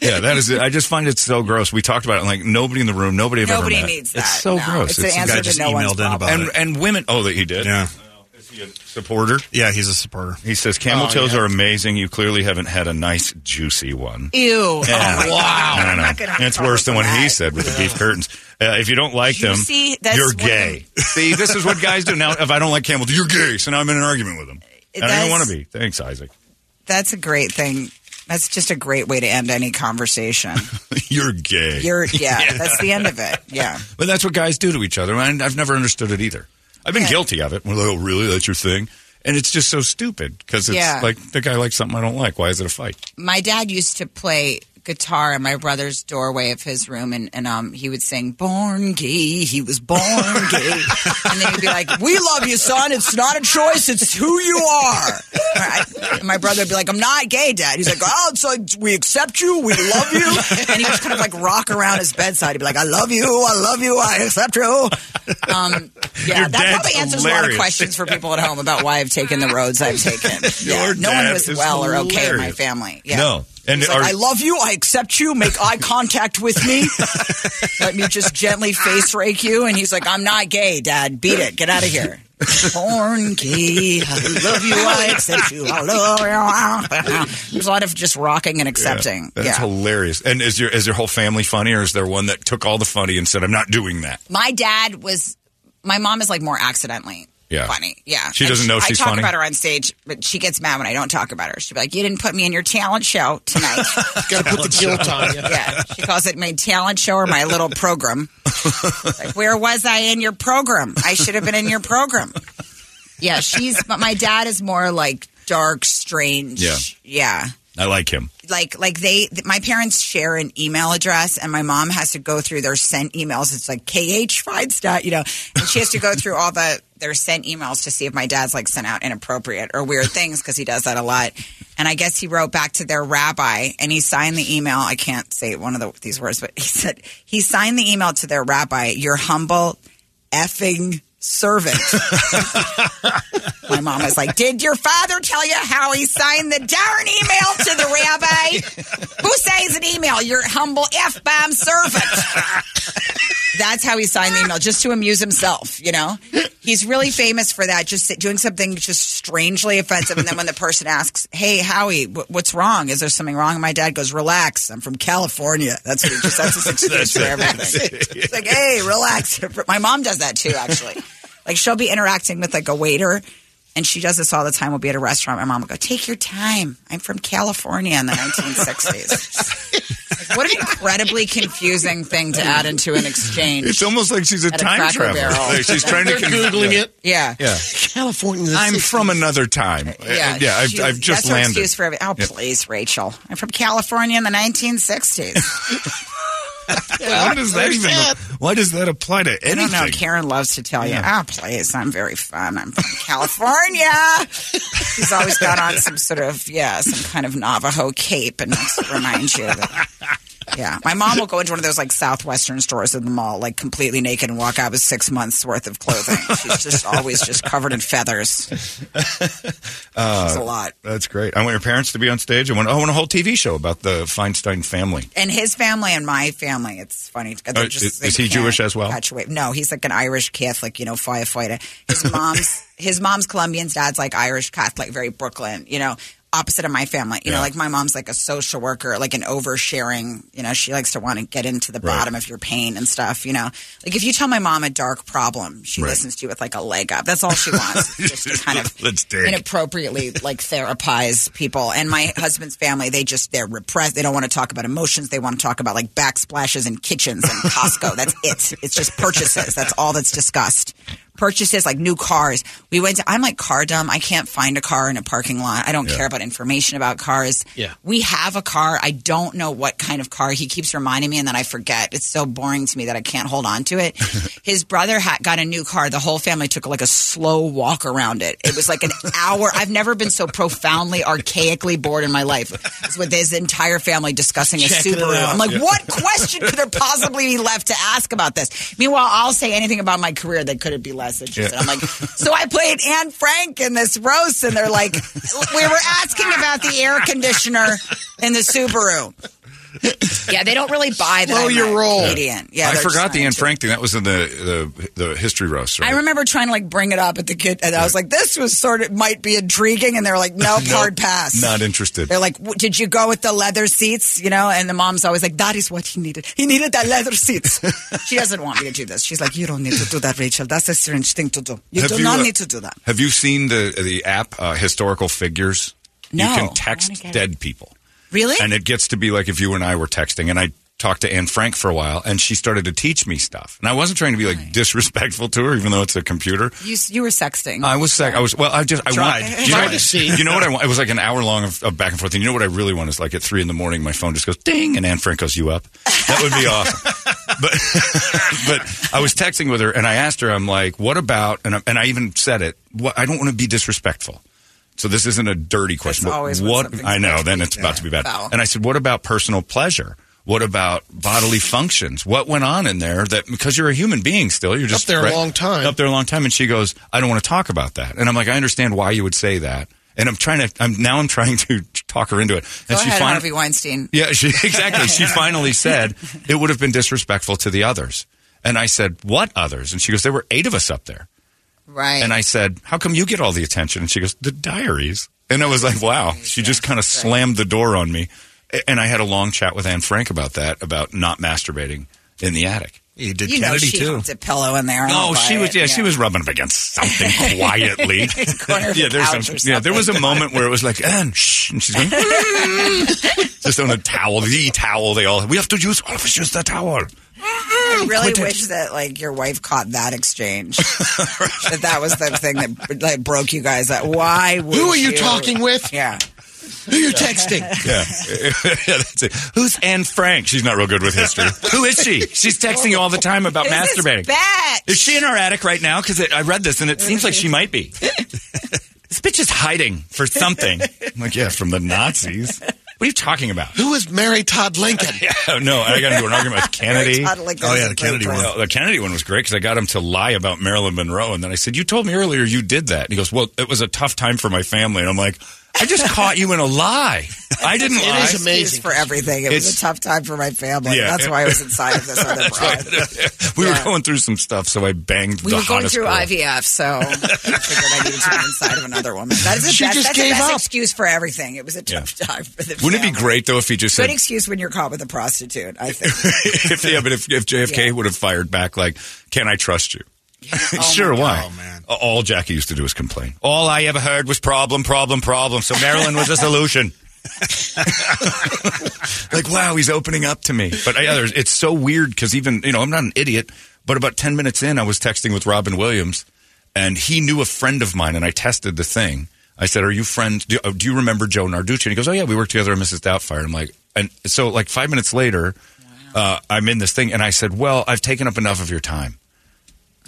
yeah, that is it. I just find it so gross. We talked about it, and, like nobody in the room, nobody I've
Nobody
ever met.
needs
It's
that,
so
no.
gross.
It's an answer to no one's problem.
and, And women, oh, that he did. Yeah. Is he a supporter?
Yeah, he's a supporter.
He says camel
Oh,
toes
yeah.
are amazing. You clearly haven't had a nice juicy one.
Ew. Oh, my God.
I
I'm not
know.
gonna
It's worse than what he said with the beef curtains. Uh, if you don't like them,
see, that's
you're
one of the-
gay. see, this is what guys do. Now, if I don't like Campbell, you're gay. So now I'm in an argument with him. And I don't
That's-
want to be. Thanks, Isaac.
That's a great thing. That's just a great way to end any conversation.
You're gay.
You're yeah, that's the end of it. Yeah.
But that's what guys do to each other. And I've never understood it either. I've been guilty of it. We're like, oh, really? That's your thing? And it's just so stupid because it's
Yeah.
like the guy likes something I don't like. Why is it a fight?
My dad used to play guitar in my brother's doorway of his room and, and um he would sing born gay he was born gay and then he'd be like we love you son it's not a choice it's who you are I- and my brother would be like i'm not gay dad he's like oh it's like we accept you we love you and he would kind of like rock around his bedside he'd be like i love you i love you i accept you um yeah
Your
that
dad's
probably answers a lot of
hilarious.
questions for people at home about why i've taken the roads i've taken Yeah,
Your
no
dad
one was
is
well or okay in my
hilarious.
family yeah
No. And
He's like,
are-
I love you. I accept you. Make eye contact with me. Let me just gently face rake you. And he's like, I'm not gay, Dad. Beat it. Get out of here. Born gay. I love you. I accept you. I love you. There's a lot of just rocking and accepting.
That's
yeah.
hilarious. And is your is your whole family funny, or is there one that took all the funny and said, "I'm not doing that"?
My dad was. My mom is like more accidentally
Yeah.
funny. Yeah,
She doesn't know she's
I talk
funny?
about her on stage, but she gets mad when I don't talk about her. She'd be like, "You didn't put me in your talent show tonight."
Got to put the guilt on you.
yeah, she calls it my talent show or my little program. like, where was I in your program? I should have been in your program. Yeah, she's. But my dad is more like dark, strange.
Yeah.
yeah
I like him.
like like they th- my parents share an email address and my mom has to go through their sent emails it's like kh feinstein you know and she has to go through all the they're sent emails to see if my dad's like sent out inappropriate or weird things because he does that a lot. And I guess he wrote back to their rabbi and he signed the email. I can't say one of the, these words, but he said he signed the email to their rabbi. Your humble effing servant. my mom was like, "Did your father tell you how he signed the darn email to the rabbi? Who signs an email? Your humble f bomb servant." That's how he signed the email, just to amuse himself. You know, he's really famous for that. Just doing something just strangely offensive, and then when the person asks, "Hey, Howie, wh- what's wrong? Is there something wrong?" And my dad goes, "Relax. I'm from California." That's what he just. That's his excuse
That's
for
it.
everything. It's like, "Hey, relax." My mom does that too, actually. Like she'll be interacting with like a waiter, and she does this all the time. We'll be at a restaurant. My mom will go, "Take your time. I'm from California in the 1960s." Like, what an incredibly confusing thing to add into an exchange.
It's almost like she's a
At a
time
Cracker
traveler.
Barrel.
Like, she's trying to
They're
con-
Googling
yeah.
it. Yeah.
Yeah.
California.
I'm from another time. Yeah. Yeah. I've,
she-
I've just
that's her
landed.
excuse for every- oh,
Yeah.
please, Rachel. I'm from California in the 1960s.
Why does that even? Why does that apply to
I
anything?
don't know. Karen loves to tell you,
Yeah.
oh, please, I'm very fun. I'm from California. She's always got on some sort of, yeah, some kind of Navajo cape and likes to remind you that. Yeah. My mom will go into one of those like Southwestern stores in the mall, like completely naked and walk out with six months worth of clothing. She's just always just covered in feathers.
Uh,
It's a lot.
That's great. I want your parents to be on stage. I want, I want a whole TV show about the Feinstein family.
And his family and my family, it's funny. They're
Uh,
just,
is-
they
is he
can't
Jewish as well?
perpetuate- No, he's like an Irish Catholic, you know, firefighter. His mom's his mom's Colombian, his dad's like Irish Catholic, very Brooklyn, you know. Opposite of my family, you know,
Yeah.
like my mom's like a social worker, like an oversharing. You know, she likes to want to get into the
Right.
bottom of your pain and stuff. You know, like if you tell my mom a dark problem, she
Right.
listens to you with like a leg up. That's all she wants. just to kind of
Let's
inappropriately like therapize people. And my husband's family, they just they're repressed. They don't want to talk about emotions. They want to talk about like backsplashes and kitchens and Costco. that's it. It's just purchases. That's all that's discussed. Purchases like new cars. We went to, I'm like car dumb. I can't find a car in a parking lot. I don't
Yeah.
care about information about cars.
Yeah.
We have a car. I don't know what kind of car. He keeps reminding me and then I forget. It's so boring to me that I can't hold on to it. His brother ha- got a new car. The whole family took like a slow walk around it. It was like an hour. I've never been so profoundly, archaically bored in my life. It's with his entire family discussing
Checking
a
it
Subaru.
out.
I'm like,
Yeah.
what question could there possibly be left to ask about this? Meanwhile, I'll say anything about my career that could be less interested.
Yeah.
I'm like, so I played Anne Frank in this roast, and they're like, we were asking about the air conditioner in the Subaru. Yeah, they don't really buy that.
Slow
I'm
your
a
roll.
comedian. Yeah,
I
they're just
forgot
not
the Anne Frank thing. That was in the the, the history roast. Right?
I remember trying to like bring it up at the kid, and I was like, "This was sort of might be intriguing," and they're like, "Nope,
Nope.
hard pass."
Not interested.
They're like, "W- "Did you go with the leather seats?" You know, and the mom's always like, "That is what he needed. He needed that leather seats." she doesn't want me to do this. She's like, "You don't need to do that, Rachel. That's a strange thing to do. You
Have
do
you,
not
uh,
need to do that."
Have you seen the the app uh, historical figures?
No,
you
I
can
wanna
text
get it.
dead people.
Really?
And it gets to be like if you and I were texting, and I talked to Anne Frank for a while, and she started to teach me stuff. And I wasn't trying to be like disrespectful to her, even though it's a computer.
You s- you were sexting.
I was sec- I was well. I just I
Tried.
want
Tried
know-
to see.
You know what I want? It was like an hour long of, of back and forth. And you know what I really want is like at three in the morning, my phone just goes ding, and Anne Frank goes, "You up?" That would be awesome. but but I was texting with her, and I asked her, I'm like, "What about?" And I, and I even said it. What, I don't want to be disrespectful. So this isn't a dirty question. but
always when
what
something's
I know, then it's about to be bad.
foul.
And I said, "What about personal pleasure?" What about bodily functions? What went on in there that because you're a human being still, you're just
there a
right-
long time.
Up there a long time and she goes, "I don't want to talk about that." And I'm like, "I understand why you would say that." And I'm trying to I'm now I'm trying to talk her into it.
Go
and
ahead,
fin-
Harvey Weinstein.
yeah, she, exactly. She finally said it would have been disrespectful to the others. And I said, What others? And she goes, There were eight of us up there.
Right.
And I said, How come you get all the attention? And she goes, The diaries. And I was like, Wow. She just kind of slammed the door on me. A- And I had a long chat with Anne Frank about that, about not masturbating in the attic. You
you know she humped a pillow in there. I
No,
don't buy
she was
it,
yeah, she was rubbing up against something quietly.
Corner of the couch or
yeah, there was a moment where it was like, Anne, shh, and she's going, just on a towel, the towel. They all we have to use all of us use the towel.
I really
quit it.
wish that like your wife caught that exchange. that that was the thing that like broke you guys. That why? Would
Who are you
you
talking with?
Yeah.
Who you texting?
Yeah. yeah, that's it. Who's Anne Frank? She's not real good with history. Who is she? She's texting you all the time about
Who's this
masturbating.
bitch?
Is she in our attic right now? Because I read this and it seems like she might be. this bitch is hiding for something. I'm like, yeah, from the Nazis. What are you talking about?
Who is Mary Todd Lincoln?
Oh, no, I got into an argument with Kennedy.
Todd Lincoln Oh, yeah, was the a great Kennedy one.
Well, the Kennedy one was great because I got him to lie about Marilyn Monroe, and then I said, "You told me earlier you did that." And he goes, "Well, it was a tough time for my family," and I'm like, "I just caught you in a lie. I didn't
It
lie."
is amazing for everything. It was
It's-
a tough time for my family.
Yeah.
That's why I was inside of this other
That's why-
broad.
we
Yeah.
were going through some stuff, so I banged
We
the
were going
hottest
through
girl.
IVF, so I figured I needed to be inside of another woman. That is the
She
best,
just
that's the
gave
best
up.
excuse for everything. It was a tough
Yeah.
time for the
Wouldn't it
family.
be great though if he just
Good
said,
excuse when you're caught with a prostitute, I think.
if, "Yeah," but if, if JFK would have fired back, like, "Can I trust you?"
Oh,
sure, why? All Jackie used to do was complain. All I ever heard was problem, problem, problem. So Marilyn was a solution. like, wow, he's opening up to me. But uh, yeah, there's, it's so weird because even, you know, I'm not an idiot, but about 10 minutes in, I was texting with Robin Williams and he knew a friend of mine and I tested the thing. I said, Are you friends? Do, uh, do you remember Joe Narducci? And he goes, Oh, yeah, we worked together on Mrs. Doubtfire. I'm like, and so like five minutes later, uh, I'm in this thing and I said, Well, I've taken up enough of your time.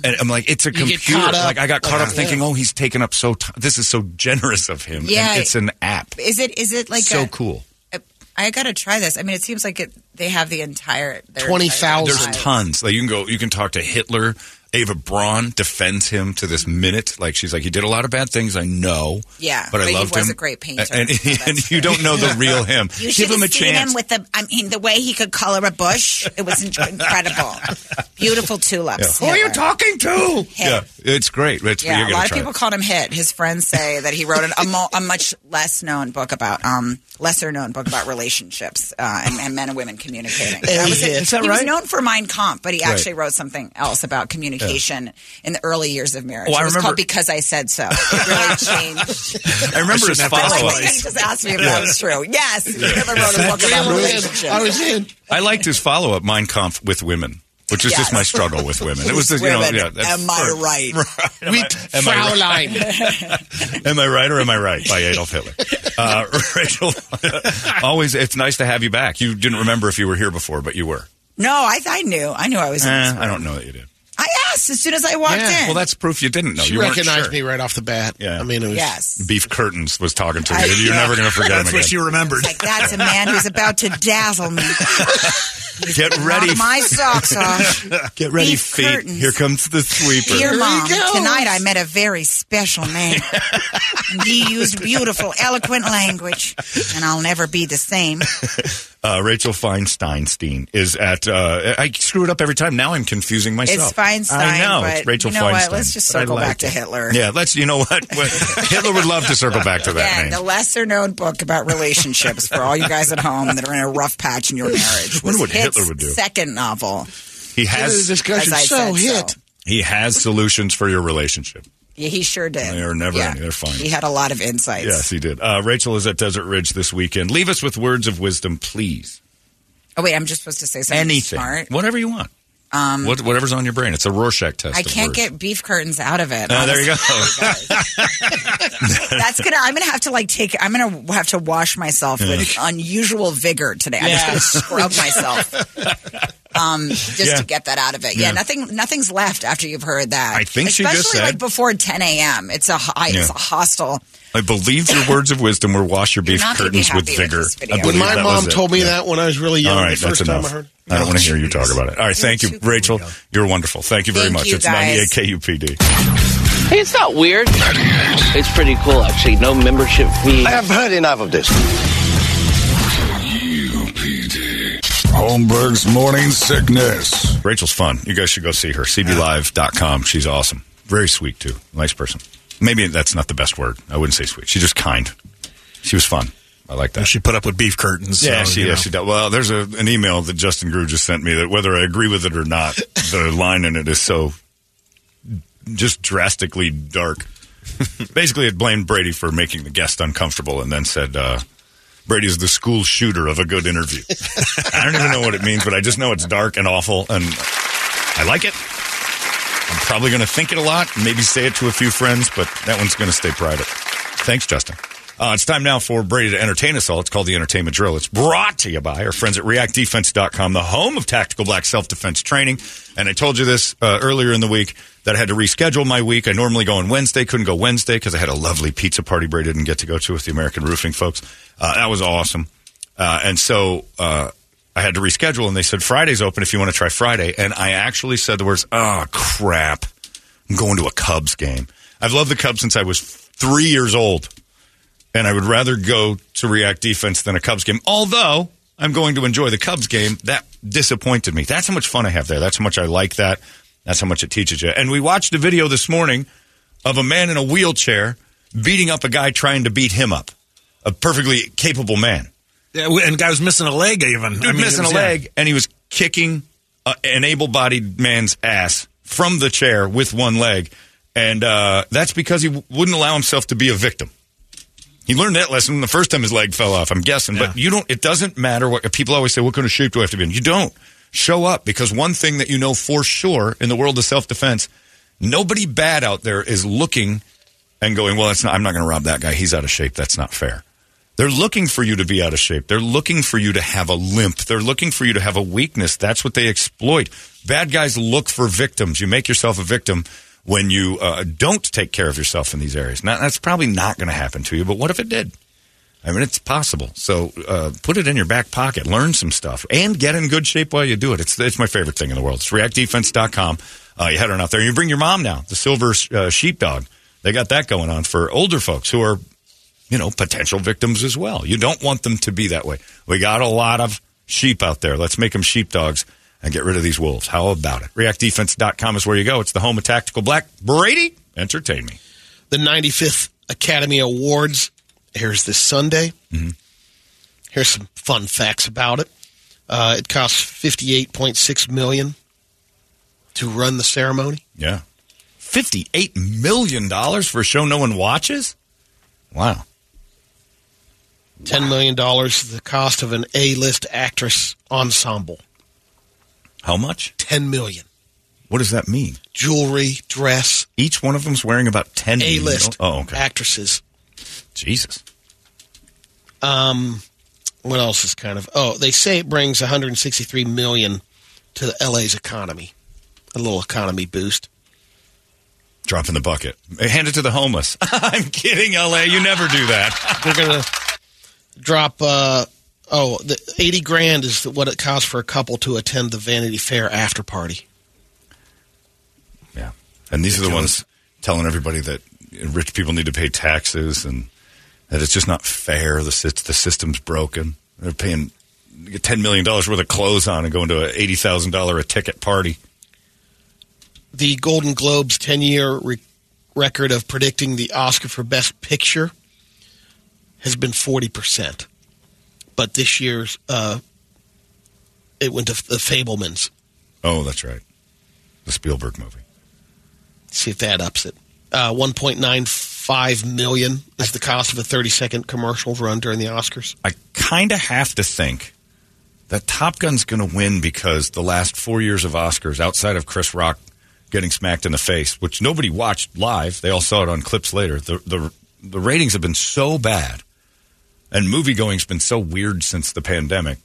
And I'm like, it's a
You get
computer.
caught up.
Like I got caught up
Yeah.
thinking, oh, he's taken up so. T- this is so generous of him.
Yeah.
and it's an app.
Is it? Is it like
so
a-
cool.
a- I got to try this. I mean, it seems like it. They have the entire
There's
their entire lives.
tons. Like you can go. You can talk to Hitler. Ava Braun defends him to this minute. Like she's like, he did a lot of bad things. I know.
Yeah,
but I
but he
loved
was
him.
a great painter. Oh,
And, and- and you don't know the real him.
You should
Give him a
have seen
chance.
him with the. I mean, the way he could color a bush, it was in- incredible. Beautiful tulips.
Yeah. Who are you
talking to?
yeah, it's great. It's,
Yeah,
you're
a
gonna
lot of
try
people
it.
called him Hit. His friends say that he wrote an, a, mo- a much less known book about, um, lesser known book about relationships uh, and, and men and women communicating. That was it.
Is that
he was
right?
known for Mein Kampf, but he
Right.
actually wrote something else about communication in the early years of marriage.
Oh, I
it was
remember-
called Because I Said So. It really changed.
I remember his
Like,
follow
wait, he
up.
just asked me if
Yeah.
that was true. Yes, he
Yeah.
never wrote a book about relationships.
Oh,
I was in.
I liked his follow up, Mein Kampf, with women, which is
Yes.
just my struggle with women. It was, just, you know,
Women,
yeah. that's-
am I right?
Am I- am I right? Am I right or am I right? By Adolf Hitler. Uh, Rachel, always, it's nice to have you back. You didn't remember if you were here before, but you were.
No, I, I knew. I knew I was.
Eh,
in this
I don't know that you did.
I asked as soon as I walked in.
Well, that's proof you didn't know.
She
you weren't
recognized
sure.
me right off the bat.
Yeah.
I mean, it was.
Yes.
Beef Curtains was talking to you.
I-
You're never going to forget
That's
him
what
again.
she remembered.
Like that's a man who's about to dazzle me.
Get ready.
Knock my socks off.
Get ready,
Beef
feet.
curtains.
Here comes the sweeper.
Dear mom, tonight I met a very special man. And he used beautiful, eloquent language, and I'll never be the same.
Uh, Rachel Feinsteinstein is at. Uh, I screw it up every time. Now I'm confusing myself.
It's Feinstein,
I know it's
but
Rachel
you know
Feinstein.
what? Let's just
But I
circle
like
back to
it.
Hitler.
Yeah, let's. You know what? Well, Hitler would love to circle back to that
Again,
name.
the lesser known book about relationships for all you guys at home that are in a rough patch in your marriage.
Wonder
was
what Hitler
Hit's
would do.
Second novel.
He has
Hitler discussion As I so said, hit. so.
He has solutions for your relationship.
Yeah, he sure did.
They are never
Yeah.
any. They're fine.
He had a lot of insights.
Yes, he did. Uh, Rachel is at Desert Ridge this weekend. Leave us with words of wisdom, please.
Oh wait, I'm just supposed to say something
Anything,
smart.
whatever you want.
Um,
what, whatever's on your brain. It's a Rorschach test.
I
of
can't
words.
get beef curtains out of it.
Uh, there you go.
That's gonna. I'm gonna have to like take. I'm gonna have to wash myself with
Yeah.
unusual vigor today. I'm
Yeah.
just gonna scrub myself. Um, just
Yeah.
to get that out of it. Yeah,
Yeah.
nothing. Nothing's left after you've heard that.
I think she
especially
just said-
like before 10 a.m. It's a hi- it's a
Yeah.
hostile.
I believe your words of wisdom were wash your
You're
beef
not gonna be
curtains with
happy with
vigor.
this video.
I
When
believe
my
that was
mom
it.
told me
Yeah.
that when I was really young,
All right,
the first
that's
time
enough.
I heard.
I don't want to hear you talk about it. All right, thank you, Rachel. You're wonderful. Thank you very
Thank
much.
you,
it's
guys.
98 KUPD.
Hey, it's not weird. It's pretty cool, actually. No membership fee. I have heard enough of this.
Holmberg's morning sickness. Rachel's fun. You guys should go see her. CBLive.com. She's awesome. Very sweet, too. Nice person. Maybe that's not the best word. I wouldn't say sweet. She's just kind. She was fun. I like that.
She put up with beef curtains.
Yeah,
so,
she,
you
yeah,
know.
she does. Well, there's a, an email that Justin Grew just sent me that whether I agree with it or not, the line in it is so just drastically dark. Basically, it blamed Brady for making the guest uncomfortable and then said, uh, Brady is the school shooter of a good interview. I don't even know what it means, but I just know it's dark and awful, and I like it. I'm probably going to think it a lot, maybe say it to a few friends, but that one's going to stay private. Thanks, Justin. Uh, it's time now for Brady to entertain us all. It's called the Entertainment Drill. It's brought to you by our friends at reactdefense.com, the home of tactical black self defense training. And I told you this uh, earlier in the week that I had to reschedule my week. I normally go on Wednesday, couldn't go Wednesday because I had a lovely pizza party Brady didn't get to go to with the American Roofing folks. Uh, that was awesome. Uh, and so uh, I had to reschedule, and they said, Friday's open if you want to try Friday. And I actually said the words, oh, crap. I'm going to a Cubs game. I've loved the Cubs since I was three years old and I would rather go to react defense than a Cubs game. Although I'm going to enjoy the Cubs game, that disappointed me. That's how much fun I have there. That's how much I like that. That's how much it teaches you. And we watched a video this morning of a man in a wheelchair beating up a guy trying to beat him up. A perfectly capable man.
Yeah, we- and guy was missing a leg even.
Dude missing a leg, and he was kicking uh, an able-bodied man's ass from the chair with one leg, and uh, that's because he w- wouldn't allow himself to be a victim. He learned that lesson the first time his leg fell off. I'm guessing, but you don't. It doesn't matter what people always say. What kind of shape do I have to be in? You don't show up because one thing that you know for sure in the world of self-defense, nobody bad out there is looking and going, "Well, that's not, I'm not going to rob that guy. He's out of shape. That's not fair." They're looking for you to be out of shape. They're looking for you to have a limp. They're looking for you to have a weakness. That's what they exploit. Bad guys look for victims. You make yourself a victim when you uh, don't take care of yourself in these areas. Now, that's probably not going to happen to you, but what if it did? I mean, it's possible. So uh, put it in your back pocket, learn some stuff, and get in good shape while you do it. It's, it's my favorite thing in the world. It's reactdefense.com. Uh, you head on out there. You bring your mom now, the Silver uh, Sheepdog. They got that going on for older folks who are you know, potential victims as well. You don't want them to be that way. We got a lot of sheep out there. Let's make them sheepdogs and get rid of these wolves. How about it? ReactDefense.com is where you go. It's the home of Tactical Black. Brady, entertain me.
The 95th Academy Awards. Here's this Sunday. Here's some fun facts about it. Uh, it costs 58.6 million to run the ceremony.
Yeah. $58 million for a show no one watches? Wow.
Ten million dollars the cost of an A-list actress ensemble.
How much?
10 million.
What does that mean?
Jewelry, dress.
Each one of them's wearing about 10
A-list
Oh, okay.
actresses.
Jesus.
Um, what else is kind of? Oh, they say it brings 163 million to the LA's economy. A little economy boost.
Drop in the bucket. Hand it to the homeless. I'm kidding, LA. You never do that.
They're gonna drop. Uh, oh, the 80 grand is what it costs for a couple to attend the Vanity Fair after party.
And these are the ones telling everybody that rich people need to pay taxes and that it's just not fair. The, sy- the system's broken. They're paying $10 million worth of clothes on and going to an $80,000 a ticket party.
The Golden Globes 10 year re- record of predicting the Oscar for Best Picture has been 40 percent, but this year's uh, it went to the Fablemans.
Oh, that's right. The Spielberg movie.
See if that ups it. Uh, 1.95 million is the cost of a 30 second commercial run during the Oscars.
I kind of have to think that Top Gun's going to win because the last four years of Oscars, outside of Chris Rock getting smacked in the face, which nobody watched live, they all saw it on clips later. The the, the ratings have been so bad, and movie going's been so weird since the pandemic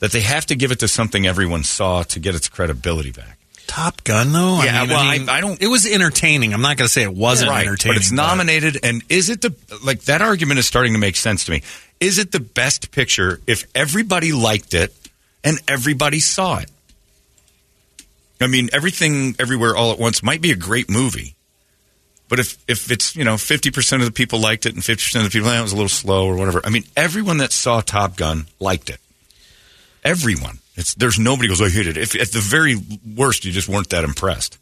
that they have to give it to something everyone saw to get its credibility back.
Top Gun though.
Yeah, well, I- don't.
It was entertaining. I'm not going to say it wasn't
Right,
entertaining,
But it's nominated, and is it the like that argument is starting to make sense to me? Is it the best picture if everybody liked it and everybody saw it? I mean, everything, everywhere, all at once might be a great movie, but if if it's you know fifty percent of the people liked it and fifty percent of the people "Eh, it was a little slow or whatever. I mean, everyone that saw Top Gun liked it. Everyone. It's there's nobody goes "Oh, I hate it. If at the very worst you just weren't that impressed.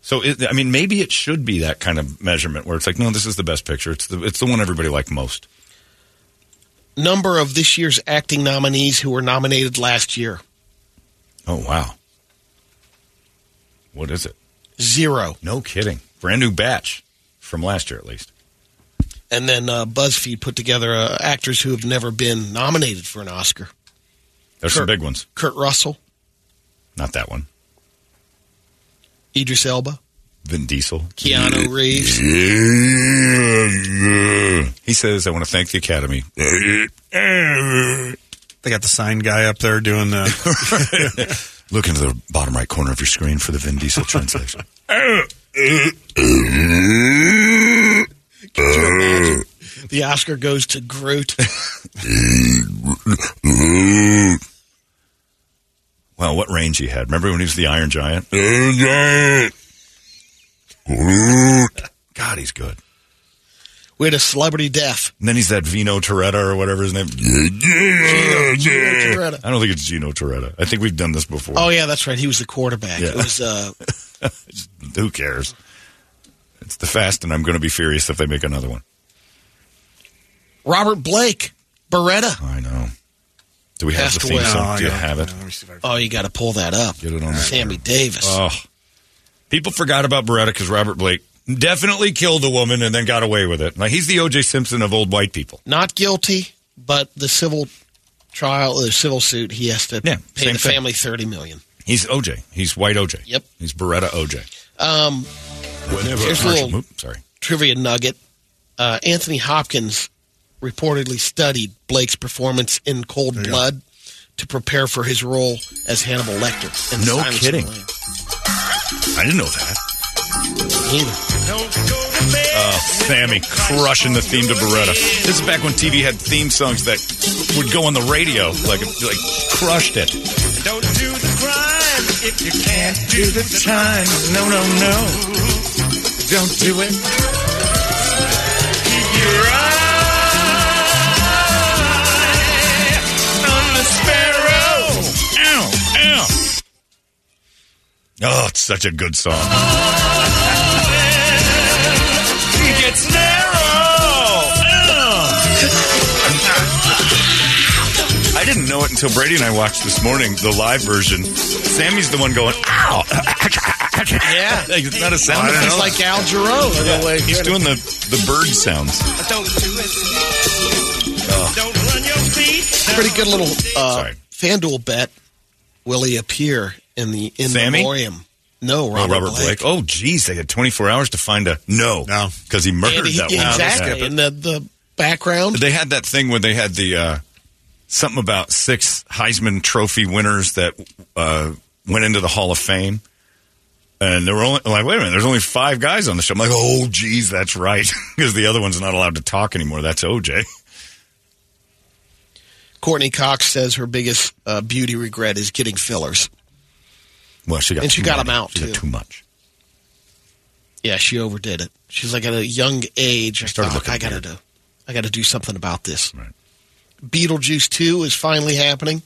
So it, I mean, maybe it should be that kind of measurement where it's like, no, this is the best picture. It's the it's the one everybody liked most.
Number of this year's acting nominees who were nominated last year
Oh wow, what is it?
zero.
No kidding, brand new batch from last year at least.
And then uh, BuzzFeed put together uh, actors who have never been nominated for an Oscar
There's some big ones.
Kurt Russell,
Not that one.
Idris Elba,
Vin Diesel.
Keanu Reeves.
He says, I want to thank the Academy.
They got the sign guy up there doing the.
Look into the bottom right corner of your screen for the Vin Diesel translation.
Could you imagine? The Oscar goes to Groot.
Wow, what range he had. Remember when he was the Iron Giant? God, he's good.
We had a celebrity deaf.
And then he's that Vino Toretta or whatever his name.
Toretta.
I don't think it's Gino Toretta. I think we've done this before.
Oh yeah, that's right. He was the quarterback.
Yeah.
It was uh,
Who cares? It's the fast, and I'm going to be furious if they make another one.
Robert Blake, Beretta.
I know. Do we have
Passed
the theme
away.
song?
No,
Do you
I don't-
have it?
Oh, you got to pull that up.
Get it on
Sammy Davis.
Oh. People forgot about Beretta because Robert Blake definitely killed a woman and then got away with it. Now, he's the O.J. Simpson of old white people.
Not guilty, but the civil trial, the civil suit, he has to
Yeah,
pay
same
the
thing.
family thirty million.
He's O.J. He's white O.J.
Yep.
He's Beretta O.J.
Um,
Whenever
Here's a little-
Oop, sorry.
trivia nugget: uh, Anthony Hopkins reportedly studied Blake's performance in Cold
There you go.
Blood to prepare for his role as Hannibal Lecter. in
No
Silence of the
kidding.
Lambs.
I didn't know that. Oh, Sammy crushing the theme to Beretta. This is back when TV had theme songs that would go on the radio, like like crushed it.
Don't do the crime if you can't do the time. No, no, no. Don't do it. Keep your eye on the sparrow. Ow, ow.
Oh, it's such a good song.
He gets narrow. Ow.
I didn't know it until Brady and I watched this morning the live version. Sammy's the one going, ow.
Yeah.
Like, it's not a sound.
He's
effect.
like Al Jarreau. in a
Yeah,
way.
he's doing the, the bird sounds.
Don't do it.
Oh.
Don't run your feet.
Pretty good little uh, FanDuel bet. Will he appear in the in
Sammy?
memoriam? No,
Oh,
Robert,
Robert Blake. Oh, geez, they had 24 hours to find a no. No. Because he murdered
And he-
that one.
exactly. In the, the background.
They had that thing where they had the uh, something about six Heisman Trophy winners that uh, went into the Hall of Fame. And there were only, like, wait a minute, there's only five guys on the show. I'm like, oh, geez, that's right. Because the other one's not allowed to talk anymore. That's OJ.
Courtney Cox says her biggest uh, beauty regret is getting fillers.
Well, she got
And she
too
got
many.
him out,
She got
too.
too much.
Yeah, she overdid it. She's like at a young age. I
started
thought,
looking
I gotta
weird.
do, I gotta do something about this.
Right.
Beetlejuice Two is finally happening.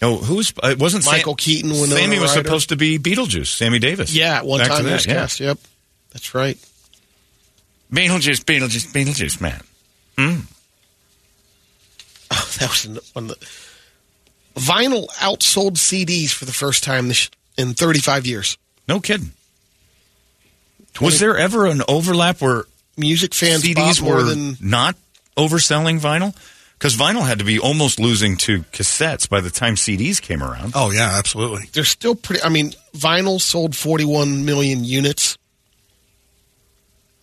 No, who was? uh, It wasn't Sam-
Michael Keaton. Winona
Sammy was
Ryder.
supposed to be Beetlejuice. Sammy Davis.
Yeah, at one
Back to
time
that,
it was
yeah.
cast. Yep, that's right.
Beetlejuice, Beetlejuice, Beetlejuice, man. Hmm.
that was an- one of the vinyl outsold CDs for the first time this, in 35 years.
No kidding. Was there ever an overlap where
music fans
CDs
bought more
were
than-
not overselling vinyl? Because vinyl had to be almost losing to cassettes by the time CDs came around.
oh yeah, absolutely.
They're still pretty. I mean, vinyl sold 41 million units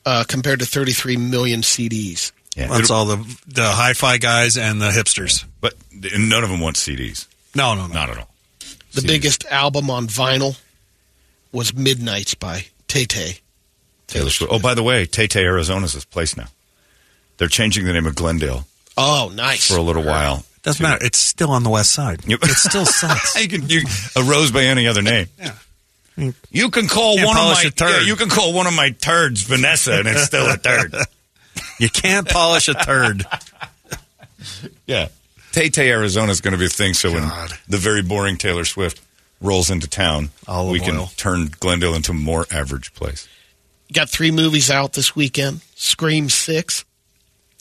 uh, compared to 33 million CDs.
Yeah,
That's
it-
all the the hi-fi guys and the hipsters.
But and none of them want CDs.
No, no, no.
Not at all.
The biggest album on vinyl was Midnights by Tay Tay.
Taylor Swift. Oh, by the way, Tay Tay, Arizona's this place now. They're changing the name of Glendale
Oh, nice.
for a little while.
Doesn't matter. It's still on the west side. It still sucks.
you can you, a rose by any other name. You can call
Can't
one of
polish
my
a turd.
yeah, you can call one of my turds Vanessa, and it's still a turd.
You can't polish a turd.
Yeah, Tay Tay Arizona is going to be a thing. So when the very boring Taylor Swift rolls into town,
Olive
we can
oil.
turn Glendale into a more average place.
Got three movies out this weekend Scream 6,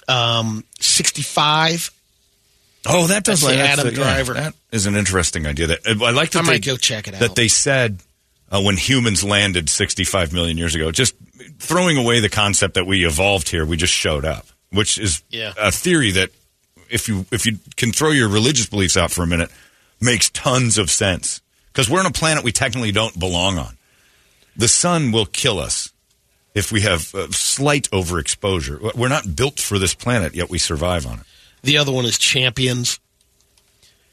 um, 65.
Oh, that
does That's like- the that's Adam the- yeah, Driver.
that is an interesting idea. That I like. That
I
they,
might go check it
That
out.
they said uh, when humans landed 65 million years ago, just throwing away the concept that we evolved here, we just showed up, which is
Yeah.
a theory that if you if you can throw your religious beliefs out for a minute, makes tons of sense because we're on a planet we technically don't belong on. The sun will kill us if we have uh, slight overexposure. We're not built for this planet, yet we survive on it.
The other one is Champions.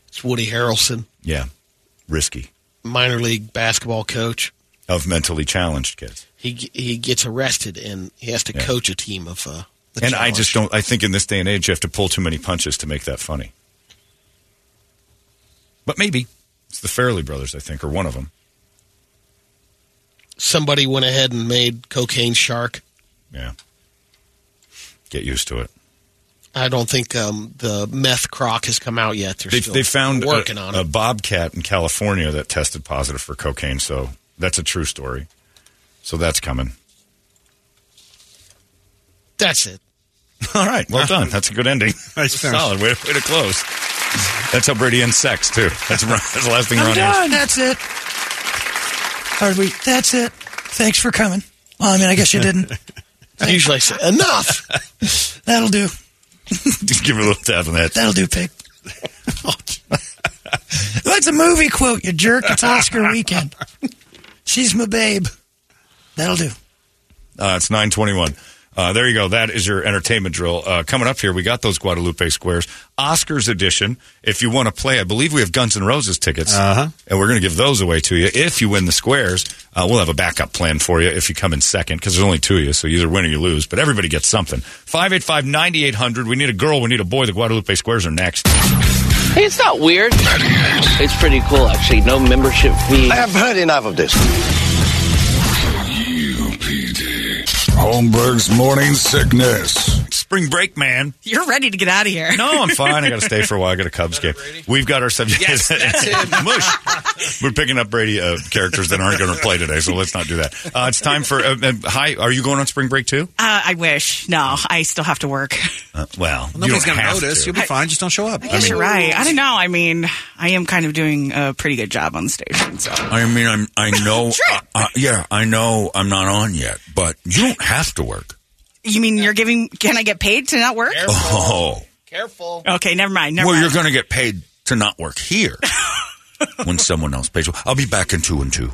It's Woody Harrelson,
Yeah, risky
minor league basketball coach.
of mentally challenged kids.
He g- he gets arrested and he has to
Yeah.
coach a team of. Uh, the
and I
challenge.
just don't. I think in this day and age, you have to pull too many punches to make that funny. But maybe it's the Fairley brothers, I think, or one of them.
somebody went ahead and made Cocaine Shark.
Yeah, get used to it.
I don't think um, the meth croc has come out yet. They're
They,
still
they found
working
a,
on
a
it.
bobcat in California that tested positive for cocaine. So that's a true story. So that's coming.
That's it.
All right, well done. That's a good ending. Nice solid way, way to close. That's how Brady ends sex too. That's, that's the last thing
I'm
Ron ends.
done. That's it. Are we? That's it. Thanks for coming. Well, I mean, I guess you didn't.
Usually I say enough.
That'll do.
Just give her a little tap on that.
That'll do, pig. That's a movie quote, you jerk. It's Oscar weekend. She's my babe. That'll do.
Uh, it's 921. Uh, there you go. That is your entertainment drill. Uh, coming up here, we got those Guadalupe Squares. Oscars edition. If you want to play, I believe we have Guns N' Roses tickets.
Uh-huh.
And we're going to give those away to you. If you win the squares, uh, we'll have a backup plan for you if you come in second, because there's only two of you. So you either win or you lose, but everybody gets something. 585 9800. We need a girl. We need a boy. The Guadalupe Squares are next.
Hey, it's not weird. It's pretty cool, actually. No membership fee. I have heard enough of this.
Holmberg's morning sickness.
Spring break, man.
You're ready to get out of here.
No, Oh, I'm fine. I got to stay for a while. I got a Cubs game. We've got ourselves.
Yes, that's it.
Mush. We're picking up Brady uh, characters that aren't going to play today, so let's not do that. Uh, it's time for. Uh, uh, hi, are you going on spring break too?
Uh, I wish. No, I still have to work.
Uh, well, you
nobody's
don't
gonna
have
notice.
to.
You'll be
fine. Just don't show up.
I guess you're right. I don't know. I mean, I am kind of doing a pretty good job on the station. So
I mean, I'm, I know. uh, uh, yeah, I
Oh,
know I'm not on yet, but you don't have to work.
you mean you're giving? Can I get paid to not work?
Oh.
Careful.
Okay, never mind. Never
well,
mind.
you're going to get paid to not work here when someone else pays. you. I'll be back in two and two.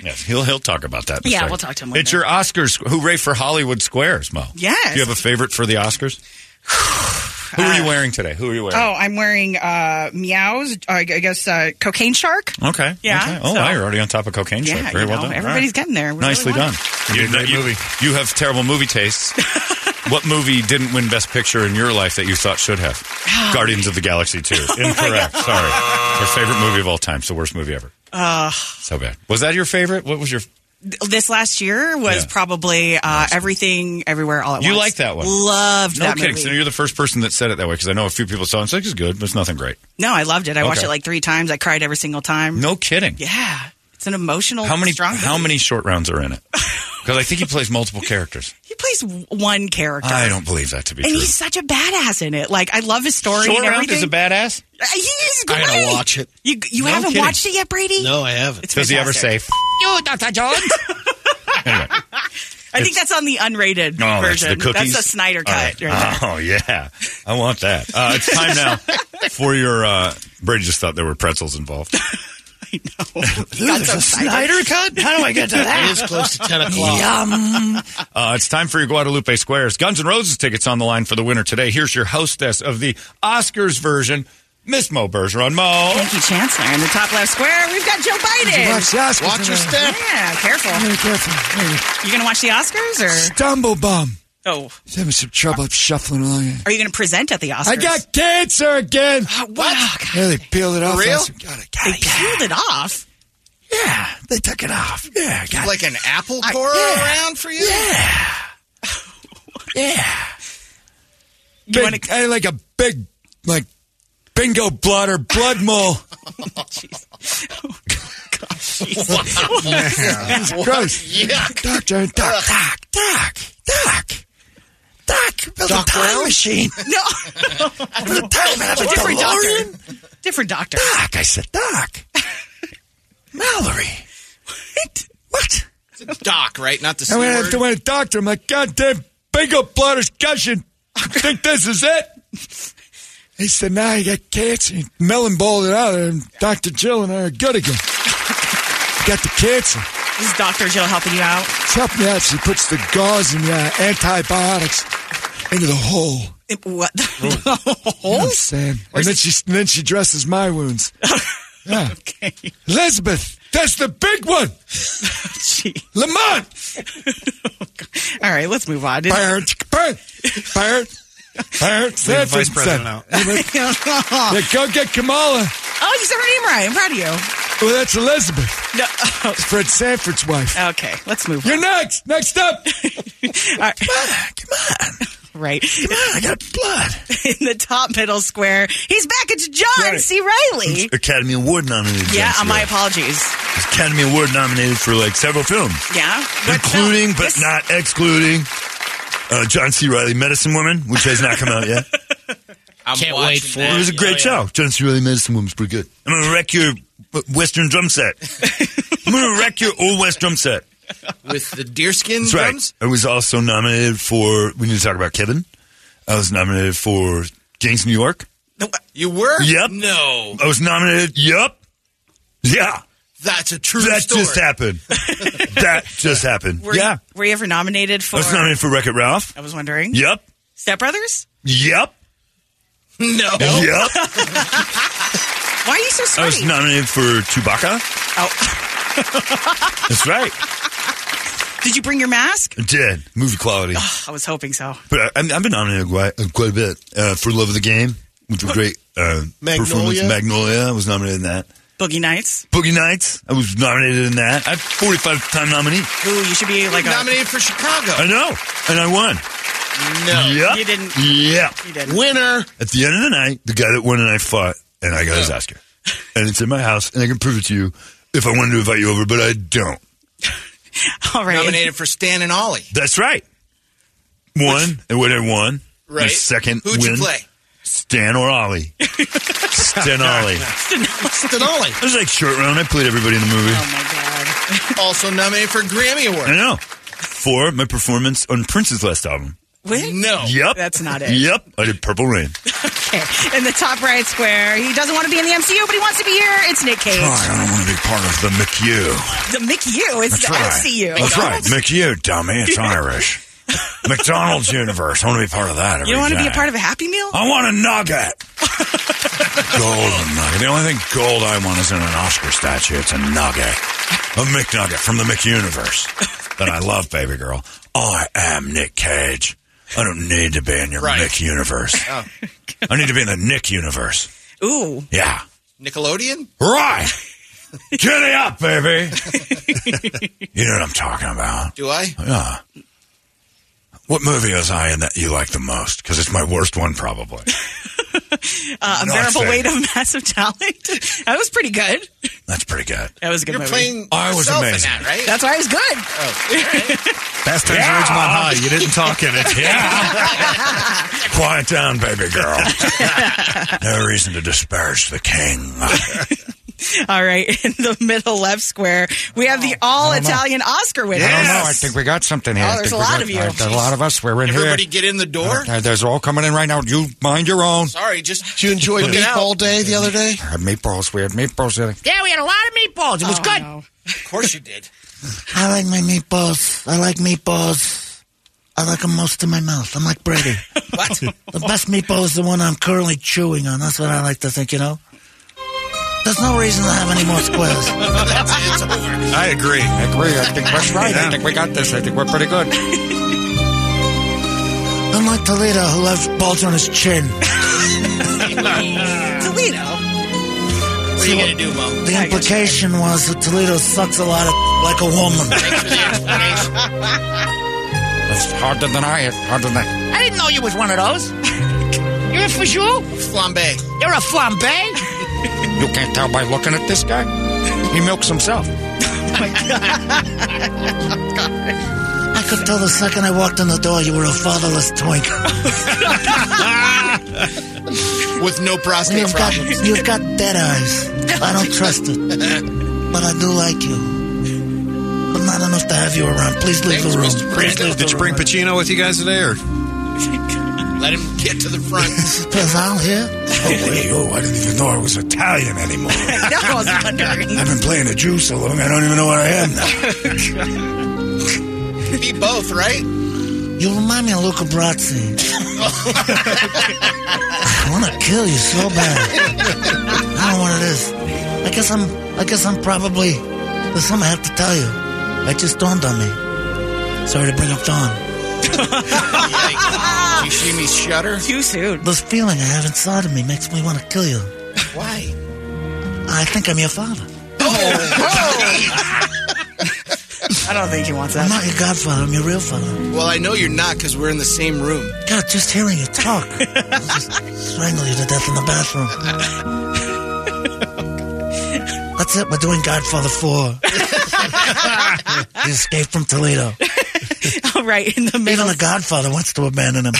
Yes, he'll he'll talk about that. in a
Yeah,
second.
we'll talk to him
It's your Oscars. Hooray for Hollywood Squares, Mo.
Yes. Uh,
Do you have a favorite for the Oscars? Who are you wearing today? Who are you wearing?
Oh, I'm wearing uh, meows. Uh, I guess uh, cocaine shark.
Okay.
Yeah,
Okay. Oh,
so-
wow, you're already on top of cocaine.
Yeah,
Shark. Very
you
well
know,
done.
everybody's
All
getting there. We
Nicely
really
done.
want
You, you- you have terrible movie tastes. what movie didn't win Best Picture in your life that you thought should have? Guardians of the Galaxy 2.
Oh
Incorrect. Sorry. Her favorite movie of all time. It's the worst movie ever.
Uh,
So bad. Was that your favorite? What was your.
this last year was
Yeah.
probably uh, everything, everywhere, all at
You
once.
like that one?
Loved
no
that
kidding.
movie.
So you're the first person that said it that way because I know a few people saw it and said, it's good, but it's nothing great.
No, I loved it. I watched
Okay.
it like three times. I cried every single time.
No kidding.
Yeah, it's an emotional.
How many,
Strong
how many short rounds are in it? Because I think he plays multiple characters.
He plays one character.
I don't believe that to be
And
true.
he's such a badass in it. Like I love his story.
Short
and
Round
everything.
is a badass.
Uh, He is
I
great.
gotta watch it.
You you
No
haven't
kidding.
watched it yet, Brady?
No, I haven't.
Does he ever say,
You, Doctor Jones.
Anyway.
I think that's on the unrated
No, Oh,
version.
That's, the cookies?
a Snyder
All right.
cut. right there.
Oh yeah, I want that. Uh, it's time now for your. Uh, Brady just thought there were pretzels involved.
Ooh, there's a Snyder cut? How do I get to that?
It is close to 10 o'clock.
Yum.
Uh, it's time for your Guadalupe Squares. Guns N' Roses tickets on the line for the winner today. Here's your hostess of the Oscars version, Miss Mo Bergeron. Mo,
Thank you, Chancellor. In the top left square, we've got Joe Biden.
Watch the Oscars Watch your tonight. step.
Yeah, careful. You gonna watch the Oscars or
Stumble bum.
oh?
He's having some trouble shuffling along. here.
Are you gonna present at the Oscars? Oh,
I got cancer again.
what?
Yeah, they peeled it off. last week.
they peeled it off.
Yeah, they took it off. Yeah, I got
like an apple
I-
core
yeah.
around for you?
Yeah. yeah. Big, I had like a big, like, bingo blotter, blood mole. Yeah. It's gross. Doctor, doc, doc, doc, doc, doc. Build a time machine.
No.
Build a time machine.
Different
DeLorean.
doctor. Different doctor.
Doc, I said, Doc. Mallory. What?
It's a doc, right? Not the
I
C
went
word.
after went to doctor. I'm like, goddamn bingo bladder's gushing. You think this is it? He said, nah, you got cancer. He melon balled it out, and Dr. Jill and I are good again. got the cancer.
This is Dr. Jill helping you out.
Tough yeah, she puts the gauze and uh, antibiotics into the hole.
It- what?
You know what I'm saying? And then she, and then she dresses my wounds. Yeah. okay. Elizabeth, that's the big one. Lamont.
All right, let's move on.
Parent, parent, parent, parent.
Leave the vice president out.
yeah, go get Kamala.
Oh, you said her name right. I'm proud of you.
Well, that's Elizabeth. No. It's Fred Sanford's wife.
Okay, let's move
You're next. Next up.
Right. I got blood. In the top middle square, he's back. It's John
Right.
C. Riley.
Academy Award nominated.
Yeah,
John
uh, my
Cena.
apologies.
Academy Award nominated for like several films,
Yeah. What film?
including but not excluding uh, John C. Riley, Medicine Woman, which has not come out yet.
I'm Can't wait for
it was a great show. John C. Riley, Medicine Woman's pretty good. I'm gonna wreck your w- Western drum set. I'm gonna wreck your old West drum set.
with the deerskin
That's
drums.
right. I was also nominated for. We need to talk about Kevin. I was nominated for Gangs of New York.
You were?
Yep.
No.
I was nominated. Yep. Yeah.
That's a true
Ah, That
story.
just happened. that just happened.
Were
yeah.
You, were you ever nominated for?
I was nominated for Wreck It Ralph.
I was wondering.
Yep.
Step Brothers.
Yep.
No.
Yep.
Why are you so
I was
sweaty? Oh,
nominated for Chewbacca. That's right.
Did you bring your mask?
I did. Movie quality.
I was hoping so.
But I, I'm- I've been nominated quite, uh, quite a bit uh, for Love of the Game, which was great. Uh,
Magnolia?
Performance. Magnolia. I was nominated in that.
Boogie Nights.
Boogie Nights. I was nominated in that. I'm 45 time nominee.
Ooh, you should be like
nominated for Chicago.
I know. And I won.
No.
Yep.
You didn't.
Yeah.
You didn't. Winner.
At the end of the night, the guy that won and I fought, and I got his Oscar. And it's in my house, and I can prove it to you if I wanted to invite you over, but I don't.
All right.
Nominated for Stan and Ollie.
That's right. One, and when I won,
Right.
the 2nd
Who'd you
win,
play?
Stan or Ollie. Stan Ollie.
Stenali.
It was like short round. I played everybody in the movie.
Oh,
also nominated for a Grammy Award.
I know. For my performance on Prince's last album.
No.
Yep.
That's not it.
Yep. I did Purple Rain.
Okay. In the top right square, he doesn't want to be in the MCU, but he wants to be here. It's Nick Cage.
God, I don't want to be part of the McU.
The MCU. It's
That's
the
right.
MCU.
That's right. McU, dummy. It's Irish. McDonald's universe. I want to be part of that.
You don't want to be a part of a Happy Meal?
I want a nugget. Golden nugget. The only thing gold I want isn't an Oscar statue. It's a nugget. A McNugget from the McUniverse that I love, baby girl. I am Nick Cage. I don't need to be in your Nick universe. I need to be in the Nick universe.
Ooh.
Yeah.
Nickelodeon?
Right. Giddy up, baby. you know what I'm talking about.
Do I?
Yeah. What movie was I in that you like the most? Because it's my worst one, probably.
Uh, a
Not
Bearable
saying.
Weight of Massive Talent. that was pretty good.
That's pretty good.
That was a good
You're
movie.
playing I was yourself in amazing. that,
right? That's why it was good.
Last time's
Yeah.
yeah. on high. You didn't talk in it.
Quiet down, baby girl. no reason to disparage the king.
All right. In the middle left square, we have the all
don't know.
Italian Oscar winner.
I don't know. I think we got something here.
Oh,
I
there's
think
a
we
lot
got-
of you.
uh, There's a lot of us. We're in
Everybody
here.
get in the door?
Uh, there's all coming in right now. You mind your
Oh.
own.
Sorry, just
Did you enjoy
Look it out.
meatball day the other day? Uh, meatballs. We had meatballs. the other-
Yeah, we had a lot of meatballs. It was good.
Of course you did.
I like my meatballs. I like meatballs. I like them most in my mouth. I'm like Brady.
what?
The best meatball is the one I'm currently chewing on. That's what I like to think, you know? There's no reason to have any more squares.
That's it. It's over.
I agree. I agree. I think we're right. I think we got this. I think we're pretty good. Unlike Toledo, who loves balls on his chin.
Toledo.
What are you going to do, Mo?
The implication was that Toledo sucks a lot of like a woman. That's hard to deny it. Hard to deny.
I didn't know you was one of those. You're a fajoule?
Flambe.
You're a flambe?
You can't tell by looking at this guy. He milks himself.
Oh,
I could tell the second I walked in the door you were a fatherless twink.
With no prostate
you've
problems.
Got, you've got dead eyes. I don't trust it. But I do like you. But not enough to have you around. Please leave the room.
Did you bring Pacino with you guys today? Or
Let him get to the front.
Pazal here?
Oh, wait, oh, I didn't even know I was Italian anymore.
I was wondering.
I've been playing the Jew so long, I don't even know what I am now.
Be both, right?
You remind me of Luca Brasi. I want to kill you so bad. I don't know what it is. I guess I'm. I guess I'm probably. There's something I have to tell you. That just dawned on me. Sorry to bring up Dawn.
Ah!
you see me shudder?
Too soon.
This feeling I have inside of me makes me want to kill you.
Why?
I think I'm your father.
Oh,
I don't think he wants
I'm not your godfather. I'm your real father.
Well, I know you're not because we're in the same room.
God, just hearing you talk, I'll just strangle you to death in the bathroom.
oh.
That's it. We're doing Godfather Four. the escape from Toledo.
All right, in the middle.
Even the Godfather wants to abandon him.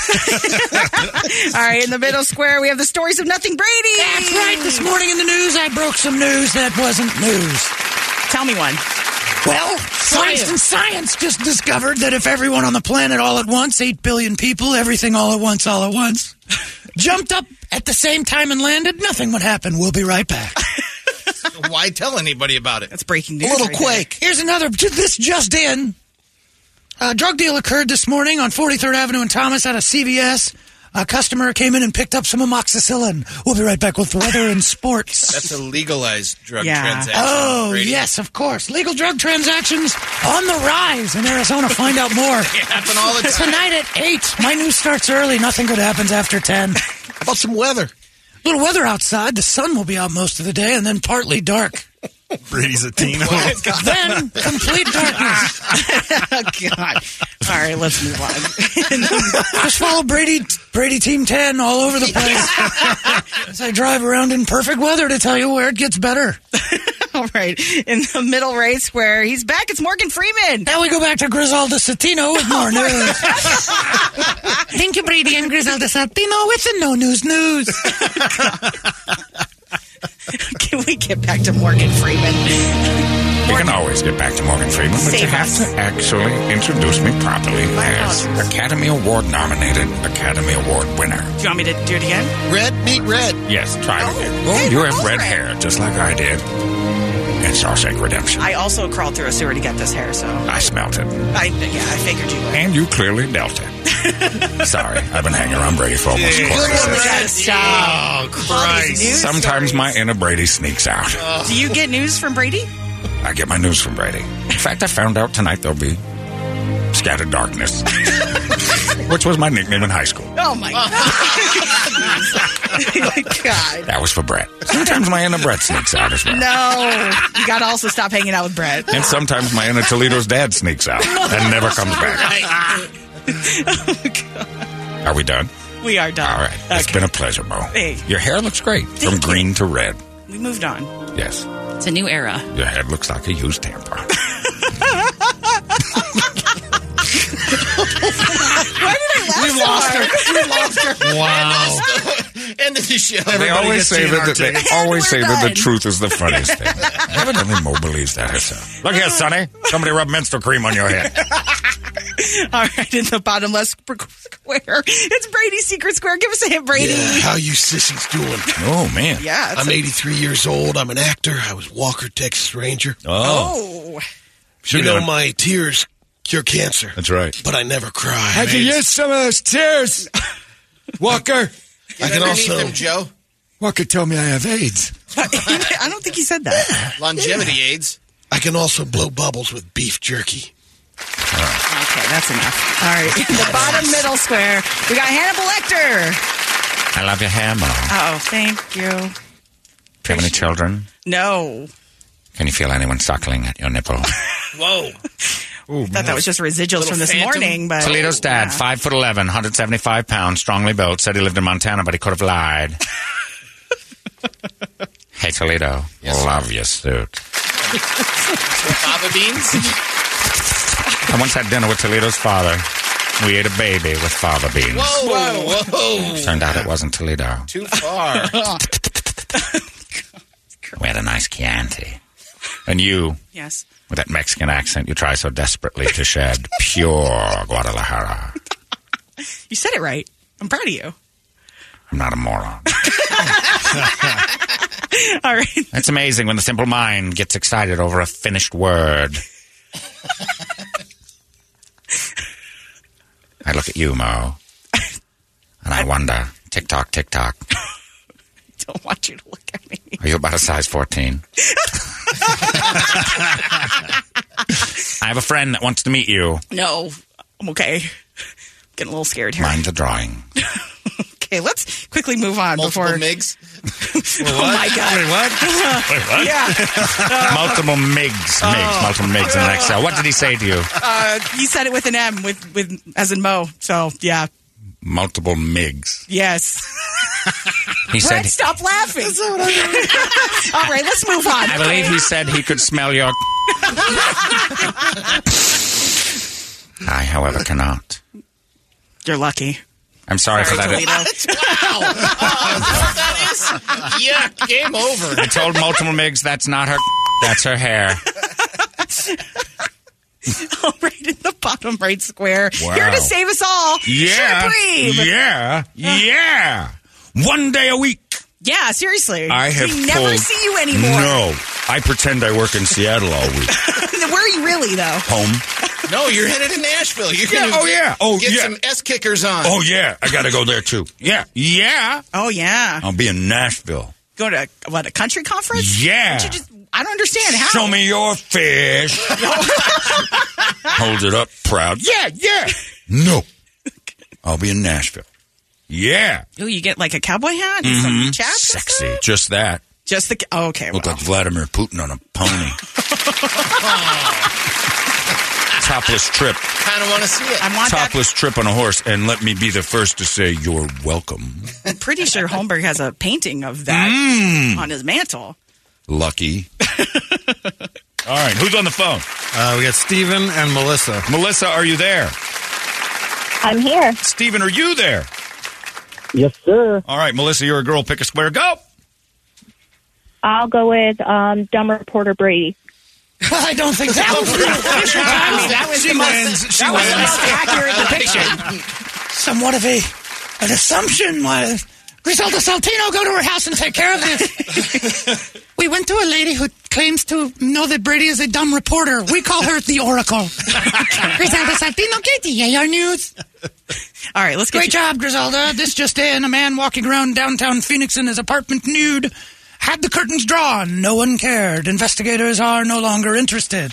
All right, in the middle square, we have the stories of nothing Brady.
That's right. This morning in the news, I broke some news that wasn't news.
Tell me one.
Well, science and science just discovered that if everyone on the planet all at once, 8 billion people, everything all at once, all at once, jumped up at the same time and landed, nothing would happen. We'll be right back.
Why tell anybody about it?
That's breaking news.
A little
right
quake.
Here's another. This just in. A drug deal occurred this morning on 43rd Avenue and Thomas at a CVS. A customer came in and picked up some amoxicillin. We'll be right back with weather and sports.
That's a legalized drug
Yeah.
transaction.
Ah.
Oh,
Brady.
yes, of course. Legal drug transactions on the rise in Arizona. Find out more.
happen all the time.
Tonight at 8. My news starts early. Nothing good happens after 10.
about some weather?
Little weather outside. The sun will be out most of the day and then partly dark.
Brady's a Tino.
then complete darkness.
God. All right, let's move on.
Just follow Brady Brady Team 10 all over the place as I drive around in perfect weather to tell you where it gets better.
All right, in the middle right square, he's back. It's Morgan Freeman. Oh
Now we go back to Griselda Satino with more news. Thank you, Brady and Griselda Satino with the no news news.
Can we get back to Morgan Freeman?
You can always get back to Morgan Freeman, but you
Save
have
us.
to actually introduce me properly as Academy Award nominated, Academy Award winner.
Do you want me to do it again?
Red, meet red.
Yes, try
Oh,
it again. you have red hair, just like I did. And Shawshank Redemption.
I also crawled through a sewer to get this hair, so
I smelt it.
I yeah, I figured you would.
And you clearly dealt it. Sorry, I've been hanging around Brady for almost a
Jeez.
quarter
Good one,
century.
Brad.
Oh,
Stop.
Sometimes my inner Brady sneaks out.
Do you get news from Brady?
I get my news from Brady. In fact, I found out tonight there'll be scattered darkness, which was my nickname in high school.
Oh my god! Oh, god.
That was for Brett. Sometimes my inner Brett sneaks out as well.
No, you gotta also stop hanging out with Brett.
And sometimes my inner Toledo's dad sneaks out and never comes back. Are we done?
We are done.
All right. It's been a pleasure, Mo.
Hey.
Your hair looks great. From green to red.
We moved on.
Yes.
It's a new era.
Your head looks like a used tampon.
Why did I laugh so hard?
We lost her.
Wow.
End of the show.
they always say that they always say that the
done.
truth is the funniest thing. Evidently, Mo believes that herself. Look here, Sonny. Somebody rub menstrual cream on your head.
All right, in the bottom left squ- square, it's Brady's Secret Square. Give us a hit, Brady.
How you sissies doing?
Oh man.
Yeah, it's
I'm
a-
83 years old. I'm an actor. I was Walker, Texas Ranger.
Oh.
you know my tears cure cancer,
That's right.
but I never cry.
I can
man.
use some of those tears. Walker.
I can also Joe.
Walker told me I have AIDS.
I don't think he said that.
Longevity aids. I can also blow bubbles with beef jerky.
Ah.
Okay, that's enough. All right, in the bottom middle square, we got Hannibal Lecter.
I love your hair, Mo.
Oh, thank you.
Do you have any children?
No.
Can you feel anyone suckling at your nipple?
Whoa.
I thought that was just residuals from this morning, but
Toledo's dad, five foot eleven, 175 pounds, strongly built, said he lived in Montana, but he could have lied. hey, Toledo, love your suit.
Baba beans.
I once had dinner with Toledo's father. We ate a baby with fava beans.
Whoa, whoa, whoa.
Turned out it wasn't Toledo.
Too far.
We had a nice Chianti. And you,
Yes.
with that Mexican accent you try so desperately to shed, pure Guadalajara.
You said it right. I'm proud of you.
I'm not a moron.
All right.
That's amazing when the simple mind gets excited over a finished word. I look at you, Mo, and I wonder, tick tock, tick tock,
Don't want you to look at me.
are you about a size 14? I have a friend that wants to meet you.
no, I'm okay. Getting a little scared here.
Mind the drawing.
Okay, let's quickly move on before
MIGs.
oh my god!
Wait, what? Wait, what?
Yeah.
multiple MIGs. MIGs. Multiple MIGs in an Excel. What did he say to you?
Uh, you said it with an M, with with as in Mo. So yeah,
Multiple MIGs.
yes.
He
Brett,
said,
stop laughing. All right, let's move on.
I believe he said he could smell your. I, however, cannot.
You're lucky.
I'm sorry, for that.
that is? Yeah, game over.
I told multiple MIGs that's not her. That's her hair.
All right, in the bottom right square.
Wow.
Here to save us all.
Yeah.
Sure, Cleve.
yeah. Yeah. One day a week.
Yeah, seriously.
I have
we never
pulled-
see you anymore.
No. Oh, I pretend I work in Seattle all week.
Where are you really though?
Home.
No, you're headed to Nashville. You're
Yeah,
gonna
oh, yeah. Oh,
get
yeah.
some S kickers on.
Oh, yeah. I got to go there, too. Yeah. Yeah.
Oh yeah.
I'll be in Nashville.
Go to what a country conference?
Yeah.
Don't you just- I don't understand how.
Show me your fish. Hold it up proud. Yeah, yeah. No. I'll be in Nashville. Yeah.
Oh, you get like a cowboy hat and
Mhm.
some chaps.
Sexy. Just that.
Just the oh, okay.
Look like Vladimir Putin on a pony. Topless trip.
Kind of want to see it.
I want that.
Topless trip on a horse. And let me be the first to say you're welcome.
I'm pretty sure Holmberg has a painting of that
Mm.
on his mantle.
Lucky. All right. Who's on the phone?
Uh, we got Steven and Melissa.
Melissa, are you there?
I'm here.
Steven, are you there?
Yes, sir.
All right, Melissa, you're a girl. Pick a square. Go.
I'll go with um, dumb reporter Brady.
Well, I don't think that was
that was the most-
she
that was the
wins.
most accurate depiction.
Somewhat of a an assumption. Why
Griselda Saltino, go to her house and take care of this. we went to a lady who claims to know that Brady is a dumb reporter. We call her the Oracle. Griselda Saltino, get the AR news.
All right, let's get
Great job, Griselda. This just in: a man walking around downtown Phoenix in his apartment nude had the curtains drawn. No one cared. Investigators are no longer interested.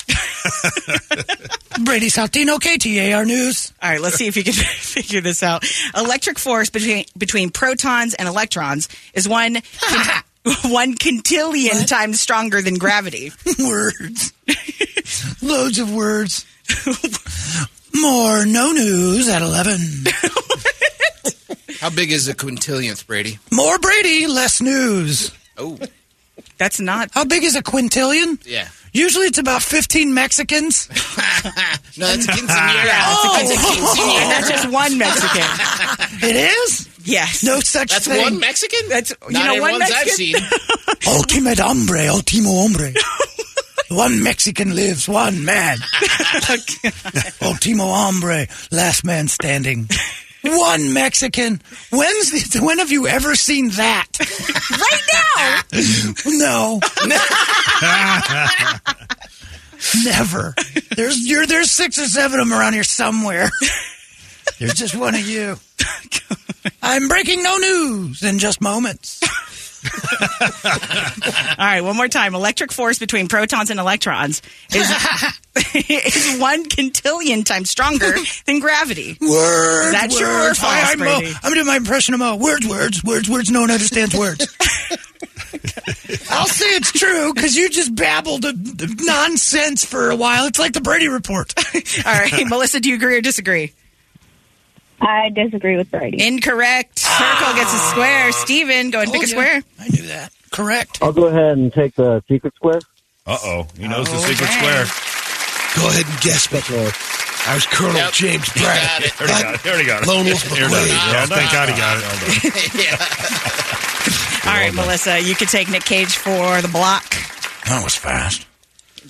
Brady Saltino, KTAR News.
All right, let's see if you can figure this out. Electric force between between protons and electrons is one con- one quintillion times stronger than gravity.
words. Loads of words. More no news at 11.
How big is a quintillionth, Brady?
More Brady, less news.
Oh,
That's not.
How big is a quintillion?
yeah.
Usually it's about 15 Mexicans.
No, that's a
Yeah,
quinceanera.
that's a
Oh.
quinceañera.
and that's just one Mexican.
It is?
Yes.
No such
That's
thing.
one Mexican.
That's
not
you know one
everyone's
Mexican.
I've seen.
Ultimate Oh, hombre, ultimo hombre. one Mexican lives, one man. ultimo hombre, last man standing. One Mexican. When's the, when have you ever seen that?
right
No. Never. There's you're, there's six or seven of them around here somewhere. There's just one of you. I'm breaking no news in just moments.
now. All right, one more time. Electric force between protons and electrons is is one quintillion times stronger than gravity.
Words.
That's
words.
your word for
Hi,
us,
I'm, Mo.
Brady.
I'm doing my impression of Mo. Words, words, words, words. No one understands words. I'll say it's true because you just babbled uh, nonsense for a while. It's like the Brady Report.
All right, Melissa, do you agree or disagree?
I disagree with Brady.
Incorrect. Circle gets a square. Steven, go and pick a
Oh,
square.
I knew that. Correct.
I'll go ahead and take the secret square.
Uh oh. He knows the
Okay.
secret square.
Go ahead and guess, but I was Colonel James
Bragg. He already got it. He already got it. Lone Wolf He already got it. McQuade. Yeah, thank God he got it.
All right, Melissa, you could take Nick Cage for the block.
That was fast.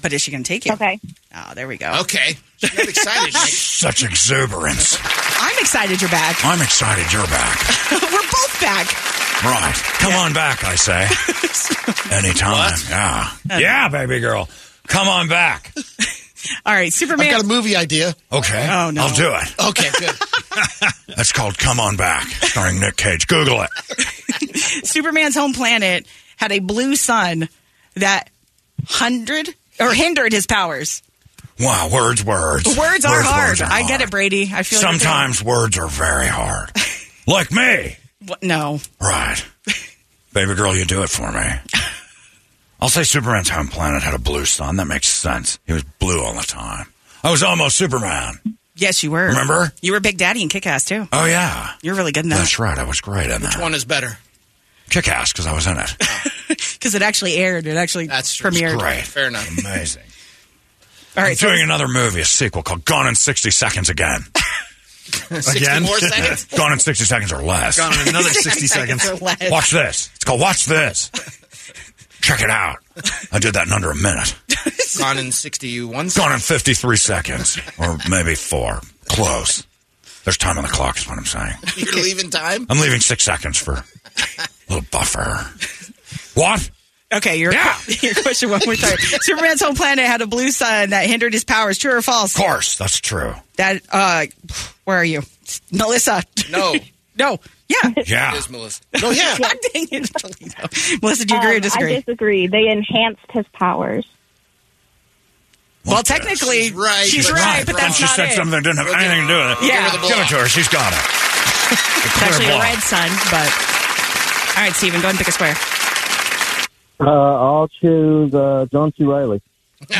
But is she going to take you? Okay. Oh, there we go.
Okay. She got excited.
Such exuberance.
I'm excited you're back.
I'm excited you're back.
We're both back.
Right. Come on back, I say. Anytime. Yeah. Yeah, baby girl. Come on back.
All right, Superman.
I got a movie idea.
Okay.
Oh, no.
I'll do it.
Okay, good.
That's called Come On Back, starring Nick Cage. Google it.
Superman's home planet had a blue sun that hundred or hindered his powers.
Wow, words, words.
Words are hard. I get it, Brady. I feel your pain.
Sometimes words are very hard. Like me.
What? No.
Right. Baby girl, you do it for me. I'll say Superman's home planet had a blue sun. That makes sense. He was blue all the time. I was almost Superman.
Yes, you were.
Remember?
You were Big Daddy and Kick Ass, too.
Oh, yeah.
You're really good in that.
That's right. I was great in
Which
that.
one is better?
Kick ass because I was in it.
Because it actually aired. It actually premiered.
Great.
Fair enough.
Amazing.
All right,
I'm doing another movie, a sequel called Gone in 60 Seconds Again.
60 more seconds?
Gone in 60 seconds or less.
Gone in another 60 seconds. or less.
Watch this. It's called Watch This. Check it out. I did that in under a minute.
Gone in 61
Gone in 53 seconds or maybe four. Close. There's time on the clock, is what I'm saying.
You're leaving time?
I'm leaving six seconds for a little buffer. What?
Okay, your, your question one more time. Superman's home planet had a blue sun that hindered his powers. True or false?
Of course, that's true.
That, uh, where are you? Melissa.
No.
no. Yeah.
Yeah.
Melissa.
No, yeah. Dang it. Melissa, do you agree or
Um,
disagree?
I disagree. They enhanced his powers.
well, technically,
right.
she's
She's
right,
right,
but that's
and she
not
said
it.
something that didn't have anything to do with it.
We'll give her the
Give it to her. She's got it.
It's
clear
actually a
block.
red sun, but. All right, Steven, go ahead and pick a square.
Uh, I'll choose uh, John C. Riley.
Oh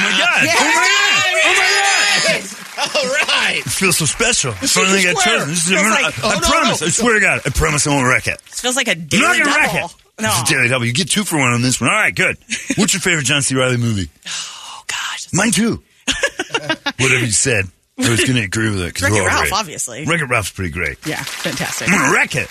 All right.
I feel so special.
This Finally is got square. chosen. This is a Feels miracle. like- I- I oh, no, promise. no. I
swear to God. I promise I won't wreck it.
This feels like a
You're not
daily
gonna wreck
double.
it.
No.
This is Daily Double. You get two for one on this one. All right, good. What's your favorite John C. Riley movie? Oh gosh, mine too. Whatever you said, I was going to agree with it. 'cause
Wreck-It
we're all
Ralph,
great.
obviously.
Wreck-It Ralph's pretty great.
Yeah, fantastic.
I'm gonna wreck it.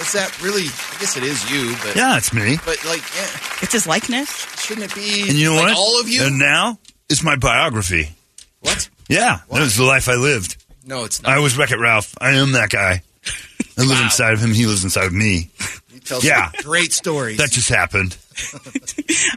Is that really? I guess it is you, but
Yeah, it's me.
But like, yeah,
It's his likeness.
shouldn't it be?
And you know
like
what?
All of you?
And now it's my biography.
What?
Yeah, that was the life I lived.
No, it's not.
I was Wreck It Ralph. I am that guy. I live inside of him. He lives inside of me.
He tells
yeah.
some great stories.
That just happened.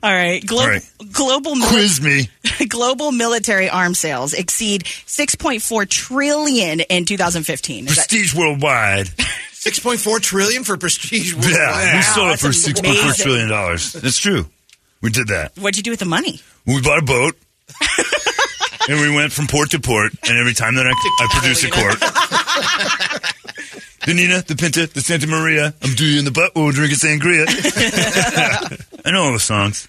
All right, global
All right.
global mili-
Quiz me.
global military arms sales exceed 6.4 trillion in 2015. Is that-
Prestige worldwide.
Six point four trillion for prestige.
Yeah, we sold it
that's
for six point four
amazing.
trillion dollars. It's true. We did that.
What'd you do with the money?
We bought a boat, and we went from port to port. And every time that I, I produce a quart, the Nina, the Pinta, the Santa Maria, I'm doing the butt. We'll drink a sangria. I know all the songs.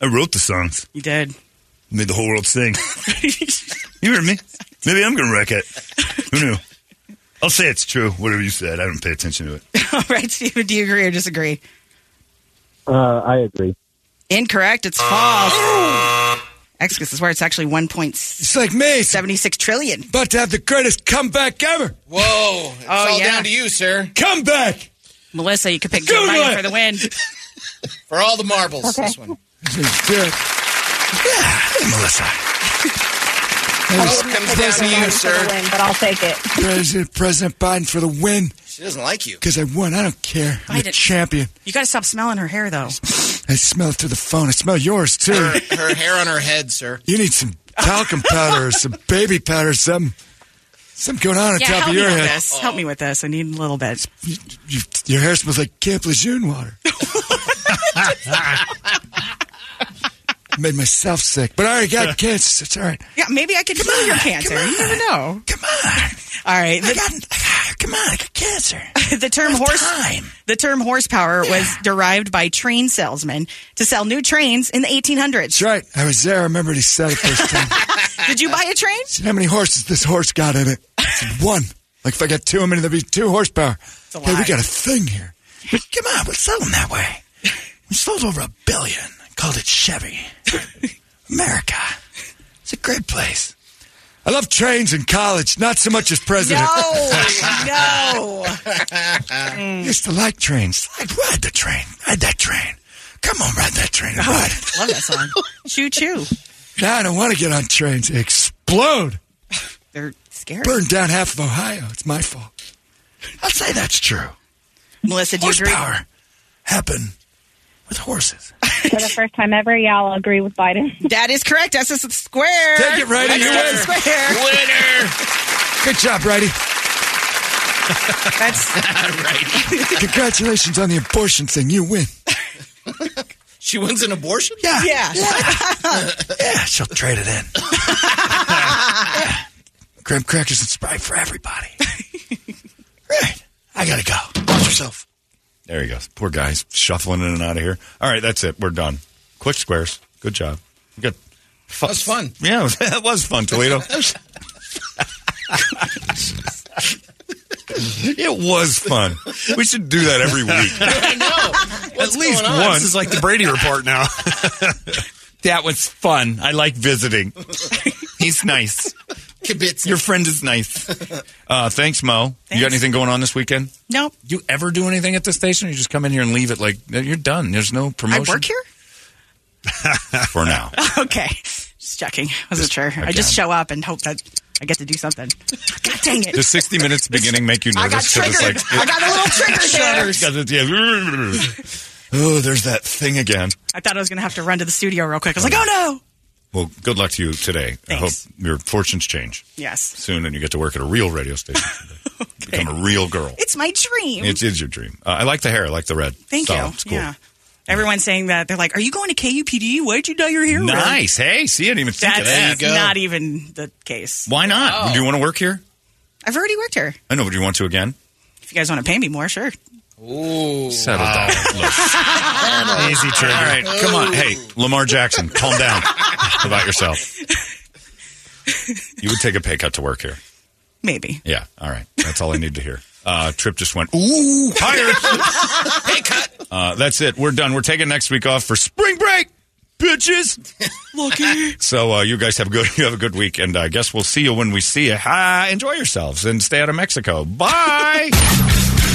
I wrote the songs.
You did.
Made the whole world sing. you heard me. Maybe I'm gonna wreck it. Who knew? I'll say it's true. Whatever you said, I don't pay attention to it.
All right, Steven, do you agree or disagree?
Uh, I agree.
Incorrect. It's false. Excuse is where it's actually 1.76
It's like me.
trillion.
About to have the greatest comeback ever.
Whoa! It's all
Oh, yeah.
down to you, sir.
Come back.
Melissa, you could pick
Google
Joe Biden
it.
for the win.
For all the marbles, this one.
Melissa.
All comes down to you, sir.
but I'll take it.
President, President Biden for the win.
She doesn't like you.
Because I won. I don't care. I'm a
Biden.
champion.
You got to stop smelling her hair, though.
I smell it through the phone. I smell yours, too.
Her, her hair on her head, sir.
you need some talcum powder or some baby powder or something. Something going on on
yeah,
top
help
of
me
your
with
head.
this. Help me with this. I need a little bit.
You- your hair smells like Camp Lejeune water. Made myself sick, but I already got cancer. It's all right.
Yeah, maybe I could cure your cancer. You never know. Come on. All right. The,
Come on, I got cancer.
the term horse the term horsepower was derived by train salesmen to sell new trains in the 1800s.
That's right. I was there. I remember he said it first time.
Did you buy a train?
See how many horses this horse got in it? I said, One. Like if I got two, I'm gonna be two horsepower.
a
Hey, we
lot.
got a thing here. Come on, we'll sell them that way. We sold over a billion. I called it Chevy. America. It's a great place. I love trains in college, not so much as president.
No,
I used to like trains. I'd ride
Oh,
the train. Ride that train. Come on, ride that train. and Ride. it.
Love that song. Choo choo.
Now I don't want to get on trains. Explode.
They're scary.
Burned down half of Ohio. It's my fault. I'll say that's true.
Melissa, do you agree?
Horsepower happen with horses.
For the first time ever, yeah, I'll agree with Biden.
That is correct. That's a square.
Take it, Righty.
That's
You
just a
win.
Square.
Winner. Good job, Righty.
That's
not right.
Congratulations on the abortion thing. You win.
She wins an abortion?
Yeah.
Yeah.
Yeah, she'll trade it in. Graham crackers and Sprite for everybody. right. I gotta go. Watch yourself.
There he goes. Poor guy's shuffling in and out of here. All right, that's it. We're done. Quick squares. Good job. Good. Fu-
That was fun.
Yeah, that was fun, Toledo. it was fun. We should do that every week.
I know. What's
At least
going on?
one. like the Brady report now. that was fun. I like visiting. He's nice.
Kibitz.
Your friend is nice. Uh, thanks, Mo. You got anything going on this weekend?
Nope.
You ever do anything at the station? Or you just come in here and leave it like you're done. There's no promotion.
I work here?
for now.
okay. Just checking. I wasn't sure. I just show up and hope that I get to do something. God dang it.
Does 60 minutes beginning make you
I got
nervous? 'Cause it's
triggered. I got a little triggered there.
Because it's- yeah. Oh, there's that thing again.
I thought I was going to have to run to the studio real quick. I was like, oh no.
Well, good luck to you today. I hope your fortunes change
Yes.
soon and you get to work at a real radio station. Become a real girl.
It's my dream.
It is your dream. Uh, I like the hair. I like the red.
Thank
Solid.
you.
It's cool.
Yeah. Everyone's saying that. They're like, are you going to KUPD? Why'd you dye your hair red?"
Nice. Hey, see, I didn't even think
That's
of that.
not Oh. even the case.
Why not? Do you want to work here?
I've already worked here.
I know, but do you want to again?
If you guys want to pay me more, sure.
Ooh. Settle down. Look. Easy trigger. All right, come on. Hey, Lamar Jackson, calm down about yourself. You would take a pay cut to work here.
Maybe.
Yeah, all right. That's all I need to hear. Uh, Trip just went, ooh, higher. Uh, that's it. We're done. We're taking next week off for spring break, bitches.
Lucky.
So uh, you guys have a good you have a good week, and I guess we'll see you when we see you. Hi, enjoy yourselves and stay out of Mexico. Bye.